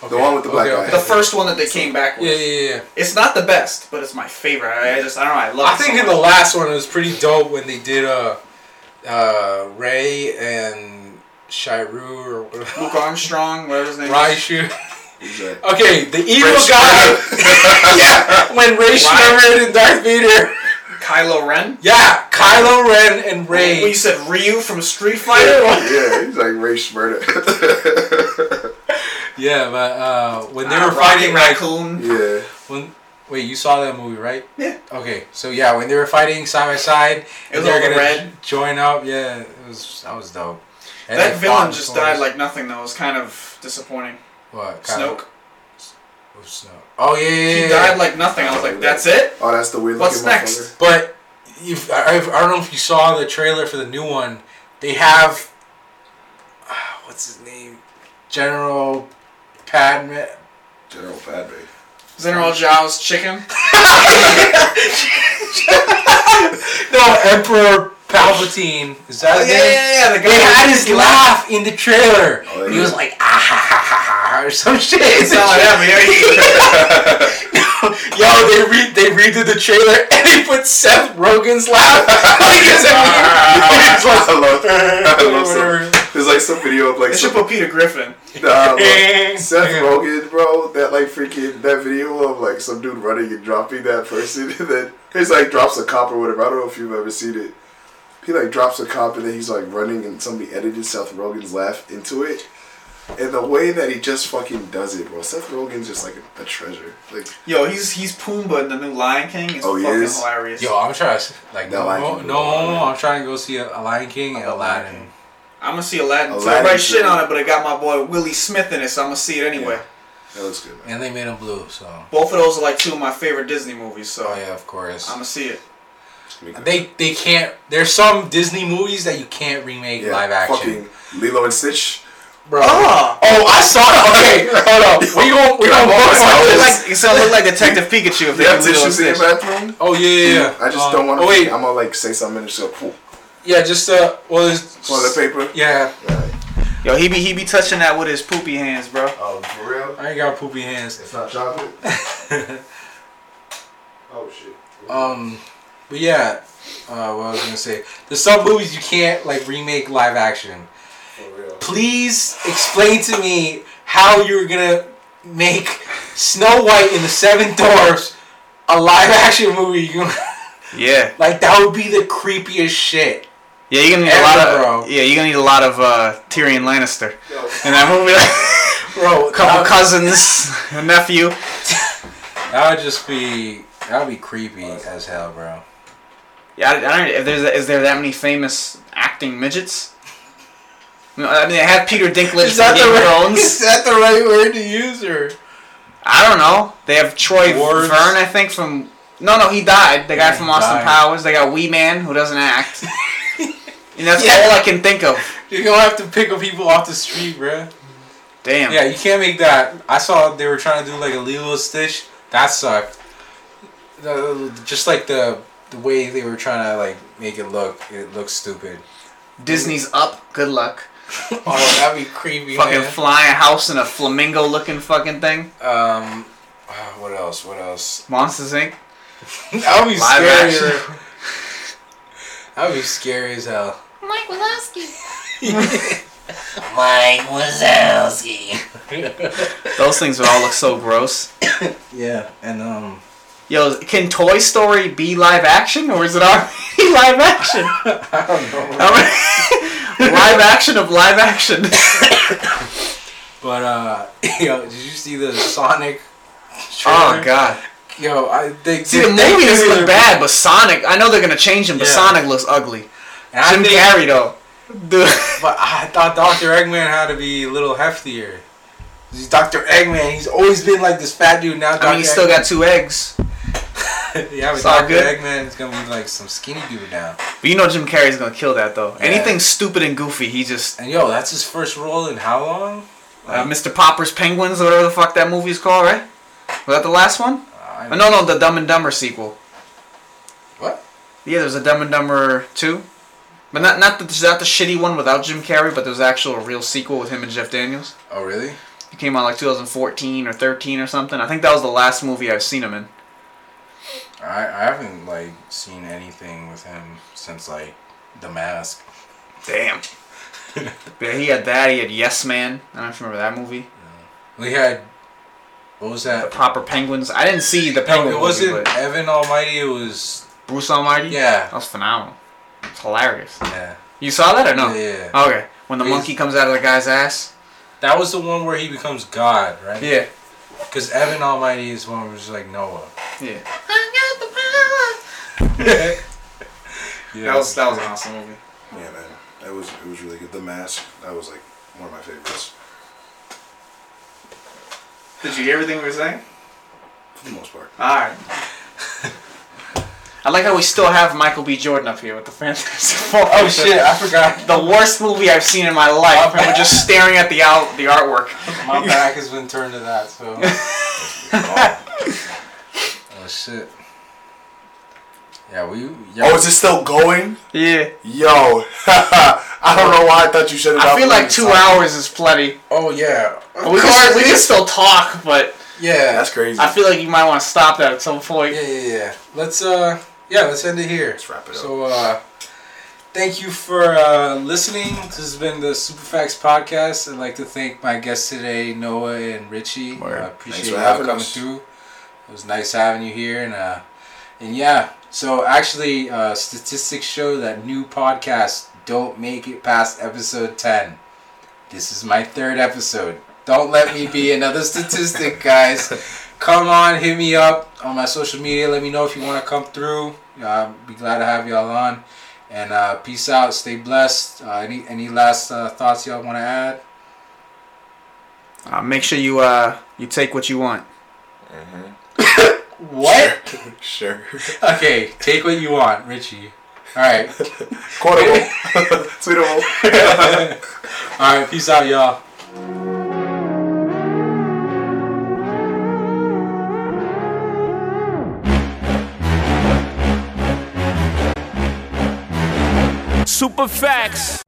Okay, one with the black guy. the first one that they came back with. Yeah, yeah, yeah. It's not the best, but it's my favorite. I, I just I don't know. I love. I it so think in much. the last one it was pretty dope when they did uh, uh, Ray and Shiru or Luke Armstrong, whatever his name is. Raishu. Exactly. Okay, the evil Ray guy. yeah, when Ray Shimmer and Darth Vader. Kylo Ren. Yeah, Kylo Ren and Ray. We said Ryu from Street Fighter. yeah, he's like Ray Schmurda. Yeah, but uh, when they Ah, were Rocket fighting like Raccoon. yeah. when wait, you saw that movie right? Yeah. Okay, so yeah, when they were fighting side by side, It was they were all the gonna red. join up. Yeah, it was that was dope. And That they villain fought just before- died like nothing though. It was kind of disappointing. what? Kylo- Snoke. Oh, Snoke. Oh yeah, yeah, He yeah, yeah. died like nothing. I was like, that's it. Oh, that's the weird What's looking next? motherfucker. But if I, I don't know if you saw the trailer for the new one, they have ah, what's his name, General Padme. General Padme. General Zhao's chicken. No, Emperor Palpatine. Is that Oh, his yeah, name? yeah, yeah. The guy They had who- his laugh in the trailer. Oh, yeah. He was like, ah, ha, ha, ha, ha, or some shit. It's not like that, Yo, they re- they redid the trailer and they put Seth Rogen's laugh. like, it's I like, love, I love Whatever. some, There's like some video of but like you Ah. should some, put Peter Griffin. nah, like, Seth Rogen, bro. That like freaking that video of like some dude running and dropping that person, and then he's like drops a cop or whatever. I don't know if you've ever seen it. He like drops a cop and then he's like running and somebody edited Seth Rogen's laugh into it. And the way that he just fucking does it, bro. Seth Rogen's just like a, a treasure. Like Yo, he's he's Pumbaa in the new Lion King. It's Oh, he fucking is? hilarious. Yo, I'm trying to like That no, Lion no, King was no, wild. I'm trying to go see a, a Lion King and love Aladdin. Lion King. I'm gonna see Aladdin. Aladdin Aladdin Everybody's shit too. on it, but it got my boy Willie Smith in it, so I'm gonna see it anyway. Yeah. that looks good. Man. and they made him blue. So Both of those are like two of my favorite Disney movies, so oh yeah, of course. I'm gonna see it. they they can't. There's some Disney movies that you can't remake Yeah, live action. Fucking Lilo and Stitch. Bro. Ah. Oh, I saw. Okay, hold up. We gon' we Yeah, gon' both I'm always- watch I'm this. always- Like, it's gonna look like Detective Pikachu if You they have do Lilo and tissues in your Stitch. bathroom? Oh yeah, yeah, yeah. I just Um, don't want to. Oh wait, I'm gonna like say something and just go. Poof. yeah, just uh, well, it's, On the paper. yeah. Yo, he be he be touching that with his poopy hands, bro. Oh, for real? I ain't got poopy hands. It's not chocolate. oh shit. Um, but yeah, uh, what I was gonna say, there's some movies you can't like remake live action. For real. Please explain to me how you're gonna make Snow White and the Seven Dwarfs a live action movie. You Yeah, like that would be the creepiest shit. yeah, you're gonna need a lot of- Ever, bro. yeah, you're gonna need a lot of uh, Tyrion Lannister Yo, in that movie. Bro, couple that, cousins, a nephew. that would just be that would be creepy as hell, bro. Yeah, I, I don't. If there's is there that many famous acting midgets? No, I mean, they have Peter Dinklage from Game of Thrones. that the right word to use, or I don't know. They have Troy Dwarves. Vern, I think, from. No, no, he died. The guy Yeah, from he Austin died. Powers. They got Wee Man, who doesn't act. and that's Yeah. all I can think of. you're gonna have to pick up people off the street, bro. Damn. Yeah, you can't make that. I saw they were trying to do like a Lilo Stitch. That sucked. The- just like the the way they were trying to like make it look, it looks stupid. Disney's up. Good luck. Oh, that'd be creepy. Fucking man. flying house in a flamingo looking fucking thing. um, ah, what else? What else? Monsters Inc. That would be Live scary. That would be scary as hell. Mike Wazowski. Mike Wazowski. Those things would all look so gross. Yeah, and um, Yo, can Toy Story be live action or is it already live action. I don't know. All right. live action of live action. But uh, yo, did you see the Sonic? oh trailer? god. Yo, I think See, the they movie doesn't trailer- look bad, but Sonic. I know they're gonna change him, but Yeah. Sonic looks ugly. And I Jim think- Carrey though. Dude. But I thought Doctor Eggman had to be a little heftier. He's Doctor Eggman. He's always been like this fat dude. Now Doctor I mean, he still got two eggs. got yeah, but it's all Doctor good. Eggman is gonna be like some skinny dude now. But you know Jim Carrey's gonna kill that though. Yeah. Anything stupid and goofy, he just And yo, that's his first role in how long? uh, Mr. Popper's Penguins or whatever the fuck that movie's called, right? Was that the last one? I Uh, no, no, the Dumb and Dumber sequel. What? Yeah, there was a Dumb and Dumber two, but not not the not the shitty one without Jim Carrey, but there was actual real sequel with him and Jeff Daniels. Oh really? It came out like 2014 or 13 or something. I think that was the last movie I've seen him in. I I haven't like seen anything with him since like The Mask. Damn. yeah, he had that. He had Yes Man. I don't know if you remember that movie. We had what was The that? Proper Penguins. I didn't see the No, Penguin Oh, it movie, wasn't but Evan Almighty. It was Bruce Almighty. yeah, That was phenomenal. It's hilarious. yeah. You saw that or no? Yeah. Okay. When the He's- monkey comes out of the guy's ass. That was the one where he becomes God, right? Yeah. Because Evan Almighty is one who's like Noah. Yeah. yeah. That was that was an awesome movie. Yeah, man, that was it was really good. The Mask, that was like one of my favorites Did you hear everything we were saying? for the most part. All right. I like how we still have Michael B. Jordan up here with the Fantastic Four. Oh shit! I forgot. The worst movie I've seen in my life, and we're just staring at the out the artwork. My back has been turned to that. So. oh shit. Yeah, we. Yeah, Oh, is it still going? Yeah. Yo, I don't know why I thought you shut it off. I feel like two hours is plenty. oh yeah. We can, we can still talk, but Yeah. That's crazy. I feel like you might want to stop that at some point. Yeah, yeah, yeah. Let's uh, yeah, let's end it here. Let's wrap it up. So uh, thank you for uh, listening. This has been the Superfacts podcast. I'd like to thank my guests today, Noah and Richie. Uh, Word. I appreciate Thanks for y'all having coming us. through. It was nice having you here, and uh, and yeah. So actually, uh, statistics show that new podcasts don't make it past episode ten. This is my third episode. Don't let me be another statistic, guys. Come on, hit me up on my social media. Let me know if you want to come through. Uh, I'll be glad to have y'all on. And uh, peace out. Stay blessed. Uh, any any last uh, thoughts y'all want to add? Uh, make sure you uh you take what you want. What? sure. Okay, take what you want, Richie. All right, Quotable. Tweetable. all right. Peace out, y'all. Super facts.